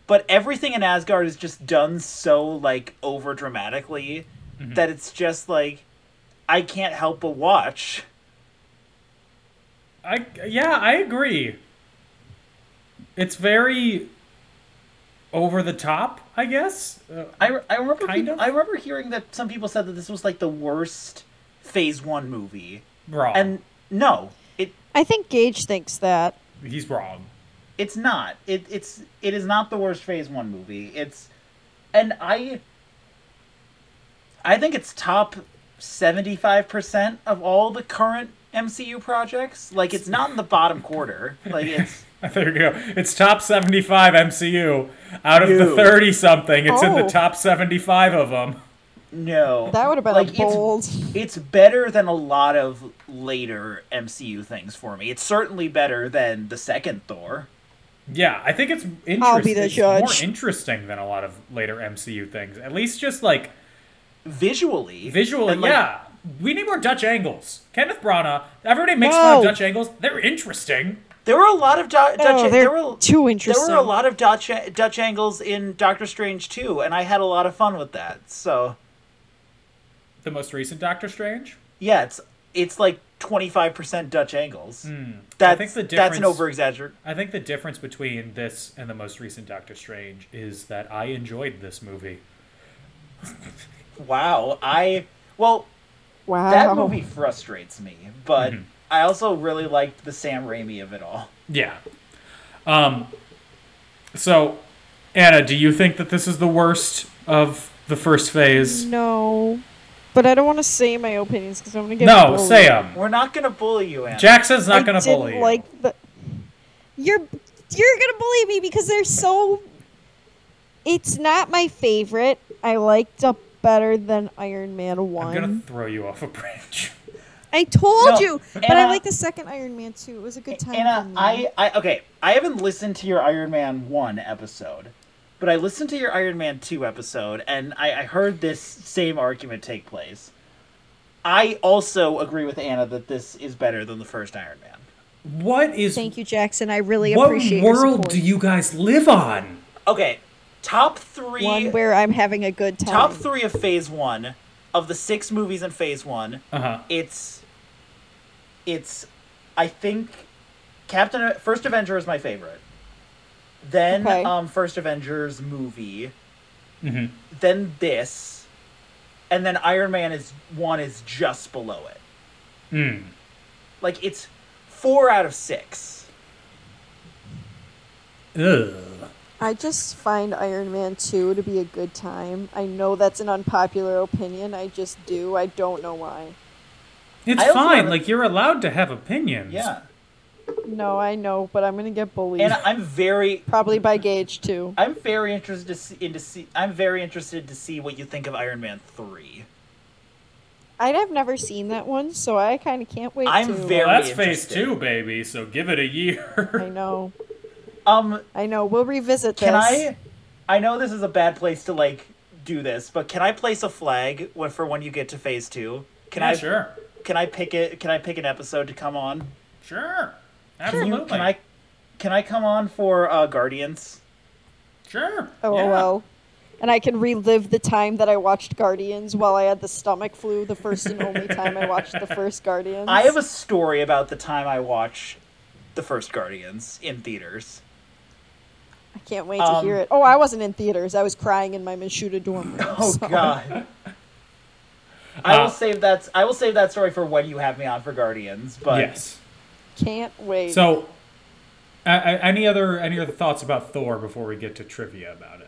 Speaker 3: but everything in Asgard is just done so like over dramatically
Speaker 1: Mm-hmm.
Speaker 3: that it's just like I can't help but watch.
Speaker 1: I yeah, I agree. It's very over the top, I guess. Uh,
Speaker 3: I, re- I remember
Speaker 1: Kind
Speaker 3: peop-
Speaker 1: of.
Speaker 3: I remember hearing that some people said that this was like the worst Phase One movie,
Speaker 1: wrong.
Speaker 3: and no, it
Speaker 2: I think Gage thinks that.
Speaker 1: He's wrong.
Speaker 3: It's not. It it's it is not the worst phase one movie. It's and I I think it's top seventy five percent of all the current MCU projects. Like it's not in the bottom quarter. Like it's
Speaker 1: There you go. It's top 75 MCU. Out of the
Speaker 3: Ew.
Speaker 1: 30 something, it's in the
Speaker 2: Oh.
Speaker 1: top 75 of them.
Speaker 3: no.
Speaker 2: That would have been
Speaker 3: like
Speaker 2: a
Speaker 3: it's-
Speaker 2: bold.
Speaker 3: it's better than a lot of later MCU things for me. It's certainly better than the second Thor.
Speaker 1: Yeah, I think it's interesting.
Speaker 2: I'll be the
Speaker 1: It's
Speaker 2: judge.
Speaker 1: more interesting than a lot of later MCU things. At least just like
Speaker 3: Visually.
Speaker 1: Visually,
Speaker 3: and, like,
Speaker 1: yeah. We need more Dutch angles. Kenneth Branagh. Everybody makes fun of
Speaker 2: No.
Speaker 1: Dutch angles. They're interesting.
Speaker 3: There were a lot of Dutch.
Speaker 2: No,
Speaker 3: Dutch
Speaker 2: Oh, they're
Speaker 3: there were
Speaker 2: too
Speaker 3: There
Speaker 2: interesting.
Speaker 3: were a lot of Dutch Dutch angles in Doctor Strange too, and I had a lot of fun with that. So
Speaker 1: The most recent Doctor Strange.
Speaker 3: yeah, it's it's like twenty five percent Dutch angles.
Speaker 1: Hmm. I
Speaker 3: That's
Speaker 1: think the
Speaker 3: that's an
Speaker 1: difference-
Speaker 3: over exaggeration.
Speaker 1: I think the difference between this and the most recent Doctor Strange is that I enjoyed this movie.
Speaker 3: Wow, I well
Speaker 2: Wow.
Speaker 3: that movie frustrates me, but
Speaker 1: Mm-hmm.
Speaker 3: I also really liked the Sam Raimi of it all.
Speaker 1: Yeah. Um, So, Anna, do you think that this is the worst of the first phase?
Speaker 8: Mm,
Speaker 2: No. But I don't want to say my opinions because I'm going to get
Speaker 1: No,
Speaker 2: bullied.
Speaker 1: say 'em.
Speaker 3: We're not gonna bully you, Anna.
Speaker 1: Jackson's not
Speaker 2: I
Speaker 1: gonna
Speaker 2: didn't
Speaker 1: bully you.
Speaker 2: like the...
Speaker 8: You're you're gonna believe me because they're so.
Speaker 2: It's not my favorite. I liked up better than Iron Man 1.
Speaker 1: I'm gonna throw you off a bridge.
Speaker 2: I told
Speaker 3: No,
Speaker 2: you, but I
Speaker 3: Anna-
Speaker 2: like the second Iron Man too. It was a good time. for
Speaker 3: Anna,
Speaker 2: me.
Speaker 3: I, I okay. I haven't listened to your Iron Man one episode, but I listened to your Iron Man two episode, and I, I heard this same argument take place. I also agree with Anna that this is better than the first Iron Man.
Speaker 1: What is?
Speaker 8: Thank you, Jackson. I really
Speaker 1: what
Speaker 8: appreciate your
Speaker 1: world
Speaker 8: support.
Speaker 1: do you guys live on?
Speaker 3: Okay, top three,
Speaker 8: One where I'm having a good time.
Speaker 3: top three of Phase one of the six movies in Phase one.
Speaker 1: Uh huh.
Speaker 3: It's, it's, I think, Captain First Avenger is my favorite. Then
Speaker 2: Okay.
Speaker 3: um, First Avengers movie. Then this, and then Iron Man is one is just below it.
Speaker 1: Mm.
Speaker 3: Like it's four out of six.
Speaker 1: Ugh.
Speaker 2: I just find Iron Man 2 to be a good time. I know that's an unpopular opinion. I just do. I don't know why.
Speaker 1: It's
Speaker 3: I also
Speaker 1: fine.
Speaker 3: have a-
Speaker 1: Like you're allowed to have opinions.
Speaker 3: Yeah,
Speaker 2: No, I know, but I'm going to get bullied.
Speaker 3: and I'm very
Speaker 2: Probably by Gage too.
Speaker 3: I'm very interested to see, in to see. I'm very interested to see what you think of Iron Man three.
Speaker 2: I'd have never seen that one, so I kind of can't wait
Speaker 3: I'm
Speaker 2: to.
Speaker 3: very-
Speaker 1: Well, that's phase
Speaker 3: interesting.
Speaker 1: two, baby. So give it a
Speaker 2: I
Speaker 1: year.
Speaker 2: know.
Speaker 3: Um,
Speaker 2: I know. We'll revisit this.
Speaker 3: can I? I know this is a bad place to like do this, but can I place a flag when, for when you get to phase two? Can I?
Speaker 1: yeah, sure,
Speaker 3: Can I pick it? Can I pick an episode to come on?
Speaker 1: sure,
Speaker 3: Can
Speaker 1: absolutely,
Speaker 3: you? Can I? Can I come on for uh, Guardians?
Speaker 1: sure.
Speaker 8: Oh,
Speaker 2: LOL.
Speaker 1: yeah.
Speaker 2: Oh, And I can relive the time that I watched Guardians while I had the stomach flu the first and only time I watched the first Guardians.
Speaker 3: I have a story about the time I watched the first Guardians in theaters.
Speaker 2: I can't wait to
Speaker 3: um,
Speaker 2: hear it. Oh, I wasn't in theaters. I was crying in my Meshuta dorm room.
Speaker 3: Oh
Speaker 2: so-
Speaker 3: God. I will
Speaker 1: Uh,
Speaker 3: save that. I will save that story for when you have me on for Guardians. But
Speaker 1: Yes.
Speaker 2: Can't wait.
Speaker 1: So, a- a- any other any other thoughts about Thor before we get to trivia about it?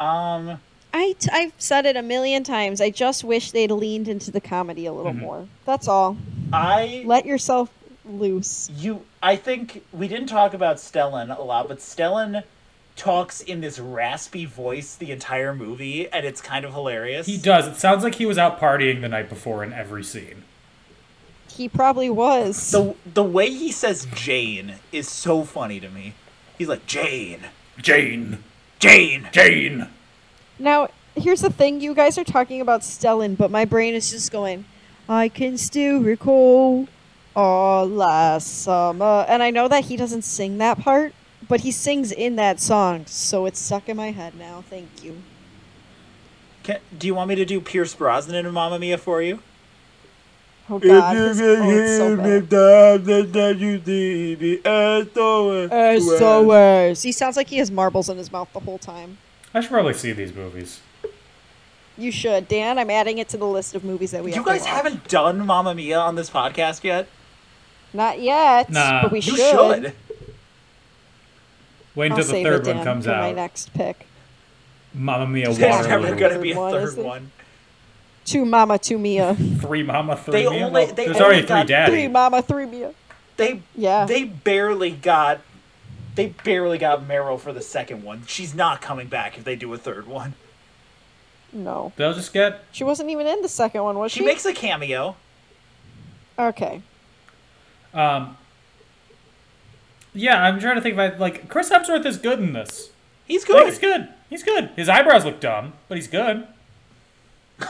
Speaker 3: um,
Speaker 8: I t- I've said it a million times. I just
Speaker 2: just wish they'd leaned into the comedy a little more. That's all.
Speaker 3: I
Speaker 2: Let yourself loose.
Speaker 3: you I think we didn't talk about Stellan a lot, but Stellan talks in this raspy voice the entire movie, and it's kind of hilarious.
Speaker 1: He does. It sounds like he was out partying the night before in every scene.
Speaker 2: He probably was.
Speaker 3: The the way he says Jane is so funny to me. He's like Jane,
Speaker 1: Jane,
Speaker 3: Jane.
Speaker 1: Jane.
Speaker 2: now, here's the thing you guys are talking about Stellan, but my brain is just
Speaker 8: just
Speaker 2: going,
Speaker 8: going. I can still recall.
Speaker 2: oh, last summer. And I know that he doesn't sing that part, but he sings in that song, so it's stuck in my head now. Thank you.
Speaker 3: Can, do you want me to do Pierce Brosnan and Mamma Mia for you?
Speaker 2: Oh, God. his- oh, it's so bad. It's so worse. He sounds like he has marbles in his mouth the whole time.
Speaker 1: I should probably see these movies.
Speaker 2: You should, Dan. I'm adding it to the list of movies that we
Speaker 3: You
Speaker 2: have.
Speaker 3: guys
Speaker 2: to watch.
Speaker 3: haven't done Mamma Mia on this podcast yet.
Speaker 2: Not yet,
Speaker 1: Nah.
Speaker 2: but we
Speaker 3: You
Speaker 2: should.
Speaker 3: should.
Speaker 1: Wait
Speaker 2: I'll
Speaker 1: until the
Speaker 2: save
Speaker 1: third
Speaker 2: it,
Speaker 1: one
Speaker 2: Dan,
Speaker 1: comes
Speaker 2: for my
Speaker 1: out.
Speaker 2: next pick.
Speaker 1: Mamma Mia,
Speaker 3: There's never
Speaker 1: Waterloo,
Speaker 3: gonna be a
Speaker 2: One, is
Speaker 3: third
Speaker 2: there?
Speaker 3: one.
Speaker 2: Two mama, two Mia.
Speaker 1: three Mama, three
Speaker 3: They
Speaker 1: Mia.
Speaker 3: only-
Speaker 1: Well,
Speaker 3: they
Speaker 1: There's
Speaker 3: only
Speaker 1: already three
Speaker 3: got
Speaker 2: three
Speaker 1: Daddy.
Speaker 2: mama, three Mia.
Speaker 3: They
Speaker 2: Yeah.
Speaker 3: They barely got they barely got Meryl for the second one. She's not coming back if they do a third one.
Speaker 2: No,
Speaker 1: They'll just get
Speaker 2: she wasn't even in the second one, was she?
Speaker 3: She makes a cameo.
Speaker 2: okay.
Speaker 1: Um, yeah, I'm trying to think if I like Chris Hemsworth is good in this.
Speaker 3: He's
Speaker 1: I think he's
Speaker 3: good.
Speaker 1: good. He's good. His eyebrows look dumb, but he's good.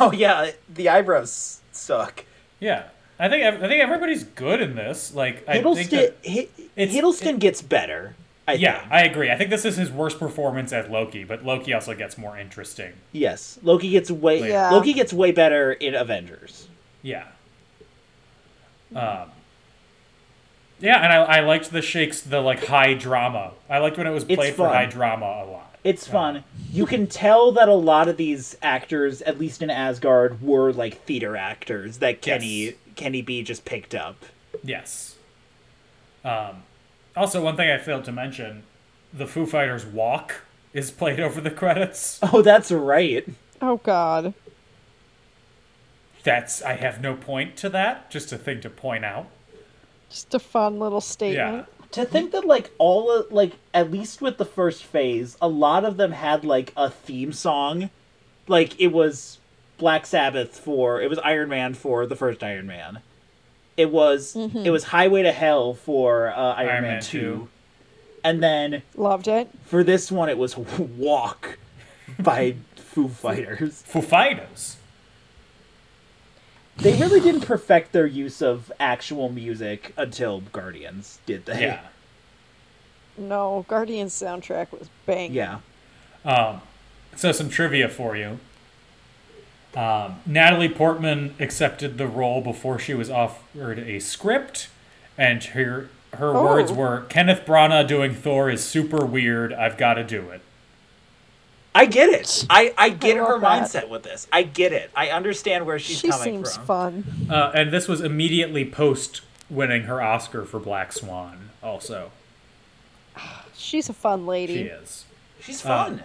Speaker 3: Oh yeah, the eyebrows suck.
Speaker 1: Yeah, I think I think everybody's good in this. Like I think
Speaker 3: Hiddleston,
Speaker 1: that,
Speaker 3: Hi-
Speaker 1: it's-
Speaker 3: Hiddleston gets better. I
Speaker 1: yeah,
Speaker 3: think.
Speaker 1: I agree. I think this is his worst performance as Loki, but Loki also gets more interesting.
Speaker 3: yes. Loki gets way
Speaker 2: Yeah.
Speaker 3: Loki gets way better in Avengers.
Speaker 1: Yeah. Um. Yeah, and I, I liked the shakes, the like high drama. I liked when it was
Speaker 3: It's
Speaker 1: played for
Speaker 3: fun.
Speaker 1: high drama a lot.
Speaker 3: It's fun. You can tell that a lot of these actors, at least in Asgard, were like theater actors that Kenny
Speaker 1: Yes.
Speaker 3: Kenny B just picked up.
Speaker 1: Yes. Um, also, one thing I failed to mention the Foo Fighters Walk is played over the credits.
Speaker 3: Oh, that's right.
Speaker 7: Oh God.
Speaker 1: That's I have no point to that, just a thing to point out.
Speaker 7: Just a fun little
Speaker 1: Yeah.
Speaker 7: statement.
Speaker 3: To think that like all of, like at least with the first phase, a lot of them had like a theme song. Like it was Black Sabbath for it was Iron Man for the first Iron Man. It was it was Highway to Hell for uh, Iron,
Speaker 1: Iron
Speaker 3: Man,
Speaker 1: Man
Speaker 3: 2.
Speaker 1: 2.
Speaker 3: And then
Speaker 7: Loved it.
Speaker 3: for this one it was Walk by Foo Fighters.
Speaker 1: Foo Fighters.
Speaker 3: They really didn't perfect their use of actual music until Guardians, did they?
Speaker 1: Yeah.
Speaker 7: No, Guardian soundtrack was bang.
Speaker 3: Yeah.
Speaker 1: So some trivia for you. Um, Natalie Portman accepted the role before she was offered a script, and her her
Speaker 7: Oh.
Speaker 1: words were, "Kenneth Branagh doing Thor is super weird. I've got to do it."
Speaker 3: I get it. I, I get her
Speaker 7: love that.
Speaker 3: mindset with this. I get it. I understand where she's
Speaker 7: She
Speaker 3: coming
Speaker 7: seems
Speaker 3: from.
Speaker 7: fun.
Speaker 1: Uh, and this was immediately post winning her Oscar for Black Swan. Also,
Speaker 7: She's a fun lady.
Speaker 1: she is.
Speaker 3: She's fun.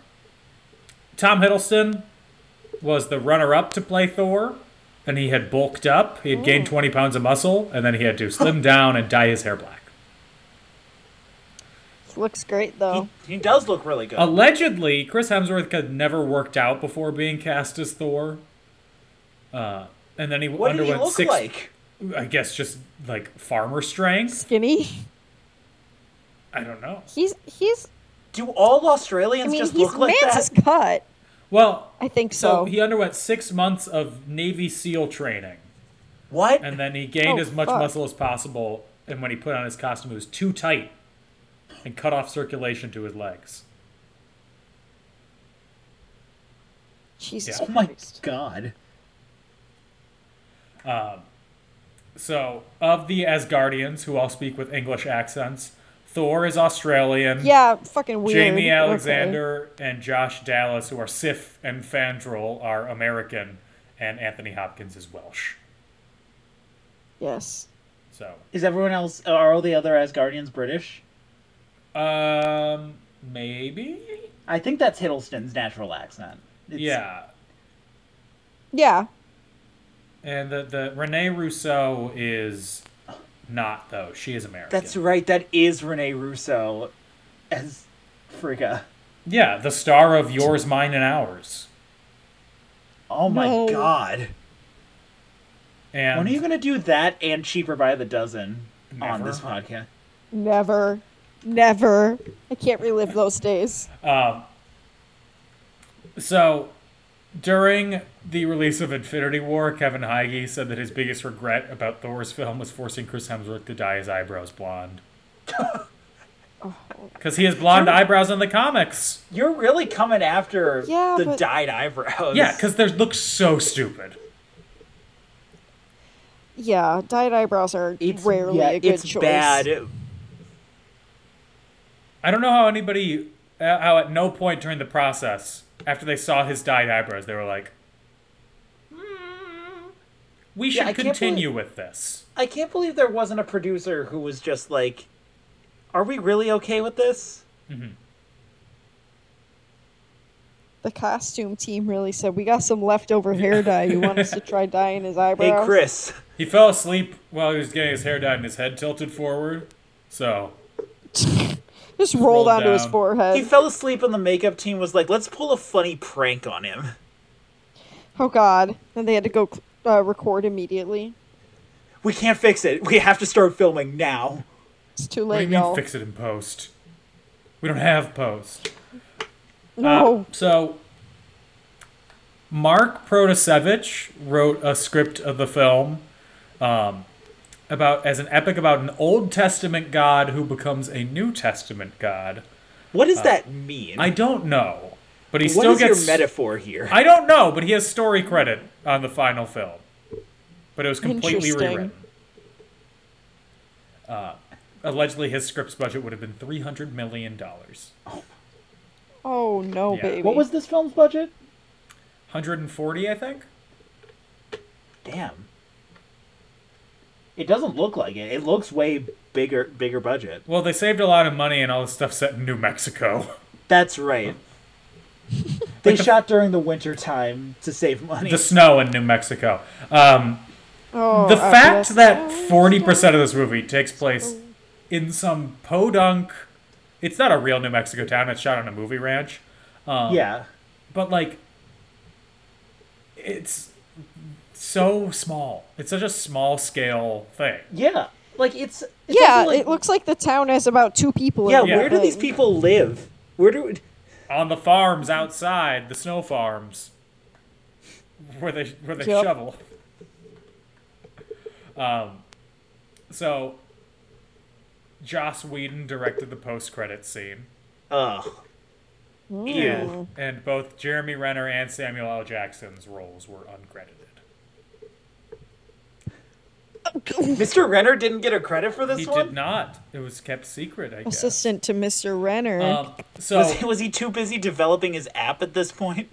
Speaker 1: Tom Hiddleston was the runner up to play Thor, and he had bulked up. He had gained 20 pounds of muscle, and then he had to slim down and dye his hair black.
Speaker 7: Looks great though.
Speaker 3: he, he does look really good.
Speaker 1: Allegedly, Chris Hemsworth had never worked out before being cast as Thor. Uh, and then he
Speaker 3: what did he
Speaker 1: underwent
Speaker 3: look
Speaker 1: six,
Speaker 3: like?
Speaker 1: I guess, just like farmer strength.
Speaker 7: Skinny.
Speaker 1: I don't know.
Speaker 7: He's he's.
Speaker 3: Do all
Speaker 7: I
Speaker 3: Australians
Speaker 7: mean,
Speaker 3: just
Speaker 7: he's
Speaker 3: look like that?
Speaker 7: man's cut.
Speaker 1: Well,
Speaker 7: I think so.
Speaker 1: so he underwent six months of Navy SEAL training,
Speaker 3: What?
Speaker 1: and then he gained
Speaker 7: Oh,
Speaker 1: as much
Speaker 7: fuck.
Speaker 1: muscle as possible. And when he put on his costume, it was too tight and cut off circulation to his legs.
Speaker 7: Jesus
Speaker 1: Yeah.
Speaker 3: oh my
Speaker 7: Christ.
Speaker 3: god.
Speaker 1: So, of the Asgardians, who all speak with English accents, Thor is Australian.
Speaker 7: Yeah, fucking weird.
Speaker 1: Jamie
Speaker 7: Okay.
Speaker 1: Alexander and Josh Dallas, who are Sif and Fandral, are American, and Anthony Hopkins is Welsh.
Speaker 7: Yes.
Speaker 1: So,
Speaker 3: Is everyone else? Are all the other Asgardians British?
Speaker 1: um, maybe,
Speaker 3: I think that's Hiddleston's natural accent. It's-
Speaker 1: yeah.
Speaker 7: Yeah.
Speaker 1: And the the Renee Rousseau is not though; she is American.
Speaker 3: That's right. That is Rene Russo as Frigga.
Speaker 1: yeah, the star of Yours, Mine, and Ours.
Speaker 3: Oh my
Speaker 7: No.
Speaker 3: god.
Speaker 1: And
Speaker 3: When are you gonna do that and cheaper by the dozen on
Speaker 1: Never.
Speaker 3: this podcast?
Speaker 7: Never. Never. I can't relive those days.
Speaker 1: So, during the release of Infinity War, Kevin Feige said that his biggest regret about Thor's film was forcing Chris Hemsworth to dye his eyebrows blonde.
Speaker 3: Oh.
Speaker 1: Because he has blonde eyebrows in the comics.
Speaker 3: You're really coming after
Speaker 7: Yeah,
Speaker 3: the
Speaker 7: but-
Speaker 3: dyed eyebrows.
Speaker 1: Yeah, because they look so stupid.
Speaker 7: Yeah, dyed eyebrows are
Speaker 3: it's
Speaker 7: rarely
Speaker 3: yeah,
Speaker 7: a good
Speaker 3: it's
Speaker 7: choice.
Speaker 3: bad.
Speaker 1: I don't know how anybody, uh, how at no point during the process, after they saw his dyed eyebrows, they were like, "Hmm, we
Speaker 3: Yeah,
Speaker 1: should
Speaker 3: I can't
Speaker 1: continue with this.
Speaker 3: I can't believe there wasn't a producer who was just like, "Are we really okay with this?"
Speaker 7: The costume team really said, "We got some leftover hair dye. You want us to try dyeing his eyebrows?"
Speaker 3: Hey, Chris.
Speaker 1: He fell asleep while he was getting his hair dyed and his head tilted forward. So,
Speaker 7: Just rolled
Speaker 1: Roll
Speaker 7: onto his
Speaker 1: down.
Speaker 7: forehead.
Speaker 3: He fell asleep, and the makeup team was like, "Let's pull a funny prank on him."
Speaker 7: oh God! And they had to go cl- uh, record immediately.
Speaker 3: We can't fix it. We have to start filming now.
Speaker 7: It's too
Speaker 1: What do
Speaker 7: late,
Speaker 1: you mean
Speaker 7: y'all.
Speaker 1: fix it in post? We don't have post.
Speaker 7: No.
Speaker 1: Uh, so Mark Protasevich wrote a script of the film um, about as an epic about an Old Testament god who becomes a New Testament god.
Speaker 3: What does that mean?
Speaker 1: I don't know, but he
Speaker 3: what
Speaker 1: still
Speaker 3: is
Speaker 1: gets.
Speaker 3: your metaphor here?
Speaker 1: I don't know, but he has story credit on the final film. But it was completely
Speaker 7: Interesting.
Speaker 1: rewritten. Uh, allegedly, his script's budget would have been three hundred million dollars.
Speaker 7: oh no,
Speaker 1: Yeah.
Speaker 7: baby.
Speaker 3: What was this film's budget?
Speaker 1: 140, I think.
Speaker 3: Damn. It doesn't look like it. It looks way bigger, bigger budget.
Speaker 1: Well, they saved a lot of money and all this stuff set in New Mexico.
Speaker 3: That's right. they shot during the winter time to save money.
Speaker 1: the snow in New Mexico. Um,
Speaker 2: Oh,
Speaker 1: the
Speaker 2: uh,
Speaker 1: fact
Speaker 2: yes.
Speaker 1: that 40% of this movie takes place in some podunk. It's not a real New Mexico town, it's shot on a movie ranch.
Speaker 3: yeah,
Speaker 1: But, like, it's so small. It's such a small scale thing.
Speaker 3: yeah, like it's it
Speaker 2: yeah,
Speaker 3: doesn't, like-
Speaker 2: it looks like the town has about two people. in
Speaker 3: yeah.
Speaker 2: it.
Speaker 1: Yeah.
Speaker 3: Where do these people live? Where do
Speaker 1: On the farms outside, the snow farms, where they, where they
Speaker 2: Yep.
Speaker 1: shovel. Um, so, Joss Whedon directed the post credit scene.
Speaker 3: oh
Speaker 2: Mm.
Speaker 1: and, and both Jeremy Renner and Samuel L. Jackson's roles were uncredited.
Speaker 3: Mr. Renner didn't get a credit for this
Speaker 1: He
Speaker 3: one.
Speaker 1: did not. It was kept secret, I guess.
Speaker 2: assistant to Mr. Renner.
Speaker 1: Um,
Speaker 3: Was
Speaker 1: so
Speaker 3: he, was he too busy developing his app at this point?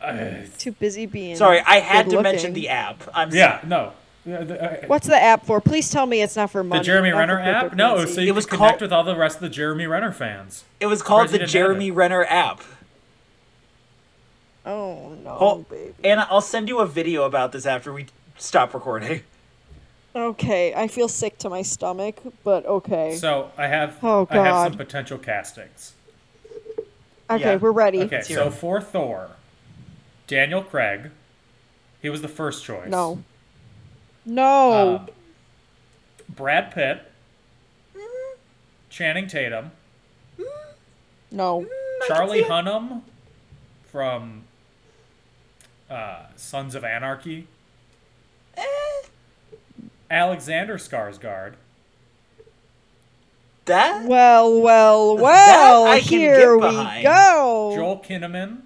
Speaker 1: uh,
Speaker 2: too busy being.
Speaker 3: Sorry, I had to
Speaker 2: good
Speaker 3: mention
Speaker 2: looking.
Speaker 3: the app. I'm
Speaker 1: yeah, no. Yeah, The, uh,
Speaker 2: What's the app for? Please tell me it's not for money.
Speaker 1: the Jeremy
Speaker 2: not for
Speaker 1: Renner app? No, it was
Speaker 2: cryptocurrency.
Speaker 1: so you
Speaker 3: It
Speaker 1: could
Speaker 3: was
Speaker 1: connect
Speaker 3: called-
Speaker 1: with all the rest of the Jeremy Renner fans.
Speaker 3: It was called
Speaker 1: Reggie
Speaker 3: the
Speaker 1: didn't have
Speaker 3: Jeremy
Speaker 1: it.
Speaker 3: Renner app.
Speaker 2: Oh no,
Speaker 3: Oh,
Speaker 2: baby.
Speaker 3: Anna, I'll send you a video about this after we stop recording.
Speaker 2: Okay, I feel sick to my stomach, but okay.
Speaker 1: So I have
Speaker 2: Oh,
Speaker 1: I have some
Speaker 2: God.
Speaker 1: potential castings.
Speaker 2: okay,
Speaker 3: yeah.
Speaker 2: we're ready.
Speaker 1: Okay,
Speaker 3: hear
Speaker 1: so
Speaker 3: them.
Speaker 1: for Thor, Daniel Craig, he was the first choice.
Speaker 2: No. No.
Speaker 1: Uh, Brad Pitt, Channing Tatum,
Speaker 2: no.
Speaker 1: Charlie Hunnam from uh, Sons of Anarchy.
Speaker 2: Eh.
Speaker 1: Alexander Skarsgård.
Speaker 3: That
Speaker 2: Well, well,
Speaker 3: That I
Speaker 2: well.
Speaker 3: can
Speaker 2: Here
Speaker 3: get
Speaker 2: we
Speaker 3: behind.
Speaker 2: go.
Speaker 1: Joel Kinnaman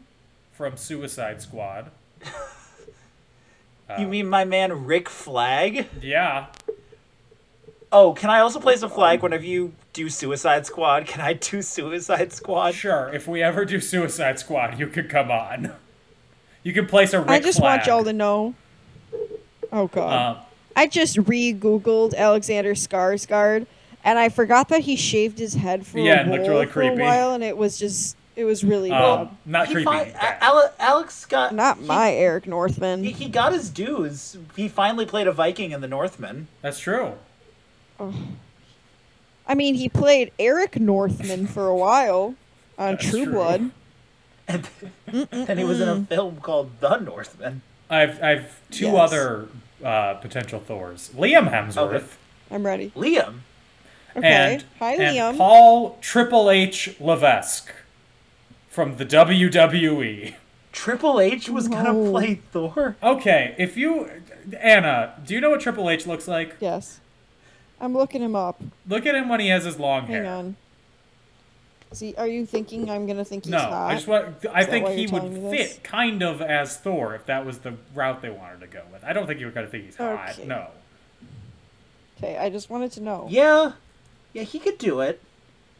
Speaker 1: from Suicide Squad. Uh,
Speaker 3: you mean my man Rick Flag?
Speaker 1: Yeah.
Speaker 3: Oh, can I also place a flag whenever you do Suicide Squad? Can I do Suicide Squad?
Speaker 1: Sure, if we ever do Suicide Squad, you could come on. You can place a Rick
Speaker 2: I just
Speaker 1: flag.
Speaker 2: want y'all to know. Oh god.
Speaker 1: Uh,
Speaker 2: I just re-googled Alexander Skarsgård, and I forgot that he shaved his head for
Speaker 1: Yeah,
Speaker 2: a
Speaker 1: it looked
Speaker 2: role
Speaker 1: really
Speaker 2: for
Speaker 1: creepy.
Speaker 2: a while, and it was just it was really
Speaker 1: um,
Speaker 2: bad.
Speaker 1: not
Speaker 3: He
Speaker 1: creepy.
Speaker 3: fi-
Speaker 1: bad.
Speaker 3: A- Ale- Alex got
Speaker 2: Not
Speaker 3: he-
Speaker 2: my Eric Northman.
Speaker 3: He, he got his dues. He finally played a Viking in The Northman.
Speaker 1: That's true.
Speaker 2: I mean, he played Eric Northman for a while on
Speaker 1: That's
Speaker 2: True
Speaker 1: true.
Speaker 2: Blood.
Speaker 3: And he was in a film called The Northman.
Speaker 1: I've I've two
Speaker 2: Yes.
Speaker 1: other uh, potential Thors. Liam Hemsworth.
Speaker 3: Okay.
Speaker 2: I'm ready.
Speaker 3: Liam.
Speaker 2: Okay.
Speaker 1: and,
Speaker 2: Hi,
Speaker 1: and
Speaker 2: Liam.
Speaker 1: Paul Triple H Levesque from the E. WWE.
Speaker 3: Triple H was gonna
Speaker 2: No.
Speaker 3: play Thor.
Speaker 1: Okay, if you Anna, do you know what Triple H looks like?
Speaker 2: Yes. I'm looking him up.
Speaker 1: Look at him when he has his long
Speaker 2: Hang
Speaker 1: hair.
Speaker 2: on. See, are you thinking I'm gonna think he's
Speaker 1: No,
Speaker 2: hot?
Speaker 1: I just want. I
Speaker 2: that
Speaker 1: think
Speaker 2: why
Speaker 1: he
Speaker 2: you're
Speaker 1: would
Speaker 2: telling me this?
Speaker 1: fit kind of as Thor if that was the route they wanted to go with. I don't think you were going to think he's hot.
Speaker 2: Okay.
Speaker 1: No.
Speaker 2: okay, I just wanted to know.
Speaker 3: Yeah. Yeah, he could do it.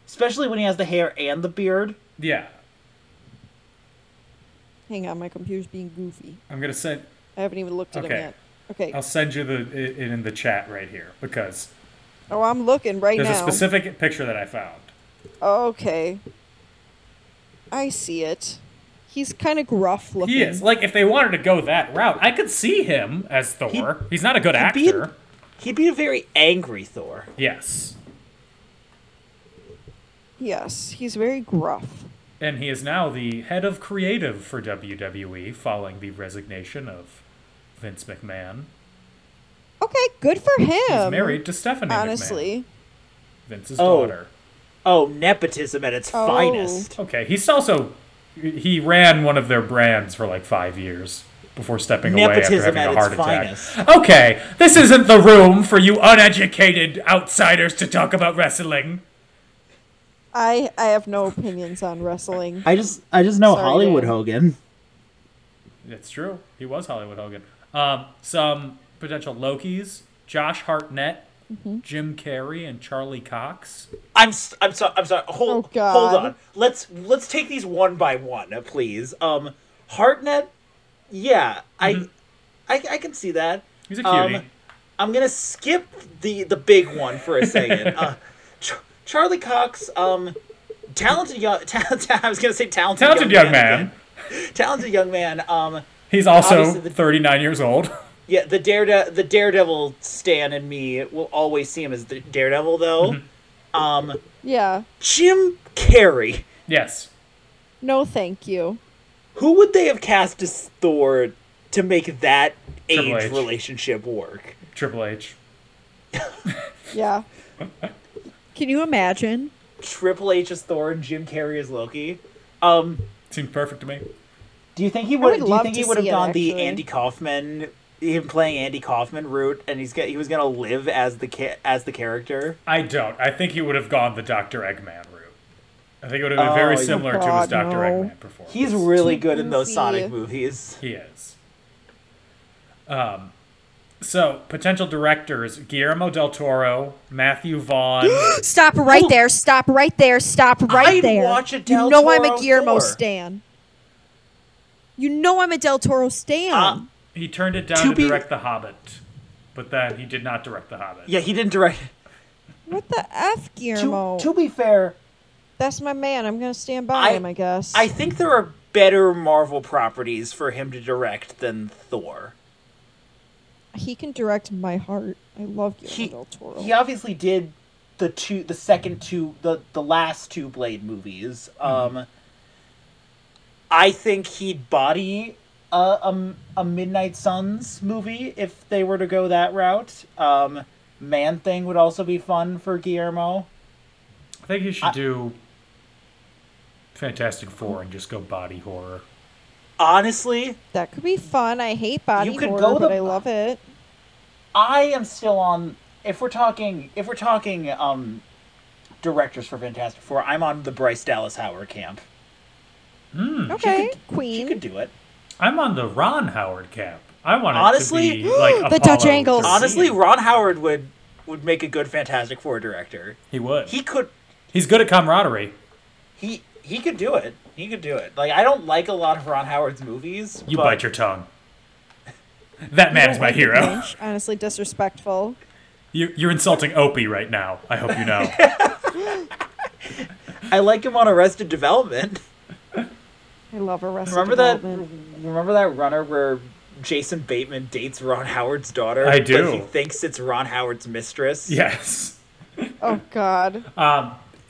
Speaker 3: Especially when he has the hair and the beard.
Speaker 1: Yeah,
Speaker 2: Hang on, my computer's being goofy.
Speaker 1: I'm gonna send.
Speaker 2: I haven't even looked at
Speaker 1: Okay.
Speaker 2: him yet. Okay.
Speaker 1: I'll send you the it it in the chat right here because
Speaker 2: Oh, I'm looking right
Speaker 1: there's a
Speaker 2: now.
Speaker 1: specific picture that I found.
Speaker 2: okay. I see it. He's kind of gruff looking.
Speaker 1: He is like if they wanted to go that route, I could see him as Thor. he's not a good
Speaker 3: he'd be in-
Speaker 1: actor.
Speaker 3: He'd be a very angry Thor.
Speaker 1: Yes,
Speaker 2: Yes, he's very gruff.
Speaker 1: and he is now the head of creative for WWE following the resignation of Vince McMahon.
Speaker 2: Okay, good for him.
Speaker 1: He's married to Stephanie. McMahon,
Speaker 2: Honestly,
Speaker 1: Vince's
Speaker 3: Oh.
Speaker 1: daughter.
Speaker 3: Oh, nepotism at its
Speaker 2: Oh.
Speaker 3: finest.
Speaker 1: Okay, he's also he ran one of their brands for like five years before stepping away
Speaker 3: Nepotism at
Speaker 1: after having
Speaker 3: its
Speaker 1: a heart attack.
Speaker 3: finest.
Speaker 1: Okay, this isn't the room for you uneducated outsiders to talk about wrestling.
Speaker 2: I I have no opinions on wrestling.
Speaker 3: I just I just know
Speaker 2: Sorry,
Speaker 3: Hollywood
Speaker 2: Dan.
Speaker 3: Hogan.
Speaker 1: It's true. He was Hollywood Hogan. Um, some potential Lokis: Josh Hartnett,
Speaker 3: Mm-hmm.
Speaker 1: Jim Carrey, and Charlie Cox.
Speaker 3: I'm s- I'm sorry I'm sorry. Hold
Speaker 2: Oh, God.
Speaker 3: hold on. Let's let's take these one by one, uh, please. Um
Speaker 1: Mm-hmm.
Speaker 3: Hartnett, yeah, I I I can see that.
Speaker 1: He's a
Speaker 3: Um,
Speaker 1: cutie.
Speaker 3: I'm gonna skip the the big one for a second. uh, Ch- Charlie Cox, um, talented young, ta- ta- I was gonna say talented,
Speaker 1: Talented young man.
Speaker 3: again. talented young man. Um,
Speaker 1: He's also
Speaker 3: Obviously the-
Speaker 1: 39 years old.
Speaker 3: yeah, the darede- the daredevil Stan and me will always see him as the daredevil though.
Speaker 1: Mm-hmm.
Speaker 3: Um,
Speaker 7: Yeah.
Speaker 3: Jim Carrey.
Speaker 1: yes.
Speaker 7: No, thank you.
Speaker 3: Who would they have cast as Thor to make that
Speaker 1: Triple
Speaker 3: age
Speaker 1: H.
Speaker 3: relationship work?
Speaker 1: Triple H.
Speaker 7: Yeah.
Speaker 6: Can you imagine?
Speaker 3: Triple H as Thor and Jim Carrey as Loki. Um,
Speaker 1: Seems perfect to me.
Speaker 3: do you think he
Speaker 7: would
Speaker 3: would? Do you
Speaker 7: love
Speaker 3: think
Speaker 7: to
Speaker 3: he would have
Speaker 7: see it,
Speaker 3: gone the
Speaker 7: actually.
Speaker 3: Andy Kaufman, him playing Andy Kaufman route, and he's got, he was gonna live as the ca- as the character?
Speaker 1: I don't. I think he would have gone the Dr. Eggman route. I think it would have been very
Speaker 3: Oh,
Speaker 1: similar to his
Speaker 7: God,
Speaker 1: Dr.
Speaker 7: no.
Speaker 1: Eggman performance.
Speaker 3: He's really good in those
Speaker 7: goofy.
Speaker 3: Sonic movies.
Speaker 1: He is. Um, so potential directors: Guillermo del Toro, Matthew Vaughn.
Speaker 6: Stop right there. Stop right there. Stop right
Speaker 3: I'd
Speaker 6: there.
Speaker 3: watch a Del
Speaker 6: you know I'm
Speaker 3: Toro
Speaker 6: a Guillermo
Speaker 3: Thor.
Speaker 6: stan. You know I'm a Del Toro stan.
Speaker 3: Uh,
Speaker 1: He turned it down
Speaker 3: To
Speaker 1: to,
Speaker 3: be-
Speaker 1: direct The Hobbit, but then he did not direct The Hobbit.
Speaker 3: yeah, he didn't direct.
Speaker 7: What the F,
Speaker 3: To,
Speaker 7: Guillermo?
Speaker 3: to be fair,
Speaker 7: That's my man. I'm going to stand
Speaker 3: I-
Speaker 7: by him, I guess.
Speaker 3: I think there are better Marvel properties for him to direct than Thor.
Speaker 7: he can direct my heart. I love Guillermo
Speaker 3: he,
Speaker 7: del Toro.
Speaker 3: he obviously did the two the second two the the last two blade movies um i think he'd body a, a, a midnight suns movie if they were to go that route um man thing would also be fun for guillermo
Speaker 1: I think he should do Fantastic Four and just go body horror.
Speaker 3: honestly
Speaker 7: That could be fun. I hate body
Speaker 3: You could
Speaker 7: horror,
Speaker 3: go
Speaker 7: but
Speaker 3: the-
Speaker 7: I love it.
Speaker 3: I am still on. If we're talking, if we're talking, um, directors for Fantastic Four, I'm on the Bryce Dallas Howard camp.
Speaker 7: Okay,
Speaker 3: She
Speaker 7: Queen.
Speaker 3: could do it.
Speaker 1: I'm on the Ron Howard camp. I want it
Speaker 3: Honestly,
Speaker 1: to be like
Speaker 7: the Dutch
Speaker 1: Apollo
Speaker 7: angles.
Speaker 1: thirteen.
Speaker 3: Honestly, Ron Howard would would make a good Fantastic Four director.
Speaker 1: he would.
Speaker 3: He could.
Speaker 1: He's good at camaraderie.
Speaker 3: He he could do it. He could do it. Like I don't like a lot of Ron Howard's movies.
Speaker 1: You
Speaker 3: but
Speaker 1: bite your tongue. That man is my hero.
Speaker 7: Lynch, honestly, disrespectful.
Speaker 1: You, you're insulting Opie right now. I hope you know.
Speaker 3: I like him on Arrested Development.
Speaker 7: I love Arrested
Speaker 3: Remember that?
Speaker 7: Development.
Speaker 3: Remember that runner where Jason Bateman dates Ron Howard's daughter?
Speaker 1: I
Speaker 3: But
Speaker 1: do.
Speaker 3: he thinks it's Ron Howard's mistress.
Speaker 1: yes.
Speaker 7: Oh God.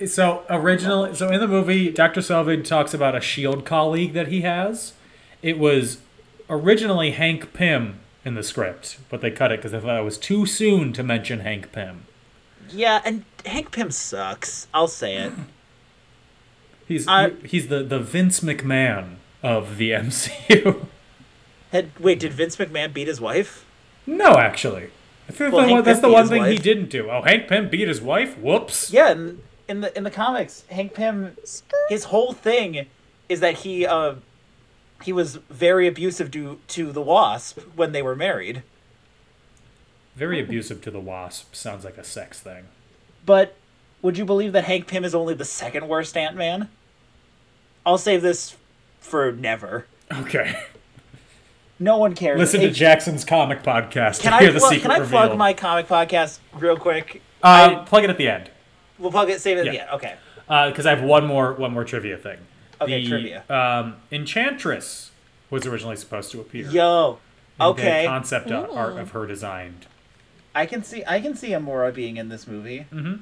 Speaker 1: So original. So in the movie, Doctor Selvig talks about a Shield E colleague that he has. It was originally Hank Pym in the script, but they cut it because they thought it was too soon to mention Hank Pym.
Speaker 3: Yeah, and Hank Pym sucks. I'll say it.
Speaker 1: He's
Speaker 3: I-
Speaker 1: he- he's the the Vince McMahon of the MCU.
Speaker 3: Had, wait, did Vince McMahon beat his wife?
Speaker 1: no, actually, I think
Speaker 3: Well,
Speaker 1: the
Speaker 3: Hank
Speaker 1: one, that's
Speaker 3: Pym
Speaker 1: the
Speaker 3: beat
Speaker 1: one
Speaker 3: his
Speaker 1: thing he
Speaker 3: wife.
Speaker 1: didn't do. Oh, Hank Pym beat his wife. Whoops.
Speaker 3: Yeah, in, in the in the comics, Hank Pym, his whole thing is that he uh, he was very abusive to to the Wasp when they were married. Oh.
Speaker 1: Very abusive to the Wasp. Sounds like a sex thing.
Speaker 3: But would you believe that Hank Pym is only the second worst Ant Man? I'll save this for never.
Speaker 1: Okay.
Speaker 3: No one cares.
Speaker 1: Listen to
Speaker 3: It-
Speaker 1: Jackson's comic podcast
Speaker 3: Can
Speaker 1: to
Speaker 3: I
Speaker 1: hear the
Speaker 3: plug-
Speaker 1: secret
Speaker 3: can I
Speaker 1: reveal.
Speaker 3: plug my comic podcast real quick?
Speaker 1: Uh, plug it at the end.
Speaker 3: We'll plug it. Save it. Yeah.
Speaker 1: Yeah.
Speaker 3: Okay.
Speaker 1: because I have one more one more trivia thing.
Speaker 3: Okay,
Speaker 1: the,
Speaker 3: trivia.
Speaker 1: Um, Enchantress was originally supposed to appear.
Speaker 3: Yo.
Speaker 1: and
Speaker 3: Okay.
Speaker 1: The concept a- art of her designed.
Speaker 3: I can see I can see Amora being in this movie.
Speaker 1: Mm-hmm.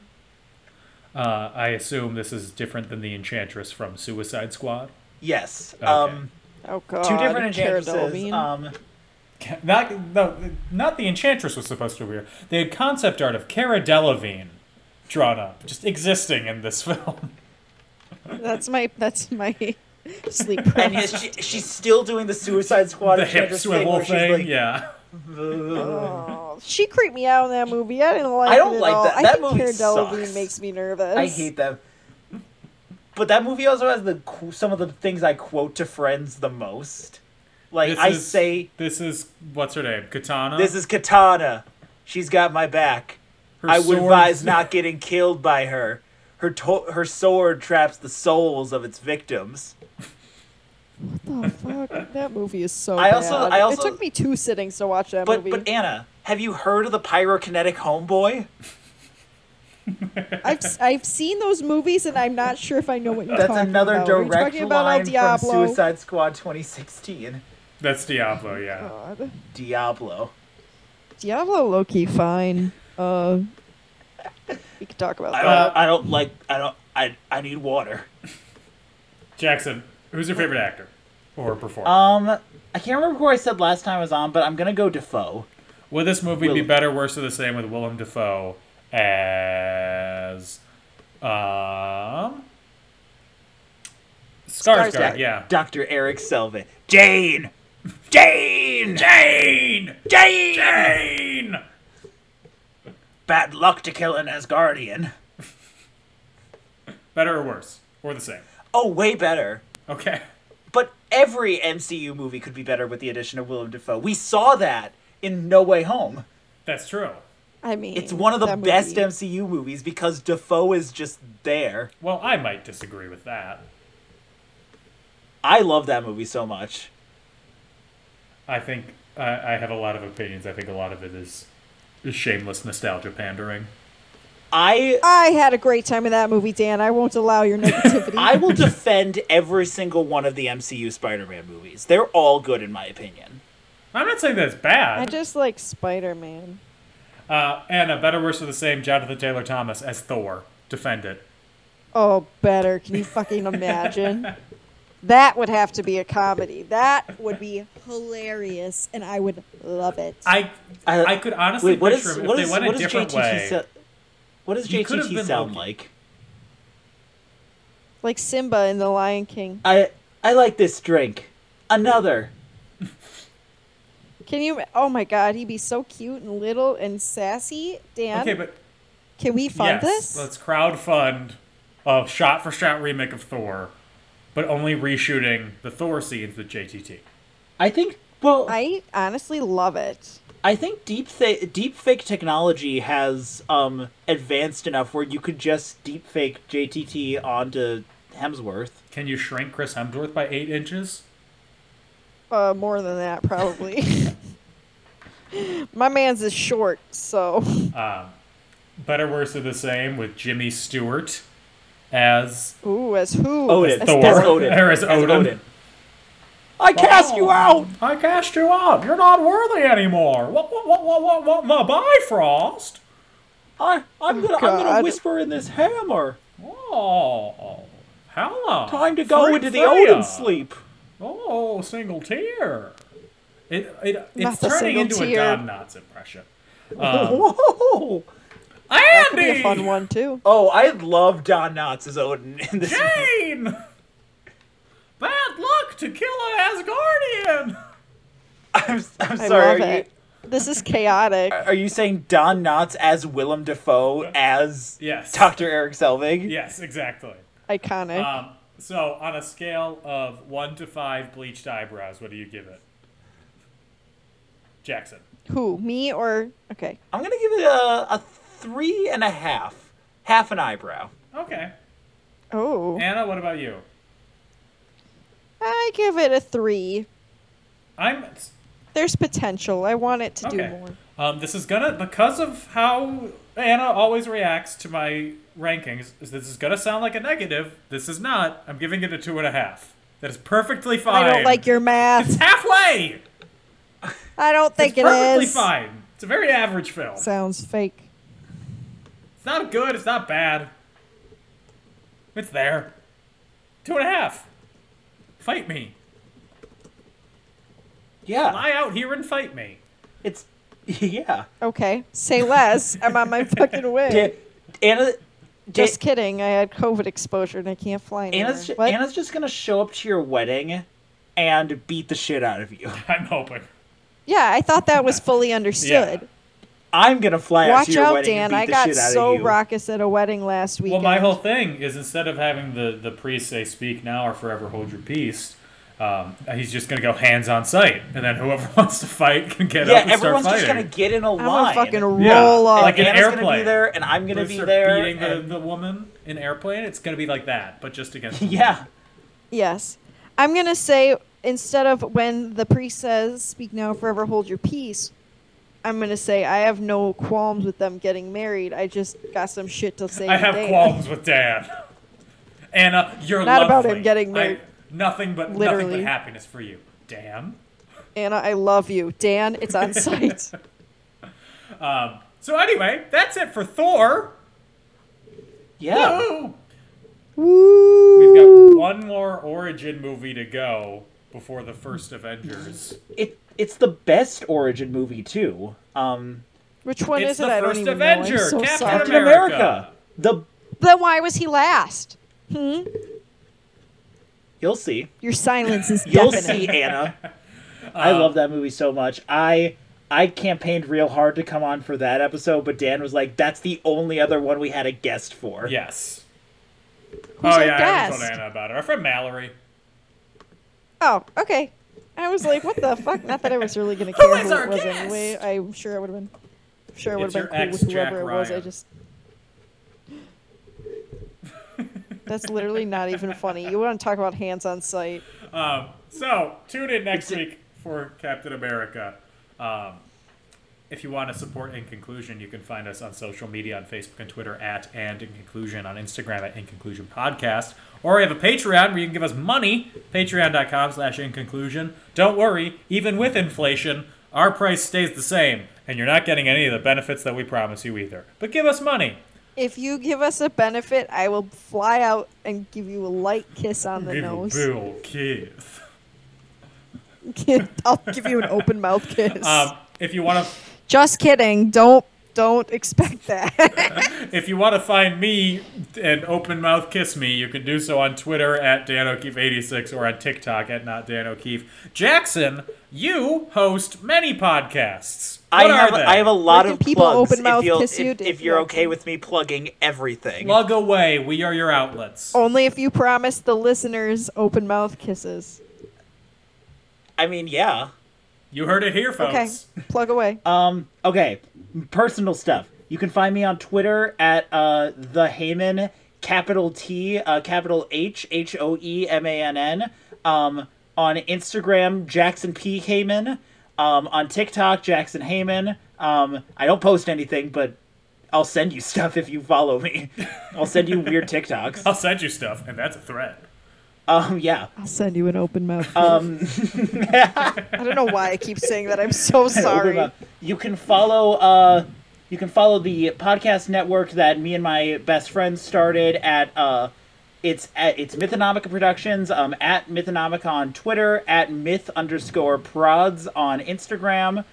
Speaker 1: Uh, I assume this is different than the Enchantress from Suicide Squad.
Speaker 3: Yes. Um
Speaker 7: Oh God.
Speaker 3: two different
Speaker 7: Cara
Speaker 3: enchantresses.
Speaker 7: Delevingne.
Speaker 3: Um
Speaker 1: Not no, not the Enchantress was supposed to appear. They had concept art of Cara Delevingne drawn up, just existing in this film.
Speaker 7: that's my. That's my. Sleep.
Speaker 3: and
Speaker 7: paralysis.
Speaker 3: yes, she, she's still doing the Suicide Squad
Speaker 1: the hip
Speaker 3: enchantress thing
Speaker 1: swivel
Speaker 3: where
Speaker 1: thing,
Speaker 3: she's like,
Speaker 1: yeah.
Speaker 7: Oh, she creeped me out in that movie. I didn't like.
Speaker 3: I don't
Speaker 7: it at
Speaker 3: like
Speaker 7: all.
Speaker 3: that-
Speaker 7: I
Speaker 3: that
Speaker 7: think
Speaker 3: movie
Speaker 7: Cara Delevingne
Speaker 3: sucks.
Speaker 7: makes me nervous.
Speaker 3: I hate them. But that movie also has the qu- some of the things I quote to friends the most. Like
Speaker 1: This
Speaker 3: I
Speaker 1: is-
Speaker 3: say
Speaker 1: this is what's her name, Katana.
Speaker 3: this is Katana. She's got my back.
Speaker 1: Her
Speaker 3: I would
Speaker 1: sword-
Speaker 3: advise not getting killed by her. Her to- her sword traps the souls of its victims.
Speaker 2: What the fuck? That movie is so
Speaker 3: I also-
Speaker 2: bad.
Speaker 3: I also-
Speaker 2: it took me two sittings to watch that
Speaker 3: But
Speaker 2: movie.
Speaker 3: but Anna, have you heard of the pyrokinetic homeboy?
Speaker 2: I've s- I've seen those movies and I'm not sure if I know what you're
Speaker 3: That's
Speaker 2: talking
Speaker 3: another
Speaker 2: about. Are you
Speaker 3: direct
Speaker 2: talking about El
Speaker 3: line from
Speaker 2: Diablo.
Speaker 3: Suicide Squad 2016.
Speaker 1: That's Diablo, yeah.
Speaker 2: God.
Speaker 3: Diablo.
Speaker 2: Diablo Loki, fine. Uh, we can talk about
Speaker 3: I
Speaker 2: that.
Speaker 3: don't, I don't like. I don't. I I need water.
Speaker 1: Jackson, who's your favorite actor or performer?
Speaker 3: Um, I can't remember who I said last time I was on, but I'm gonna go Defoe.
Speaker 1: Would this movie be
Speaker 3: Willem.
Speaker 1: better, worse, or the same with Willem Dafoe as um Skarsgård?
Speaker 2: Skarsgård.
Speaker 1: Yeah,
Speaker 3: Doctor Eric Selvin. Jane. Jane. Jane. Jane.
Speaker 1: Jane.
Speaker 3: Bad luck to kill an Asgardian.
Speaker 1: Better or worse, or the same?
Speaker 3: Oh, way better.
Speaker 1: Okay.
Speaker 3: But every MCU movie could be better with the addition of Willem Dafoe. We saw that in No Way Home.
Speaker 1: That's true.
Speaker 2: I mean,
Speaker 3: It's one of the
Speaker 2: that
Speaker 3: best
Speaker 2: movie-
Speaker 3: MCU movies because Dafoe is just there.
Speaker 1: Well, I might disagree with that.
Speaker 3: I love that movie so much.
Speaker 1: I think I, I have a lot of opinions. I think a lot of it is, is shameless nostalgia pandering.
Speaker 3: I
Speaker 2: I had a great time in that movie, Dan. I won't allow your negativity.
Speaker 3: I will defend every single one of the MCU Spider-Man movies. They're all good in my opinion.
Speaker 1: I'm not saying that's
Speaker 2: I
Speaker 1: bad.
Speaker 2: just like Spider Man.
Speaker 1: Uh, Anna, better, worse, or the same, Jonathan Taylor Thomas as Thor. Defend it.
Speaker 2: Oh, better. Can you fucking imagine? that would have to be a comedy. That would be hilarious, and I would love it.
Speaker 1: I
Speaker 3: I-
Speaker 1: I could honestly
Speaker 3: what
Speaker 1: picture
Speaker 3: is
Speaker 1: him if
Speaker 3: what
Speaker 1: they
Speaker 3: is
Speaker 1: went
Speaker 3: what
Speaker 1: a
Speaker 3: is
Speaker 1: different
Speaker 3: JTT
Speaker 1: way.
Speaker 3: so- what does
Speaker 1: You could have
Speaker 3: JTT
Speaker 1: been
Speaker 3: sound
Speaker 1: Loki.
Speaker 3: like?
Speaker 2: like Simba in The Lion King.
Speaker 3: I I like this drink. Another.
Speaker 2: Can you? Oh my God, he'd be so cute and little and sassy. Dan,
Speaker 1: okay, but
Speaker 2: can we fund
Speaker 1: yes,
Speaker 2: this?
Speaker 1: let's crowdfund a shot-for-shot remake of Thor, but only reshooting the Thor scenes with JTT.
Speaker 3: I think well
Speaker 2: I honestly love it.
Speaker 3: I think deep fa- deep fake technology has um advanced enough where you could just deep fake JTT onto Hemsworth.
Speaker 1: Can you shrink Chris Hemsworth by eight inches?
Speaker 2: Uh, more than that, probably. my man's is short, so
Speaker 1: Better, worse, or the same with Jimmy Stewart as
Speaker 2: ooh, as who?
Speaker 3: Odin.
Speaker 2: As
Speaker 1: Thor.
Speaker 3: That's Odin.
Speaker 1: There is
Speaker 3: That's
Speaker 1: Odin.
Speaker 3: I cast you out.
Speaker 1: I cast you out. You're not worthy anymore. What? What? What? What? What? what my Bifrost.
Speaker 3: I I'm gonna I'm gonna
Speaker 2: God.
Speaker 3: whisper in this hammer.
Speaker 1: Oh, hello.
Speaker 3: Time to go
Speaker 1: Free
Speaker 3: into the
Speaker 1: Freya.
Speaker 3: Odin sleep.
Speaker 1: Oh, single tear. It, it, it's
Speaker 2: Not the
Speaker 1: turning
Speaker 2: single
Speaker 1: into
Speaker 2: tear.
Speaker 1: a Don Knotts impression. Um,
Speaker 3: Whoa!
Speaker 2: that could be a fun
Speaker 1: Andy!
Speaker 2: one too.
Speaker 3: Oh, I love Don Knotts as Odin in this.
Speaker 1: Jane! Bad luck to kill an Asgardian!
Speaker 3: I'm, I'm
Speaker 2: I
Speaker 3: sorry.
Speaker 2: love
Speaker 3: are, you,
Speaker 2: it. This is chaotic.
Speaker 3: are you saying Don Knotts as Willem Dafoe as
Speaker 1: Yes.
Speaker 3: Dr. Eric Selvig?
Speaker 1: Yes, exactly.
Speaker 2: Iconic.
Speaker 1: Um, so, on a scale of 1 to 5 bleached eyebrows, what do you give it? Jackson.
Speaker 2: who? Me or okay?
Speaker 3: I'm gonna give it a, a three and a half, half an eyebrow.
Speaker 1: Okay.
Speaker 2: Oh,
Speaker 1: Anna, what about you?
Speaker 2: I give it a three.
Speaker 1: I'm.
Speaker 2: There's potential. I want it to do
Speaker 1: Okay.
Speaker 2: more.
Speaker 1: Um, this is gonna because of how Anna always reacts to my rankings. This is gonna sound like a negative. This is not. I'm giving it a two and a half. That is perfectly fine.
Speaker 2: I don't like your
Speaker 1: It's
Speaker 2: math.
Speaker 1: halfway.
Speaker 2: I don't think
Speaker 1: it's
Speaker 2: it
Speaker 1: perfectly
Speaker 2: is.
Speaker 1: fine. It's a very average film.
Speaker 2: Sounds fake.
Speaker 1: It's not good. It's not bad. It's there. Two and a half. Fight me.
Speaker 3: Yeah,
Speaker 1: Lie out here and fight me.
Speaker 3: it's yeah.
Speaker 2: Okay, say less. I'm on my fucking way.
Speaker 3: Da- Anna, da-
Speaker 2: Just kidding. I had COVID exposure and I can't fly anymore.
Speaker 3: Anna's ju-
Speaker 2: What?
Speaker 3: Anna's just gonna show up to your wedding and beat the shit out of you.
Speaker 1: I'm hoping.
Speaker 2: yeah, I thought that was fully understood.
Speaker 3: I'm gonna fly out to
Speaker 2: Watch
Speaker 3: your
Speaker 2: out,
Speaker 3: wedding
Speaker 2: Dan. I
Speaker 3: and beat the
Speaker 2: got
Speaker 3: shit out
Speaker 2: so
Speaker 3: of you.
Speaker 2: raucous at a wedding last week.
Speaker 1: Well, my whole thing is instead of having the the priest say "Speak now" or "Forever hold your peace," um, he's just gonna go hands on sight, and then whoever wants to fight can get up
Speaker 3: yeah,
Speaker 1: and
Speaker 3: everyone's
Speaker 1: start
Speaker 3: just
Speaker 1: fighting.
Speaker 3: gonna get in a
Speaker 2: I'm
Speaker 3: line.
Speaker 2: gonna fucking roll
Speaker 1: Yeah.
Speaker 2: up.
Speaker 1: Like an
Speaker 3: Anna's gonna be
Speaker 1: airplane.
Speaker 3: there, and I'm gonna
Speaker 1: Bruce
Speaker 3: be
Speaker 1: start
Speaker 3: there.
Speaker 1: beating the,
Speaker 3: and-
Speaker 1: the woman in airplane. It's gonna be like that, but just against.
Speaker 3: yeah,
Speaker 2: yes. I'm gonna say instead of when the priest says "Speak now, forever hold your peace," I'm gonna say I have no qualms with them getting married. I just got some shit to say.
Speaker 1: I
Speaker 2: to
Speaker 1: have
Speaker 2: Dan."
Speaker 1: qualms with Dan. Anna, you're
Speaker 2: Not about
Speaker 1: lovely.
Speaker 2: him getting
Speaker 1: I-
Speaker 2: married.
Speaker 1: nothing but nothing
Speaker 2: Literally.
Speaker 1: but happiness for you, Dan.
Speaker 2: Anna, I love you. Dan, it's on site.
Speaker 1: So anyway, that's it for Thor.
Speaker 3: Yeah.
Speaker 1: Woo!
Speaker 2: Woo!
Speaker 1: We've got one more origin movie to go before the first Avengers.
Speaker 3: It it's the best origin movie too. Um
Speaker 2: Which one
Speaker 1: It's
Speaker 2: is it?
Speaker 1: the
Speaker 2: I don't
Speaker 1: first
Speaker 2: even
Speaker 1: Avenger,
Speaker 2: know. I'm so
Speaker 1: Captain
Speaker 2: sorry.
Speaker 3: Captain
Speaker 1: America.
Speaker 3: America. The
Speaker 2: Then why was he last?
Speaker 3: you'll see.
Speaker 2: Your silence is
Speaker 3: You'll
Speaker 2: deafening.
Speaker 3: see Anna. I love that movie so much. I I campaigned real hard to come on for that episode, but Dan was like, "That's the only other one we had a guest for."
Speaker 1: Yes.
Speaker 2: Who's
Speaker 1: oh
Speaker 2: our
Speaker 1: yeah, I already
Speaker 2: guest?
Speaker 1: told Anna about it. Our friend Mallory.
Speaker 2: Oh, okay. I was like, what the fuck? Not that I was really gonna care
Speaker 1: is
Speaker 2: who,
Speaker 1: our
Speaker 2: it was
Speaker 1: guest?
Speaker 2: anyway. I'm sure I would have been. I'm sure I would
Speaker 1: It's
Speaker 2: have been
Speaker 1: your
Speaker 2: cool
Speaker 1: ex,
Speaker 2: with
Speaker 1: Jack
Speaker 2: whoever it was. I
Speaker 1: Ryan.
Speaker 2: just. That's literally not even funny. You want to talk about hands on site?
Speaker 1: Um, so tune in next week for Captain America. Um, if you want to support In Conclusion, you can find us on social media on Facebook and Twitter at and In Conclusion on Instagram at In Conclusion Podcast, or we have a Patreon where you can give us money. Patreon.com/slash In Conclusion. Don't worry, even with inflation, our price stays the same, and you're not getting any of the benefits that we promise you either. But give us money.
Speaker 2: If you give us a benefit, I will fly out and give you a light kiss on the
Speaker 1: Give a
Speaker 2: nose.
Speaker 1: Bill Keith.
Speaker 2: I'll give you an open mouth kiss.
Speaker 1: Um, if you want to
Speaker 2: Just kidding. Don't don't expect that.
Speaker 1: If you want to find me and open mouth kiss me, you can do so on Twitter at Dan O'Keefe86 or on TikTok at not Dan O'Keefe. Jackson, you host many podcasts.
Speaker 3: I
Speaker 1: What
Speaker 3: have
Speaker 1: are they?
Speaker 3: I have a lot
Speaker 2: Where
Speaker 3: of
Speaker 2: can people
Speaker 3: plugs
Speaker 2: open mouth
Speaker 3: if, you'll-
Speaker 2: kiss you,
Speaker 3: if,
Speaker 2: Dave
Speaker 3: if you're
Speaker 2: Jackson?
Speaker 3: okay with me plugging everything.
Speaker 1: plug away. We are your outlets.
Speaker 3: Oh.
Speaker 2: Only if you promise the listeners open mouth kisses.
Speaker 3: I mean, yeah.
Speaker 1: You heard it here,
Speaker 2: Okay,
Speaker 1: folks.
Speaker 2: plug away.
Speaker 3: Um, okay, personal stuff. You can find me on Twitter at uh, the Heyman, capital T, uh, capital H, H O E M A N N. Um, on Instagram, Jackson P Heyman. Um, on TikTok, Jackson Heyman. Um, I don't post anything, but I'll send you stuff if you follow me. I'll send you weird TikToks.
Speaker 1: I'll send you stuff, and that's a threat.
Speaker 3: Um, yeah.
Speaker 2: I'll send you an open mouth.
Speaker 3: um,
Speaker 2: I don't know why I keep saying that. I'm so
Speaker 3: Open
Speaker 2: sorry.
Speaker 3: up. You can follow uh you can follow the podcast network that me and my best friend started at uh it's at it's Mythonomica Productions, um at Mythonomica on Twitter, at myth underscore prods on Instagram,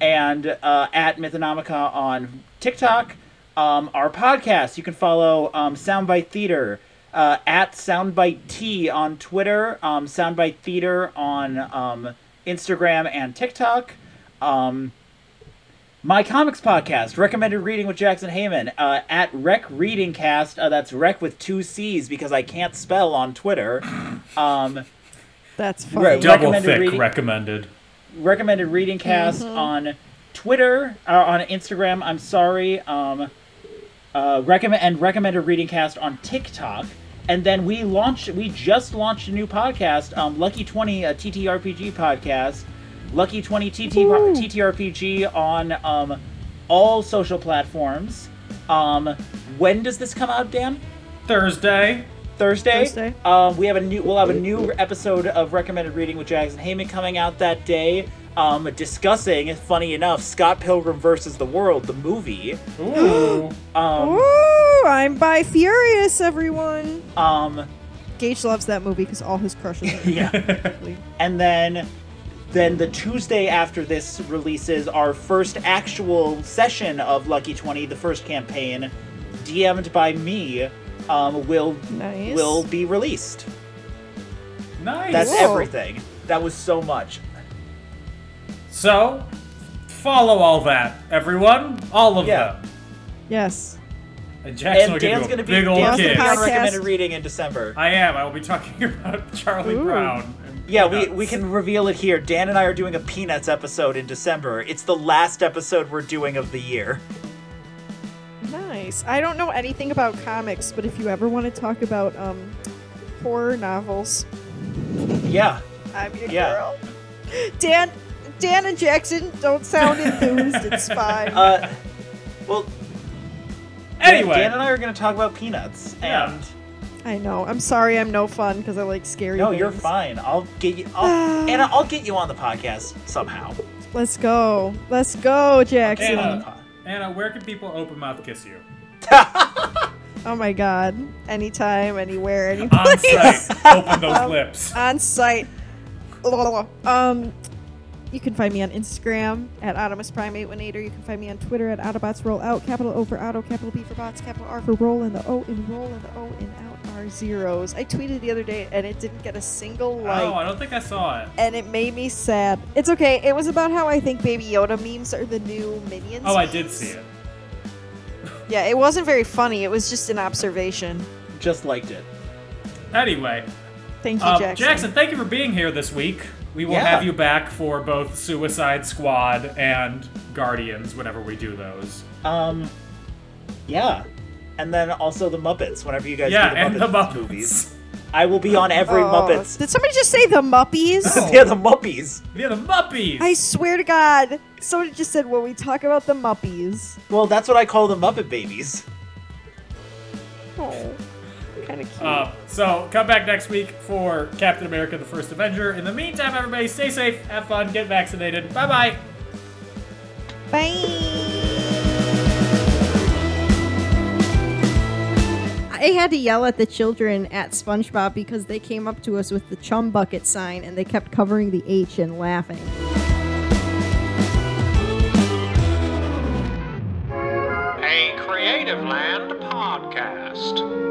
Speaker 3: and uh, at Mythonomica on TikTok. Um, our podcast, you can follow um, Soundbite Theater uh, at Soundbite T on Twitter, um, Soundbite Theater on um, Instagram and TikTok. Um, my comics podcast, recommended reading with Jackson Heyman uh, at Rec Reading Cast. Uh, that's Rec with two C's because I can't spell on Twitter. Um,
Speaker 2: That's funny.
Speaker 3: Right, don't-
Speaker 1: Double
Speaker 3: Recommended
Speaker 1: thick
Speaker 3: reading.
Speaker 1: recommended.
Speaker 3: recommended reading cast on Twitter or on Instagram. I'm sorry. Um, uh, recommend and recommended reading cast on TikTok. And then we launched. We just launched a new podcast, um, Lucky Twenty, a TTRPG podcast. Lucky Twenty TT, po- TTRPG on um, all social platforms. Um, when does this come out, Dan?
Speaker 1: Thursday.
Speaker 3: Thursday.
Speaker 2: Thursday.
Speaker 3: Um, we have a new. We'll have a new episode of recommended reading with Jackson Heyman coming out that day. Um, discussing, funny enough, Scott Pilgrim versus the World, the movie.
Speaker 1: Ooh.
Speaker 3: Um,
Speaker 2: Ooh, I'm by furious, everyone.
Speaker 3: um,
Speaker 2: Gage loves that movie because all his crushes. Are
Speaker 3: yeah. and then, then the Tuesday after this releases our first actual session of Lucky Twenty, the first campaign, DM'd by me, um, will
Speaker 2: Nice.
Speaker 3: will be released.
Speaker 1: nice.
Speaker 3: That's
Speaker 2: Whoa.
Speaker 3: everything. That was so much.
Speaker 1: so, follow all that, everyone. All of
Speaker 3: Yeah.
Speaker 1: them.
Speaker 2: yes.
Speaker 1: And Jackson will
Speaker 3: and
Speaker 1: give you
Speaker 3: Dan's
Speaker 1: a
Speaker 3: gonna be
Speaker 1: big old
Speaker 3: Dan's
Speaker 1: kiss.
Speaker 3: gonna be on
Speaker 2: Podcast.
Speaker 3: recommended reading in December.
Speaker 1: I am. I will be talking about Charlie
Speaker 2: Ooh.
Speaker 1: Brown. and
Speaker 3: Yeah, we,
Speaker 1: Peanuts.
Speaker 3: we can reveal it here. Dan and I are doing a Peanuts episode in December. It's the last episode we're doing of the year.
Speaker 2: Nice. I don't know anything about comics, but if you ever want to talk about um, horror novels,
Speaker 3: Yeah.
Speaker 2: I'm your
Speaker 3: Yeah.
Speaker 2: girl. Dan, Dan and Jackson don't sound enthused. It's fine.
Speaker 3: Uh, well, Dan-
Speaker 1: Anyway,
Speaker 3: Dan and I are going to talk about peanuts.
Speaker 1: Yeah.
Speaker 3: And
Speaker 2: I know. I'm sorry. I'm no fun because I like scary.
Speaker 3: no, you're
Speaker 2: things.
Speaker 3: fine. I'll get you. I'll, Anna, I'll get you on the podcast somehow.
Speaker 2: Let's go. Let's go, Jackson.
Speaker 1: Anna.
Speaker 3: On the pod.
Speaker 1: Anna, where can people open mouth kiss you?
Speaker 2: Oh my God. Anytime, anywhere, any
Speaker 1: On site, open those lips.
Speaker 2: on site. Um, you can find me on Instagram at Automus Prime 818, or you can find me on Twitter at Autobots Roll Out, capital O for Auto, capital B for Bots, capital R for Roll, and the O in Roll, and the O in Out are zeros. I tweeted the other day and it didn't get a single like.
Speaker 1: oh, I don't think I saw it.
Speaker 2: and it made me sad. It's okay. It was about how I think Baby Yoda memes are the new minions.
Speaker 1: Oh, I
Speaker 2: memes.
Speaker 1: did see it.
Speaker 2: Yeah, it wasn't very funny. It was just an observation.
Speaker 3: Just liked it.
Speaker 1: Anyway,
Speaker 2: Thank you,
Speaker 1: um,
Speaker 2: Jackson.
Speaker 1: Jackson. thank you for being here this week. We will
Speaker 3: Yeah.
Speaker 1: have you back for both Suicide Squad and Guardians whenever we do those.
Speaker 3: Um, yeah. And then also the Muppets. Whenever you guys
Speaker 1: yeah,
Speaker 3: do the
Speaker 1: and
Speaker 3: Muppets
Speaker 1: the Muppets.
Speaker 3: movies, I will be on every
Speaker 2: Oh,
Speaker 3: Muppets.
Speaker 2: Did somebody just say the Muppies?
Speaker 3: yeah, the Muppies.
Speaker 1: Yeah, the Muppies.
Speaker 2: I swear to God, somebody just said when we talk about the Muppies.
Speaker 3: Well, that's what I call the Muppet babies.
Speaker 2: Oh, kind of cute.
Speaker 1: Uh, so come back next week for Captain America: The First Avenger. In the meantime, everybody, stay safe, have fun, get vaccinated. Bye bye.
Speaker 9: I had to yell at the children at SpongeBob because they came up to us with the chum bucket sign and they kept covering the H and laughing.
Speaker 10: A Creative Land podcast.